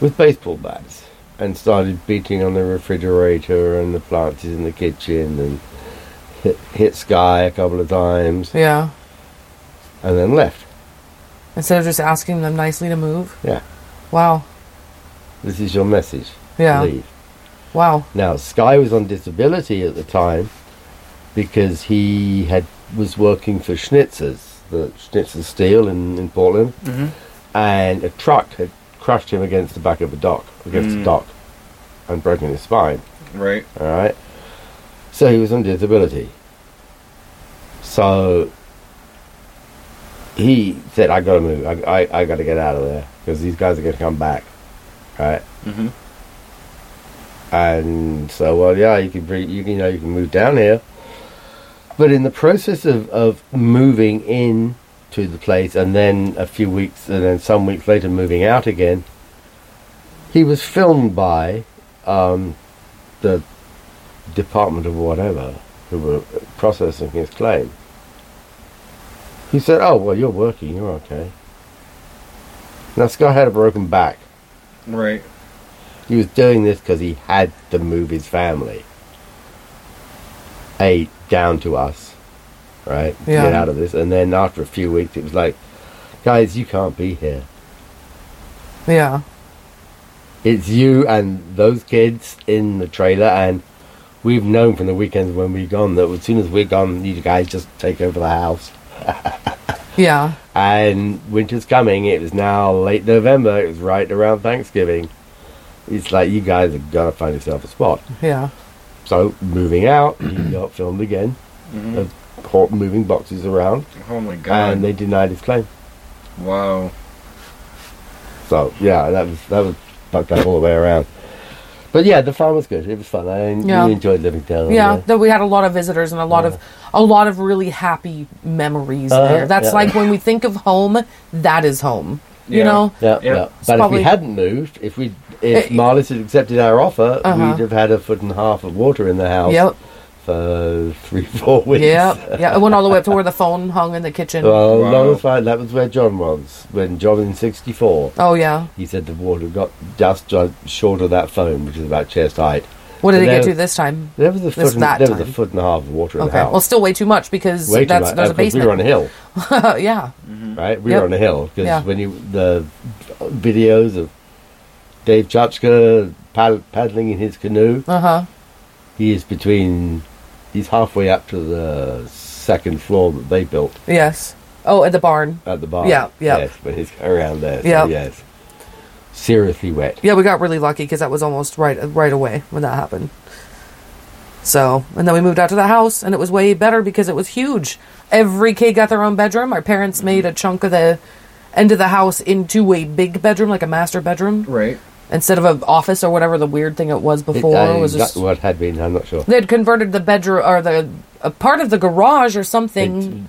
[SPEAKER 3] with baseball bats and started beating on the refrigerator and the appliances in the kitchen and hit, hit Sky a couple of times
[SPEAKER 1] Yeah.
[SPEAKER 3] and then left.
[SPEAKER 1] Instead of just asking them nicely to move.
[SPEAKER 3] Yeah,
[SPEAKER 1] Wow.
[SPEAKER 3] this is your message.
[SPEAKER 1] Yeah.
[SPEAKER 3] Leave.
[SPEAKER 1] Wow.
[SPEAKER 3] Now, Sky was on disability at the time because he had was working for Schnitzer's, the Schnitzer Steel in, in Portland,
[SPEAKER 4] Mm-hmm.
[SPEAKER 3] and a truck had crushed him against the back of a dock, against the
[SPEAKER 2] Mm.
[SPEAKER 3] dock, and broken his spine.
[SPEAKER 2] Right.
[SPEAKER 3] All right. So he was on disability. So he said, "I gotta move. I I, I gotta get out of there because these guys are gonna come back, right?"
[SPEAKER 2] Mm-hmm.
[SPEAKER 3] And so, well, yeah, you can bring, you, can- you know you can move down here, but in the process of of moving in to the place and then a few weeks and then some weeks later moving out again, he was filmed by um, the department of whatever who were processing his claim. He said, "Oh well, you're working. You're okay." Now, this guy had a broken back.
[SPEAKER 2] Right.
[SPEAKER 3] He was doing this because he had to move his family. A, down to us, right? To Get
[SPEAKER 1] Yeah.
[SPEAKER 3] out of this. And then after a few weeks, it was like, guys, you can't be here.
[SPEAKER 1] Yeah.
[SPEAKER 3] It's you and those kids in the trailer. And we've known from the weekends when we've gone that as soon as we're gone, you guys just take over the house.
[SPEAKER 1] Yeah.
[SPEAKER 3] And winter's coming. It was now late November. It was right around Thanksgiving. It's like, you guys have got to find yourself a spot.
[SPEAKER 1] Yeah.
[SPEAKER 3] So moving
[SPEAKER 1] [CLEARS THROAT]
[SPEAKER 3] out, he got filmed again
[SPEAKER 2] Mm-hmm.
[SPEAKER 3] of Hort moving boxes around,
[SPEAKER 2] Oh my god.
[SPEAKER 3] Uh, and they denied his claim.
[SPEAKER 2] wow.
[SPEAKER 3] So yeah, that was that was fucked up all the way around. But yeah, the farm was good. It was fun. I en-
[SPEAKER 1] Yeah.
[SPEAKER 3] really enjoyed living down
[SPEAKER 1] Yeah,
[SPEAKER 3] there.
[SPEAKER 1] though we had a lot of visitors and a lot of a lot of really happy memories
[SPEAKER 3] Uh-huh,
[SPEAKER 1] there. That's
[SPEAKER 3] yeah.
[SPEAKER 1] like when we think of home, that is home. You
[SPEAKER 2] Yeah.
[SPEAKER 1] know?
[SPEAKER 3] Yeah,
[SPEAKER 2] Yeah.
[SPEAKER 3] yeah.
[SPEAKER 1] It's
[SPEAKER 3] But if
[SPEAKER 1] probably-
[SPEAKER 3] we hadn't moved, if we if
[SPEAKER 1] Eh,
[SPEAKER 3] Marlis had accepted our offer,
[SPEAKER 1] Uh-huh.
[SPEAKER 3] we'd have had a foot and a half of water in the house
[SPEAKER 1] Yep.
[SPEAKER 3] [LAUGHS] for three, [LAUGHS] four weeks.
[SPEAKER 1] Yep. Yeah. It went all the way up to where the phone hung in the kitchen.
[SPEAKER 3] Well,
[SPEAKER 2] Wow.
[SPEAKER 3] long as I- that was where John was when John was in '64.
[SPEAKER 1] oh yeah.
[SPEAKER 3] He said the water got just uh, short of that phone, which is about chest height.
[SPEAKER 1] What did
[SPEAKER 3] So
[SPEAKER 1] it get
[SPEAKER 3] there-
[SPEAKER 1] to this time?
[SPEAKER 3] There was a
[SPEAKER 1] This
[SPEAKER 3] foot. And,
[SPEAKER 1] that
[SPEAKER 3] there was
[SPEAKER 1] time.
[SPEAKER 3] a foot and a half of water in
[SPEAKER 1] Okay.
[SPEAKER 3] the house.
[SPEAKER 1] Well, still way too much because
[SPEAKER 3] Way too
[SPEAKER 1] that's
[SPEAKER 3] much,
[SPEAKER 1] there's a
[SPEAKER 3] because We were on a
[SPEAKER 1] basement.
[SPEAKER 3] hill,
[SPEAKER 1] [LAUGHS] yeah.
[SPEAKER 3] right? We
[SPEAKER 1] Yep.
[SPEAKER 3] were on a hill because
[SPEAKER 1] Yeah.
[SPEAKER 3] when you the videos of Dave Chachka pad, paddling in his canoe,
[SPEAKER 1] Uh huh.
[SPEAKER 3] he is between. He's halfway up to the second floor that they built
[SPEAKER 1] Yes. Oh, at the barn.
[SPEAKER 3] at the bar.
[SPEAKER 1] Yeah, yeah.
[SPEAKER 3] Yes, but he's around there. So
[SPEAKER 1] Yeah.
[SPEAKER 3] Yes. Seriously wet.
[SPEAKER 1] Yeah, we got really lucky because that was almost right right away when that happened. So, and then we moved out to the house, and it was way better because it was huge. Every kid got their own bedroom. Our parents made a chunk of the end of the house into a big bedroom, like a master bedroom,
[SPEAKER 2] Right.
[SPEAKER 1] instead of an office or whatever the weird thing it was
[SPEAKER 3] It-
[SPEAKER 1] before.
[SPEAKER 3] uh,
[SPEAKER 1] was
[SPEAKER 3] that
[SPEAKER 1] just
[SPEAKER 3] what had been. I'm not sure.
[SPEAKER 1] they'd converted the bedroom or the a part of the garage or something.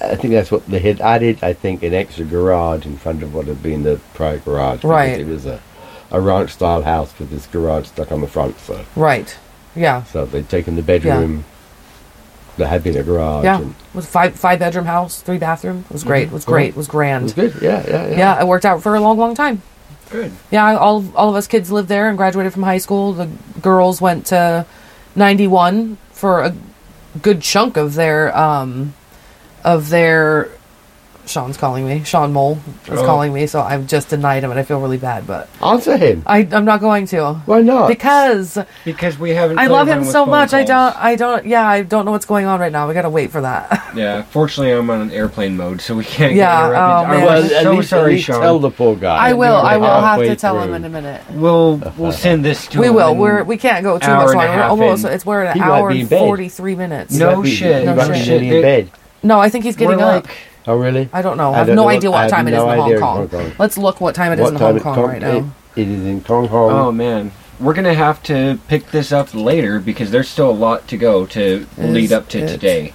[SPEAKER 3] I think that's what they had added. I think an extra garage in front of what had been the prior garage. because
[SPEAKER 1] Right.
[SPEAKER 3] It was a, a ranch style house with this garage stuck on the front. So,
[SPEAKER 1] right? Yeah,
[SPEAKER 3] so they'd taken the bedroom that had been a garage.
[SPEAKER 1] yeah.
[SPEAKER 3] And Mm-hmm.
[SPEAKER 1] It was a five five bedroom house, three bathroom. It was great. It was great. It was
[SPEAKER 3] it
[SPEAKER 1] grand.
[SPEAKER 3] was good. Yeah, yeah, yeah.
[SPEAKER 1] yeah, it worked out for a long, long time.
[SPEAKER 2] Good.
[SPEAKER 1] Yeah, all all of us kids lived there and graduated from high school. The girls went to ninety one for a good chunk of their um of their. Sean's calling me. Sean Mole is
[SPEAKER 2] Oh.
[SPEAKER 1] calling me, so I've just denied him, and I feel really bad. But
[SPEAKER 3] Answer him.
[SPEAKER 1] I, I'm not going to
[SPEAKER 3] Why not?
[SPEAKER 1] because
[SPEAKER 2] Because we haven't.
[SPEAKER 1] I
[SPEAKER 2] played
[SPEAKER 1] love him
[SPEAKER 2] around with
[SPEAKER 1] so
[SPEAKER 2] phone
[SPEAKER 1] much. I
[SPEAKER 2] calls.
[SPEAKER 1] don't. I don't. Yeah, I don't know what's going on right now. We gotta wait for that. [LAUGHS]
[SPEAKER 2] Yeah. Fortunately, I'm on an airplane mode, so we can't
[SPEAKER 1] Yeah,
[SPEAKER 2] get interrupted.
[SPEAKER 1] oh, man.
[SPEAKER 2] I was
[SPEAKER 3] well, at
[SPEAKER 2] so
[SPEAKER 3] least,
[SPEAKER 2] sorry,
[SPEAKER 3] at least
[SPEAKER 2] Sean.
[SPEAKER 3] tell the poor guy.
[SPEAKER 1] I will. I will have to
[SPEAKER 3] halfway
[SPEAKER 1] tell him
[SPEAKER 3] through.
[SPEAKER 1] in a minute.
[SPEAKER 2] We'll we'll send this to
[SPEAKER 1] We
[SPEAKER 2] him
[SPEAKER 1] will.
[SPEAKER 2] in-
[SPEAKER 1] We're we can't go too
[SPEAKER 2] hour
[SPEAKER 1] much
[SPEAKER 2] and a
[SPEAKER 1] longer. We're
[SPEAKER 2] half
[SPEAKER 1] almost.
[SPEAKER 2] in.
[SPEAKER 1] It's we're at an
[SPEAKER 3] He might
[SPEAKER 1] hour
[SPEAKER 3] be in
[SPEAKER 1] and
[SPEAKER 3] bed.
[SPEAKER 1] forty three minutes.
[SPEAKER 3] He
[SPEAKER 1] No,
[SPEAKER 2] No
[SPEAKER 3] might be-
[SPEAKER 2] shit.
[SPEAKER 3] He
[SPEAKER 1] No
[SPEAKER 3] might be
[SPEAKER 1] shit.
[SPEAKER 3] sitting in
[SPEAKER 2] It-
[SPEAKER 3] bed.
[SPEAKER 1] I think he's
[SPEAKER 2] we're
[SPEAKER 1] getting up.
[SPEAKER 2] like-
[SPEAKER 3] Oh, really?
[SPEAKER 1] I don't know. I,
[SPEAKER 3] I
[SPEAKER 1] have
[SPEAKER 3] don't
[SPEAKER 1] no
[SPEAKER 3] know what-
[SPEAKER 1] idea
[SPEAKER 3] I
[SPEAKER 1] what
[SPEAKER 3] have
[SPEAKER 1] time it is
[SPEAKER 3] no
[SPEAKER 1] in
[SPEAKER 3] idea
[SPEAKER 1] Hong
[SPEAKER 3] in
[SPEAKER 1] Kong.
[SPEAKER 3] Hong Kong.
[SPEAKER 1] Let's look what time it is
[SPEAKER 3] What
[SPEAKER 1] in
[SPEAKER 3] time
[SPEAKER 1] Hong
[SPEAKER 3] it
[SPEAKER 1] Kong
[SPEAKER 3] come-
[SPEAKER 1] right now.
[SPEAKER 3] It, it is in Kong Hong.
[SPEAKER 2] Oh man, we're gonna have to pick this up later because there's still a lot to go to lead up to
[SPEAKER 1] it-
[SPEAKER 2] today.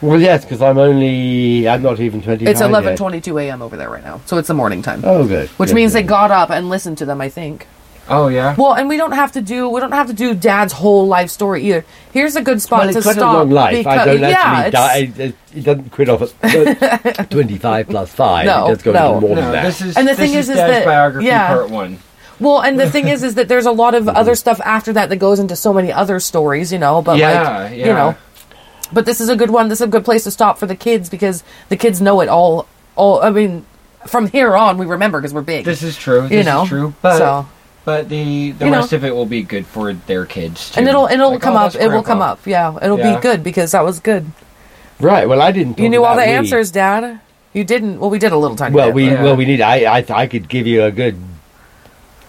[SPEAKER 3] Well, yes, because I'm only. I'm not even 20.
[SPEAKER 1] It's eleven twenty two a.m. over there right now, so it's the morning time.
[SPEAKER 3] Oh, good.
[SPEAKER 1] Which
[SPEAKER 3] Good,
[SPEAKER 1] means
[SPEAKER 3] good.
[SPEAKER 1] they got up and listened to them. I think.
[SPEAKER 2] Oh yeah.
[SPEAKER 1] Well, and we don't have to do we don't have to do Dad's whole life story either. Here's a good spot
[SPEAKER 3] well,
[SPEAKER 1] to
[SPEAKER 3] it's quite
[SPEAKER 1] stop.
[SPEAKER 3] a long life. I
[SPEAKER 1] because-
[SPEAKER 3] don't
[SPEAKER 1] yeah,
[SPEAKER 3] actually die.
[SPEAKER 1] it's-
[SPEAKER 3] It, it- it doesn't quit
[SPEAKER 1] [LAUGHS]
[SPEAKER 3] off at 25 plus 5.
[SPEAKER 1] No,
[SPEAKER 3] it does go
[SPEAKER 1] no,
[SPEAKER 3] into more
[SPEAKER 2] no,
[SPEAKER 3] than that.
[SPEAKER 2] this is
[SPEAKER 1] And the
[SPEAKER 2] this
[SPEAKER 1] thing
[SPEAKER 2] is,
[SPEAKER 1] is, is
[SPEAKER 2] Dad's
[SPEAKER 1] that-
[SPEAKER 2] biography
[SPEAKER 1] yeah.
[SPEAKER 2] part one.
[SPEAKER 1] Well, and the thing is, is that there's a lot of other stuff after that that goes into so many other stories, you know. But
[SPEAKER 2] Yeah,
[SPEAKER 1] like, you
[SPEAKER 2] yeah.
[SPEAKER 1] know, but this is a good one. This is a good place to stop for the kids because the kids know it all. All I mean, from here on, we remember because we're big.
[SPEAKER 2] This is true. This
[SPEAKER 1] you know,
[SPEAKER 2] is true. But
[SPEAKER 1] so
[SPEAKER 2] but the the
[SPEAKER 1] You know.
[SPEAKER 2] rest of it will be good for their kids. Too.
[SPEAKER 1] and it'll and it'll
[SPEAKER 2] Like,
[SPEAKER 1] come
[SPEAKER 2] oh,
[SPEAKER 1] up.
[SPEAKER 2] that's
[SPEAKER 1] It will come
[SPEAKER 2] grandpa.
[SPEAKER 1] up. Yeah, it'll
[SPEAKER 2] Yeah.
[SPEAKER 1] be good because that was good.
[SPEAKER 3] Right. Well, I didn't.
[SPEAKER 1] You
[SPEAKER 3] talk
[SPEAKER 1] knew all the
[SPEAKER 3] about weed.
[SPEAKER 1] answers, Dad. You didn't. Well, we did a little tiny
[SPEAKER 3] Well,
[SPEAKER 1] bit,
[SPEAKER 3] we
[SPEAKER 1] but-
[SPEAKER 2] Yeah.
[SPEAKER 3] well we need. I, I I could give you a good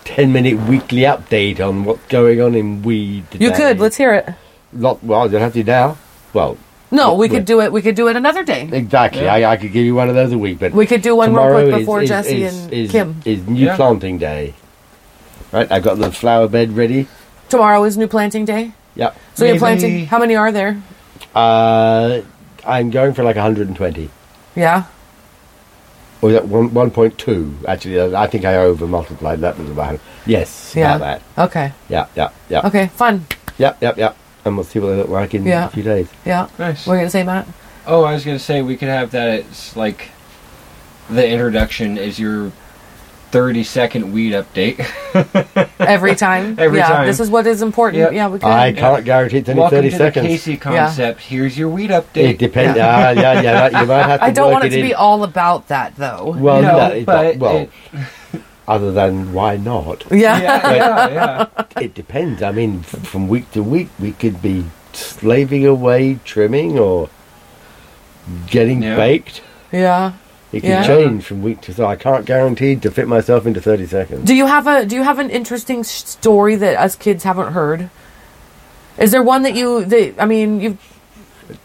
[SPEAKER 3] ten minute weekly update on what's going on in weed. Today.
[SPEAKER 1] you could. Let's hear it.
[SPEAKER 3] Not well. I don't have to now. Well,
[SPEAKER 1] No, we
[SPEAKER 3] Wait,
[SPEAKER 1] could
[SPEAKER 3] wait.
[SPEAKER 1] do it. We could do it another day.
[SPEAKER 3] exactly.
[SPEAKER 2] Yeah.
[SPEAKER 3] I, I could give you one of those a week, but
[SPEAKER 1] We could do one real
[SPEAKER 3] tomorrow
[SPEAKER 1] quick
[SPEAKER 3] is-
[SPEAKER 1] before
[SPEAKER 3] is-
[SPEAKER 1] Jesse
[SPEAKER 3] is-
[SPEAKER 1] and
[SPEAKER 3] is-
[SPEAKER 1] Kim.
[SPEAKER 3] Is new
[SPEAKER 2] Yeah.
[SPEAKER 3] planting day. Right. I got the flower bed ready.
[SPEAKER 1] Tomorrow is new planting day.
[SPEAKER 3] Yep.
[SPEAKER 1] So you're
[SPEAKER 2] Maybe-
[SPEAKER 1] planting. How many are there?
[SPEAKER 3] Uh, I'm going for like 120.
[SPEAKER 1] Yeah.
[SPEAKER 3] Or is that one, 1.2? Actually, I think I over multiplied that with about. Yes,
[SPEAKER 1] Yeah.
[SPEAKER 3] about that.
[SPEAKER 1] Okay.
[SPEAKER 3] Yeah, yeah, yeah.
[SPEAKER 1] Okay. Fun.
[SPEAKER 3] Yep, yep, yep. And we'll see what they look like in
[SPEAKER 1] Yeah.
[SPEAKER 3] a few days.
[SPEAKER 1] Yeah.
[SPEAKER 2] Nice.
[SPEAKER 1] We're gonna say Matt.
[SPEAKER 2] Oh, I was gonna say we could have that. It's like the introduction is your thirty second weed update. [LAUGHS]
[SPEAKER 1] Every time.
[SPEAKER 2] Every
[SPEAKER 1] yeah,
[SPEAKER 2] time.
[SPEAKER 1] This is what is important.
[SPEAKER 2] Yep.
[SPEAKER 1] Yeah. We can.
[SPEAKER 3] I can't guarantee it's only
[SPEAKER 2] Welcome
[SPEAKER 3] 30
[SPEAKER 2] to
[SPEAKER 3] seconds.
[SPEAKER 2] the Casey concept. Here's your weed update.
[SPEAKER 3] It depends. Yeah. yeah, yeah, yeah. You might have
[SPEAKER 1] [LAUGHS]
[SPEAKER 3] to
[SPEAKER 1] I don't
[SPEAKER 3] work
[SPEAKER 1] want it to
[SPEAKER 3] in.
[SPEAKER 1] be all about that though.
[SPEAKER 3] Well,
[SPEAKER 2] No,
[SPEAKER 3] no, it's
[SPEAKER 2] but
[SPEAKER 3] not. Well,
[SPEAKER 2] it-
[SPEAKER 3] other than why not?
[SPEAKER 1] yeah.
[SPEAKER 2] yeah, yeah, yeah.
[SPEAKER 3] It depends. I mean, f- from week to week, we could be slaving away, trimming, or getting
[SPEAKER 2] Yeah.
[SPEAKER 3] baked.
[SPEAKER 1] [LAUGHS] Yeah.
[SPEAKER 3] It can
[SPEAKER 1] Yeah.
[SPEAKER 3] change from week to so I can't guarantee to fit myself into 30 seconds.
[SPEAKER 1] Do you have a Do you have an interesting s- story that us kids haven't heard? Is there one that you that I mean you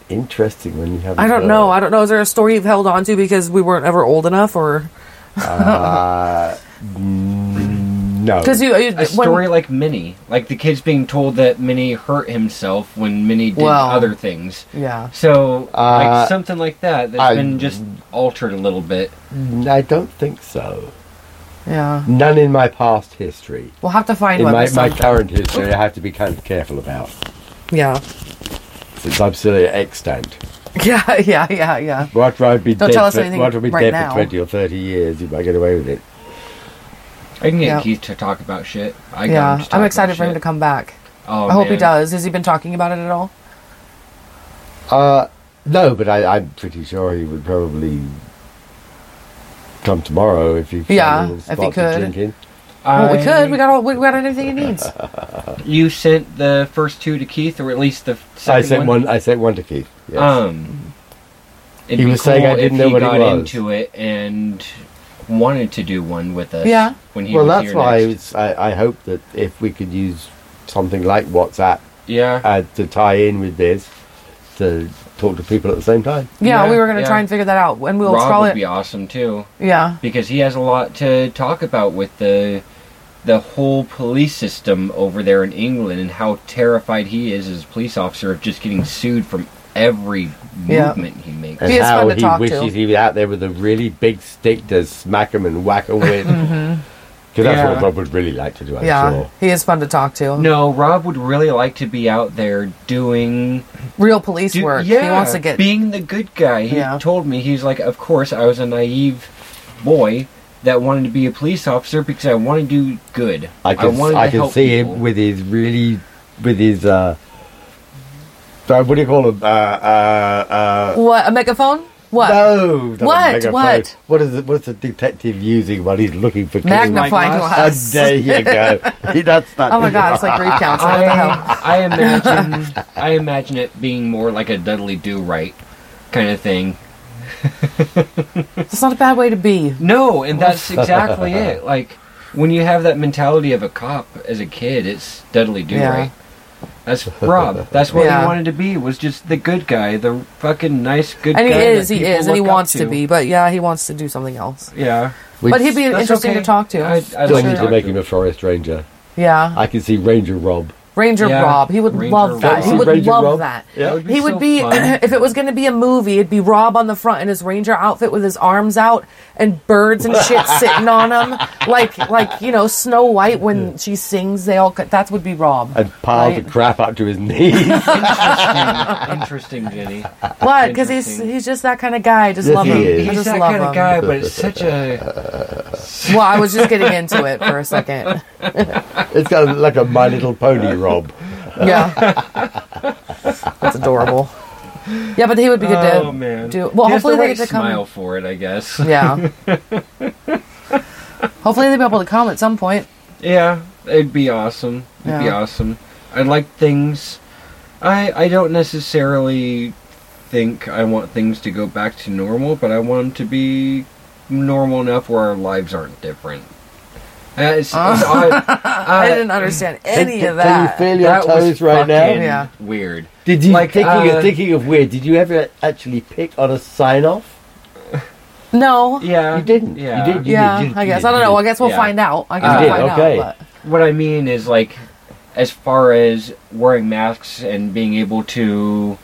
[SPEAKER 3] Interesting when you have.
[SPEAKER 1] I don't
[SPEAKER 3] Uh,
[SPEAKER 1] know I don't know is there a story you've held on to because we weren't ever old enough or
[SPEAKER 3] Uh, n- no.
[SPEAKER 1] because you, you
[SPEAKER 2] A story like Minnie, like the kids being told that Minnie hurt himself when Minnie did
[SPEAKER 1] Well.
[SPEAKER 2] other things.
[SPEAKER 1] yeah
[SPEAKER 2] So,
[SPEAKER 3] Uh,
[SPEAKER 2] like something like that that's
[SPEAKER 3] I-
[SPEAKER 2] been just altered a little bit.
[SPEAKER 3] I don't think so.
[SPEAKER 1] yeah
[SPEAKER 3] None in my past history.
[SPEAKER 1] we'll have to find
[SPEAKER 3] In
[SPEAKER 1] one or
[SPEAKER 3] my, my
[SPEAKER 1] something.
[SPEAKER 3] current history, I have to be kind of careful about
[SPEAKER 1] yeah
[SPEAKER 3] since I'm still extant.
[SPEAKER 1] [LAUGHS] yeah yeah yeah yeah
[SPEAKER 3] What would I be
[SPEAKER 1] Don't
[SPEAKER 3] dead
[SPEAKER 1] tell us
[SPEAKER 3] for,
[SPEAKER 1] anything
[SPEAKER 3] what would I be
[SPEAKER 1] right
[SPEAKER 3] dead
[SPEAKER 1] now.
[SPEAKER 3] for twenty or thirty years if I get away with it?
[SPEAKER 2] I can get
[SPEAKER 1] Yeah.
[SPEAKER 2] Keith to talk about shit. I got him
[SPEAKER 1] yeah
[SPEAKER 2] to talk
[SPEAKER 1] I'm
[SPEAKER 2] about
[SPEAKER 1] excited for him
[SPEAKER 2] shit.
[SPEAKER 1] to come back
[SPEAKER 2] Oh,
[SPEAKER 1] I hope he
[SPEAKER 2] man.
[SPEAKER 1] does has he been talking about it at all
[SPEAKER 3] Uh, no, but I, I'm pretty sure he would probably come tomorrow if he found
[SPEAKER 1] Yeah,
[SPEAKER 3] a little
[SPEAKER 1] if he
[SPEAKER 3] spot to
[SPEAKER 1] could.
[SPEAKER 3] drink in.
[SPEAKER 1] well we
[SPEAKER 2] I-
[SPEAKER 1] could we got all we got anything he
[SPEAKER 2] [LAUGHS]
[SPEAKER 1] needs
[SPEAKER 2] You sent the first two to Keith, or at least the second
[SPEAKER 3] I sent one. I sent one to Keith. Yes.
[SPEAKER 2] Um, it'd
[SPEAKER 3] He
[SPEAKER 2] be
[SPEAKER 3] was saying I
[SPEAKER 2] cool
[SPEAKER 3] didn't
[SPEAKER 2] if
[SPEAKER 3] know
[SPEAKER 2] he
[SPEAKER 3] what it
[SPEAKER 2] got
[SPEAKER 3] was.
[SPEAKER 2] into it and wanted to do one with us.
[SPEAKER 1] Yeah.
[SPEAKER 2] When he
[SPEAKER 3] well,
[SPEAKER 2] was
[SPEAKER 3] that's
[SPEAKER 2] here
[SPEAKER 3] why
[SPEAKER 2] next.
[SPEAKER 3] it's, I, I hope that if we could use something like WhatsApp
[SPEAKER 2] Yeah.
[SPEAKER 3] uh, to tie in with this, to talk to people at the same time.
[SPEAKER 1] yeah,
[SPEAKER 2] Yeah,
[SPEAKER 1] we were gonna
[SPEAKER 2] yeah.
[SPEAKER 1] try and figure that out and we'll
[SPEAKER 2] Rob
[SPEAKER 1] call
[SPEAKER 2] would
[SPEAKER 1] it
[SPEAKER 2] be awesome too
[SPEAKER 1] yeah
[SPEAKER 2] because he has a lot to talk about with the the whole police system over there in England and how terrified he is as a police officer of just getting sued from every
[SPEAKER 1] Yeah.
[SPEAKER 2] movement he makes.
[SPEAKER 3] And
[SPEAKER 1] He is
[SPEAKER 3] how
[SPEAKER 1] fun to
[SPEAKER 3] he
[SPEAKER 1] talk to.
[SPEAKER 3] wishes he was out there with a really big stick to smack him and whack him with. Because that's
[SPEAKER 2] Yeah.
[SPEAKER 3] what Rob would really like to do, I'm
[SPEAKER 1] Mm-hmm. yeah
[SPEAKER 3] sure.
[SPEAKER 1] he is fun to talk to
[SPEAKER 2] No, Rob would really like to be out there doing
[SPEAKER 1] real police
[SPEAKER 2] Do-
[SPEAKER 1] work. he wants to get.
[SPEAKER 2] being the good guy. He
[SPEAKER 1] Yeah.
[SPEAKER 2] told me he's like, of course, I was a naive boy that wanted to be a police officer because I wanted to do good.
[SPEAKER 3] I can,
[SPEAKER 2] wanted
[SPEAKER 3] I
[SPEAKER 2] to
[SPEAKER 3] can
[SPEAKER 2] help
[SPEAKER 3] see
[SPEAKER 2] people."
[SPEAKER 3] him with his really, with his, uh, so what do you call him? Uh, uh, uh,
[SPEAKER 1] what a megaphone? What
[SPEAKER 3] No, not a
[SPEAKER 1] What?
[SPEAKER 3] megaphone.
[SPEAKER 1] What?
[SPEAKER 3] What is it? What's the detective using while he's looking for criminals?
[SPEAKER 1] magnifying
[SPEAKER 3] And
[SPEAKER 1] glass?
[SPEAKER 3] there you go.
[SPEAKER 1] [LAUGHS]
[SPEAKER 3] He- that's not
[SPEAKER 1] Oh my god, it's like
[SPEAKER 2] [LAUGHS]
[SPEAKER 1] grief counseling. What the hell?
[SPEAKER 2] I, [LAUGHS] I imagine I imagine it being more like a Dudley Do Right kind of thing.
[SPEAKER 1] It's not a bad way to be.
[SPEAKER 2] No, and that's
[SPEAKER 1] [LAUGHS]
[SPEAKER 2] exactly it. Like when you have that mentality of a cop as a kid, it's Dudley Do
[SPEAKER 1] Yeah.
[SPEAKER 2] Right. That's Rob. That's what
[SPEAKER 1] Yeah.
[SPEAKER 2] he wanted to be. Was just the good guy, the fucking nice good
[SPEAKER 1] And he
[SPEAKER 2] guy. that
[SPEAKER 1] is, he
[SPEAKER 2] people
[SPEAKER 1] is, and he
[SPEAKER 2] look up
[SPEAKER 1] wants to. be. But yeah, he wants to do something else.
[SPEAKER 2] Yeah.
[SPEAKER 3] We
[SPEAKER 1] but he'd be
[SPEAKER 2] That's
[SPEAKER 1] interesting
[SPEAKER 2] okay.
[SPEAKER 1] to talk to.
[SPEAKER 2] I- I
[SPEAKER 3] still
[SPEAKER 2] like
[SPEAKER 3] need
[SPEAKER 2] talk
[SPEAKER 3] to make
[SPEAKER 2] to
[SPEAKER 3] him a forest ranger.
[SPEAKER 1] yeah,
[SPEAKER 3] I can see Ranger Rob.
[SPEAKER 1] Ranger
[SPEAKER 2] Yeah.
[SPEAKER 1] Rob. He would
[SPEAKER 2] Ranger
[SPEAKER 1] love that.
[SPEAKER 2] Rob.
[SPEAKER 1] He would
[SPEAKER 3] Ranger
[SPEAKER 1] love
[SPEAKER 3] Rob.
[SPEAKER 1] that.
[SPEAKER 3] Yeah.
[SPEAKER 1] He would
[SPEAKER 2] so
[SPEAKER 1] be [CLEARS THROAT] [LAUGHS]
[SPEAKER 2] fun.
[SPEAKER 1] if it was going to be a movie, it'd be Rob on the front in his ranger outfit with his arms out and birds and
[SPEAKER 2] [LAUGHS]
[SPEAKER 1] shit sitting on him, like like you know Snow White when she sings. They all co- that would be Rob.
[SPEAKER 3] And piled
[SPEAKER 1] Right.
[SPEAKER 3] the crap up to his knees.
[SPEAKER 2] interesting, Jenny.
[SPEAKER 1] What? Because he's
[SPEAKER 2] Interesting.
[SPEAKER 1] he's just that kind of guy. I just
[SPEAKER 3] Yes,
[SPEAKER 1] love
[SPEAKER 3] he
[SPEAKER 1] him.
[SPEAKER 3] is.
[SPEAKER 1] I
[SPEAKER 2] He's
[SPEAKER 1] just
[SPEAKER 2] that
[SPEAKER 1] love
[SPEAKER 2] kind
[SPEAKER 1] him.
[SPEAKER 2] of guy, but it's such
[SPEAKER 1] [LAUGHS]
[SPEAKER 2] a
[SPEAKER 1] Well, I was just getting into it for a
[SPEAKER 2] [LAUGHS]
[SPEAKER 1] second.
[SPEAKER 3] It's kind of like a My Little Pony Rob.
[SPEAKER 1] Yeah, that's adorable. Yeah, but he would be good to
[SPEAKER 2] oh man.
[SPEAKER 1] do. Well,
[SPEAKER 2] He has
[SPEAKER 1] hopefully
[SPEAKER 2] the
[SPEAKER 1] they
[SPEAKER 2] right
[SPEAKER 1] get to come.
[SPEAKER 2] smile for it, I guess. [LAUGHS]
[SPEAKER 1] Yeah. hopefully they'll be able to come at some point.
[SPEAKER 2] Yeah, it'd be awesome. It'd be
[SPEAKER 1] Yeah.
[SPEAKER 2] awesome. I like things. I I don't necessarily think I want things to go back to normal, but I want them to be normal enough where our lives aren't different. Uh, it's- it's- I,
[SPEAKER 1] I
[SPEAKER 3] [LAUGHS]
[SPEAKER 2] I-
[SPEAKER 1] didn't understand
[SPEAKER 3] Can-
[SPEAKER 1] any
[SPEAKER 3] can-
[SPEAKER 1] of that.
[SPEAKER 3] Can you feel your
[SPEAKER 2] that was
[SPEAKER 3] toes right now?
[SPEAKER 2] fucking
[SPEAKER 1] Yeah.
[SPEAKER 2] Weird.
[SPEAKER 3] Did you
[SPEAKER 2] Like,
[SPEAKER 3] thinking
[SPEAKER 2] uh,
[SPEAKER 3] of thinking of weird? Did you ever actually pick on a sign off?
[SPEAKER 1] no.
[SPEAKER 2] Yeah,
[SPEAKER 3] You didn't. You
[SPEAKER 2] Yeah,
[SPEAKER 3] didn't.
[SPEAKER 1] yeah,
[SPEAKER 3] did,
[SPEAKER 1] I
[SPEAKER 3] you
[SPEAKER 1] guess.
[SPEAKER 3] did,
[SPEAKER 1] I don't
[SPEAKER 3] you
[SPEAKER 1] know. I
[SPEAKER 3] did.
[SPEAKER 1] guess we'll
[SPEAKER 2] Yeah.
[SPEAKER 1] find out. I guess
[SPEAKER 2] You
[SPEAKER 1] we'll
[SPEAKER 2] did,
[SPEAKER 1] find
[SPEAKER 3] okay.
[SPEAKER 1] out. But
[SPEAKER 2] What I mean is like, as far as wearing masks and being able to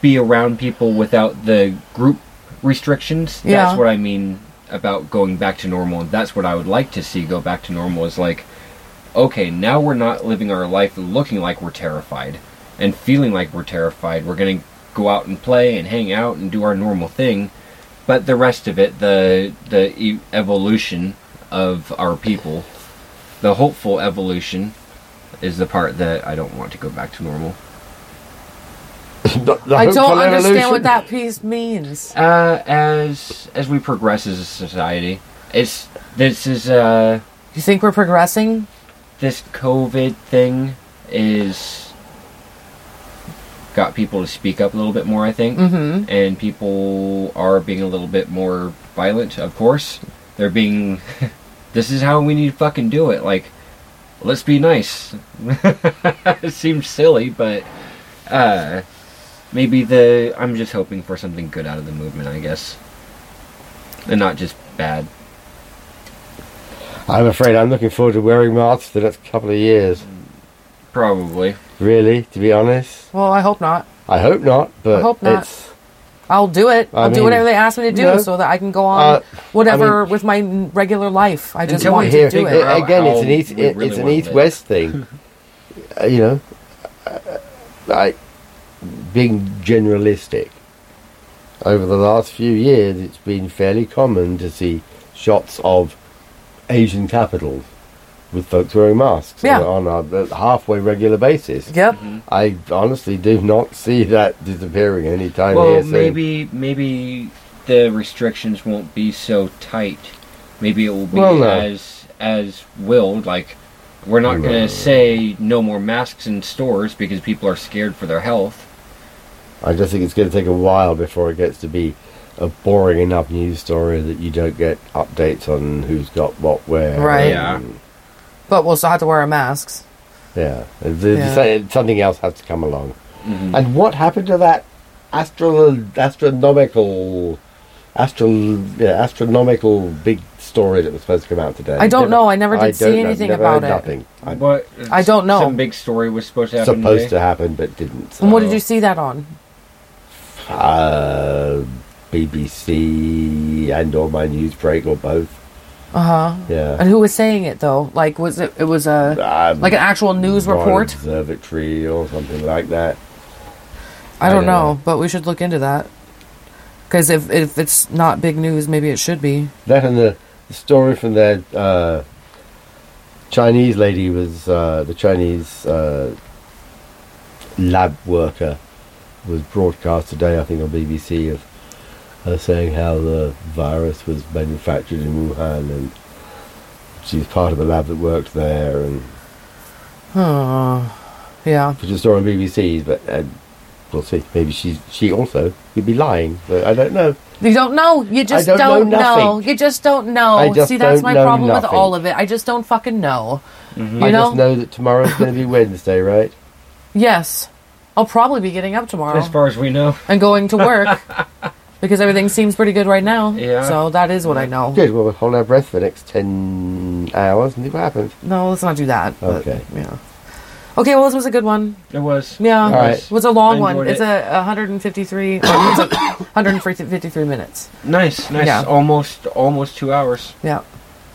[SPEAKER 2] be around people without the group restrictions.
[SPEAKER 1] Yeah.
[SPEAKER 2] That's what I mean about going back to normal. That's what I would like to see go back to normal. Is like, okay, now we're not living our life looking like we're terrified and feeling like we're terrified. We're gonna go out and play and hang out and do our normal thing. But the rest of it, the the e- evolution of our people, the hopeful evolution, is the part that I don't want to go back to normal.
[SPEAKER 3] [LAUGHS] The- the
[SPEAKER 1] I
[SPEAKER 3] hopeful
[SPEAKER 1] don't understand
[SPEAKER 3] evolution.
[SPEAKER 1] what that piece means.
[SPEAKER 2] Uh, as as we progress as a society, it's this is uh
[SPEAKER 1] You think we're progressing?
[SPEAKER 2] this COVID thing is got people to speak up a little bit more. I think,
[SPEAKER 1] Mm-hmm.
[SPEAKER 2] and people are being a little bit more violent. Of course, they're being. [LAUGHS] this is how we need to fucking do it. Like, let's be nice. [LAUGHS] it seems silly, but uh, maybe the I'm just hoping for something good out of the movement. I guess, and not just bad.
[SPEAKER 3] I'm afraid I'm looking forward to wearing masks for the next couple of years.
[SPEAKER 2] Probably.
[SPEAKER 3] Really, to be honest,
[SPEAKER 1] Well, I hope not.
[SPEAKER 3] I hope not. But
[SPEAKER 1] I hope not.
[SPEAKER 3] it's
[SPEAKER 1] I'll do it.
[SPEAKER 3] I
[SPEAKER 1] I'll do
[SPEAKER 3] mean,
[SPEAKER 1] whatever they ask me to do
[SPEAKER 3] no.
[SPEAKER 1] so that I can go on
[SPEAKER 3] Uh,
[SPEAKER 1] whatever
[SPEAKER 3] I mean-
[SPEAKER 1] with my n- regular life. I just
[SPEAKER 2] Until
[SPEAKER 1] want
[SPEAKER 2] we
[SPEAKER 1] to
[SPEAKER 3] here
[SPEAKER 1] do
[SPEAKER 2] figure
[SPEAKER 1] it.
[SPEAKER 2] out-
[SPEAKER 3] again. It's an
[SPEAKER 2] how
[SPEAKER 3] east.
[SPEAKER 2] we
[SPEAKER 3] it-
[SPEAKER 2] really
[SPEAKER 3] it's an
[SPEAKER 2] want to
[SPEAKER 3] east west
[SPEAKER 2] [LAUGHS]
[SPEAKER 3] thing. Uh, you know, uh, like being generalistic. Over the last few years, it's been fairly common to see shots of Asian capitals with folks wearing masks
[SPEAKER 1] Yeah.
[SPEAKER 3] on on a halfway regular basis.
[SPEAKER 1] Yep.
[SPEAKER 2] Mm-hmm.
[SPEAKER 3] I honestly do not see that disappearing anytime
[SPEAKER 2] well,
[SPEAKER 3] here soon.
[SPEAKER 2] maybe maybe the restrictions won't be so tight. Maybe it will be
[SPEAKER 3] Well, no.
[SPEAKER 2] as as willed. Like we're not
[SPEAKER 3] No.
[SPEAKER 2] going to say no more masks in stores because people are scared for their health.
[SPEAKER 3] I just think it's going to take a while before it gets to be a boring enough news story that you don't get updates on who's got what where.
[SPEAKER 1] Right.
[SPEAKER 2] Yeah.
[SPEAKER 3] and-
[SPEAKER 1] But we'll still have to wear our masks.
[SPEAKER 3] yeah. The- the-
[SPEAKER 1] Yeah.
[SPEAKER 3] so- Something else has to come along.
[SPEAKER 2] Mhm.
[SPEAKER 3] And what happened to that astro- astronomical, astro- yeah, astronomical big story that was supposed to come out today?
[SPEAKER 1] I don't
[SPEAKER 3] Never-
[SPEAKER 1] know. I never did see
[SPEAKER 3] don't know.
[SPEAKER 1] anything
[SPEAKER 3] Never
[SPEAKER 1] about
[SPEAKER 3] heard
[SPEAKER 1] it.
[SPEAKER 3] Nothing. I-
[SPEAKER 2] But
[SPEAKER 1] I don't know.
[SPEAKER 2] Some big story was supposed to happen.
[SPEAKER 3] supposed to
[SPEAKER 2] today.
[SPEAKER 3] happen, but didn't.
[SPEAKER 1] And what did
[SPEAKER 2] So-
[SPEAKER 1] you see that on?
[SPEAKER 3] uh, BBC and or my news break or both.
[SPEAKER 1] Uh huh.
[SPEAKER 3] Yeah.
[SPEAKER 1] And who was saying it though? Like, was it? It was a
[SPEAKER 3] Um,
[SPEAKER 1] like an actual news
[SPEAKER 3] Royal
[SPEAKER 1] report.
[SPEAKER 3] Observatory or something like that.
[SPEAKER 1] I
[SPEAKER 3] I
[SPEAKER 1] don't
[SPEAKER 3] don't
[SPEAKER 1] know,
[SPEAKER 3] know.
[SPEAKER 1] but we should look into that. Because if if it's not big news, maybe it should be.
[SPEAKER 3] That and the the story from that uh, Chinese lady was uh, the Chinese uh, lab worker was broadcast today, I think, on BBC of her saying how the virus was manufactured in Wuhan and she was part of the lab that worked there and
[SPEAKER 1] Huh. Yeah.
[SPEAKER 3] which is saw on BBC, but uh, we'll see. Maybe she she also could be lying. But I don't know.
[SPEAKER 1] You don't know. You just
[SPEAKER 3] don't
[SPEAKER 1] don't,
[SPEAKER 3] know
[SPEAKER 1] know,
[SPEAKER 3] nothing.
[SPEAKER 1] You just don't know.
[SPEAKER 3] I just
[SPEAKER 1] See, that's
[SPEAKER 3] don't
[SPEAKER 1] my
[SPEAKER 3] know
[SPEAKER 1] problem with
[SPEAKER 3] nothing. Mm-hmm.
[SPEAKER 1] all of it. I just don't fucking know. You
[SPEAKER 3] I
[SPEAKER 1] know?
[SPEAKER 3] just know that tomorrow's going to be Wednesday, right?
[SPEAKER 1] Yes. I'll probably be getting up tomorrow
[SPEAKER 2] As far as we know,
[SPEAKER 1] and going to
[SPEAKER 3] [LAUGHS]
[SPEAKER 1] work because everything seems pretty good right now.
[SPEAKER 2] Yeah.
[SPEAKER 1] So that is what I know.
[SPEAKER 3] Good. Well, we'll hold our breath for the next ten hours and see what happens.
[SPEAKER 1] No, let's not do that. but,
[SPEAKER 3] Okay.
[SPEAKER 1] yeah. Okay. Well, this was a good one.
[SPEAKER 2] it was.
[SPEAKER 1] Yeah.
[SPEAKER 3] All right.
[SPEAKER 1] It was a long
[SPEAKER 2] I
[SPEAKER 1] one.
[SPEAKER 2] enjoyed
[SPEAKER 1] It's
[SPEAKER 2] it.
[SPEAKER 1] a 153. oh, it's a [COUGHS] 153 minutes.
[SPEAKER 2] Nice, nice.
[SPEAKER 1] Yeah.
[SPEAKER 2] Almost, almost two hours.
[SPEAKER 1] Yeah.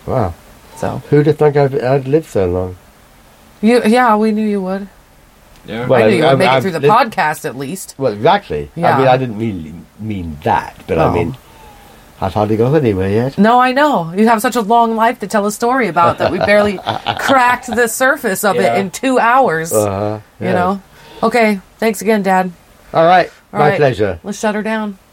[SPEAKER 3] Wow.
[SPEAKER 1] So
[SPEAKER 3] Who'd have thunk I'd, I'd live so long?
[SPEAKER 1] you, yeah, we knew you would.
[SPEAKER 2] Yeah.
[SPEAKER 3] Well,
[SPEAKER 1] I knew you would
[SPEAKER 3] I'm-
[SPEAKER 1] make it
[SPEAKER 3] I'm-
[SPEAKER 1] through the
[SPEAKER 3] this-
[SPEAKER 1] podcast at least.
[SPEAKER 3] Well, exactly.
[SPEAKER 1] Yeah. Oh.
[SPEAKER 3] I mean, I didn't really mean that, but
[SPEAKER 1] No.
[SPEAKER 3] I mean, I've hardly got anywhere
[SPEAKER 1] [LAUGHS]
[SPEAKER 3] yet.
[SPEAKER 1] No, I know you have such a long life to tell a story about that we
[SPEAKER 3] [LAUGHS]
[SPEAKER 1] barely cracked the surface of
[SPEAKER 2] Yeah.
[SPEAKER 1] it in two hours.
[SPEAKER 3] Uh,
[SPEAKER 1] You know. Okay. Thanks again, Dad.
[SPEAKER 3] All right.
[SPEAKER 1] All
[SPEAKER 3] my
[SPEAKER 1] right.
[SPEAKER 3] pleasure.
[SPEAKER 1] Let's shut her down.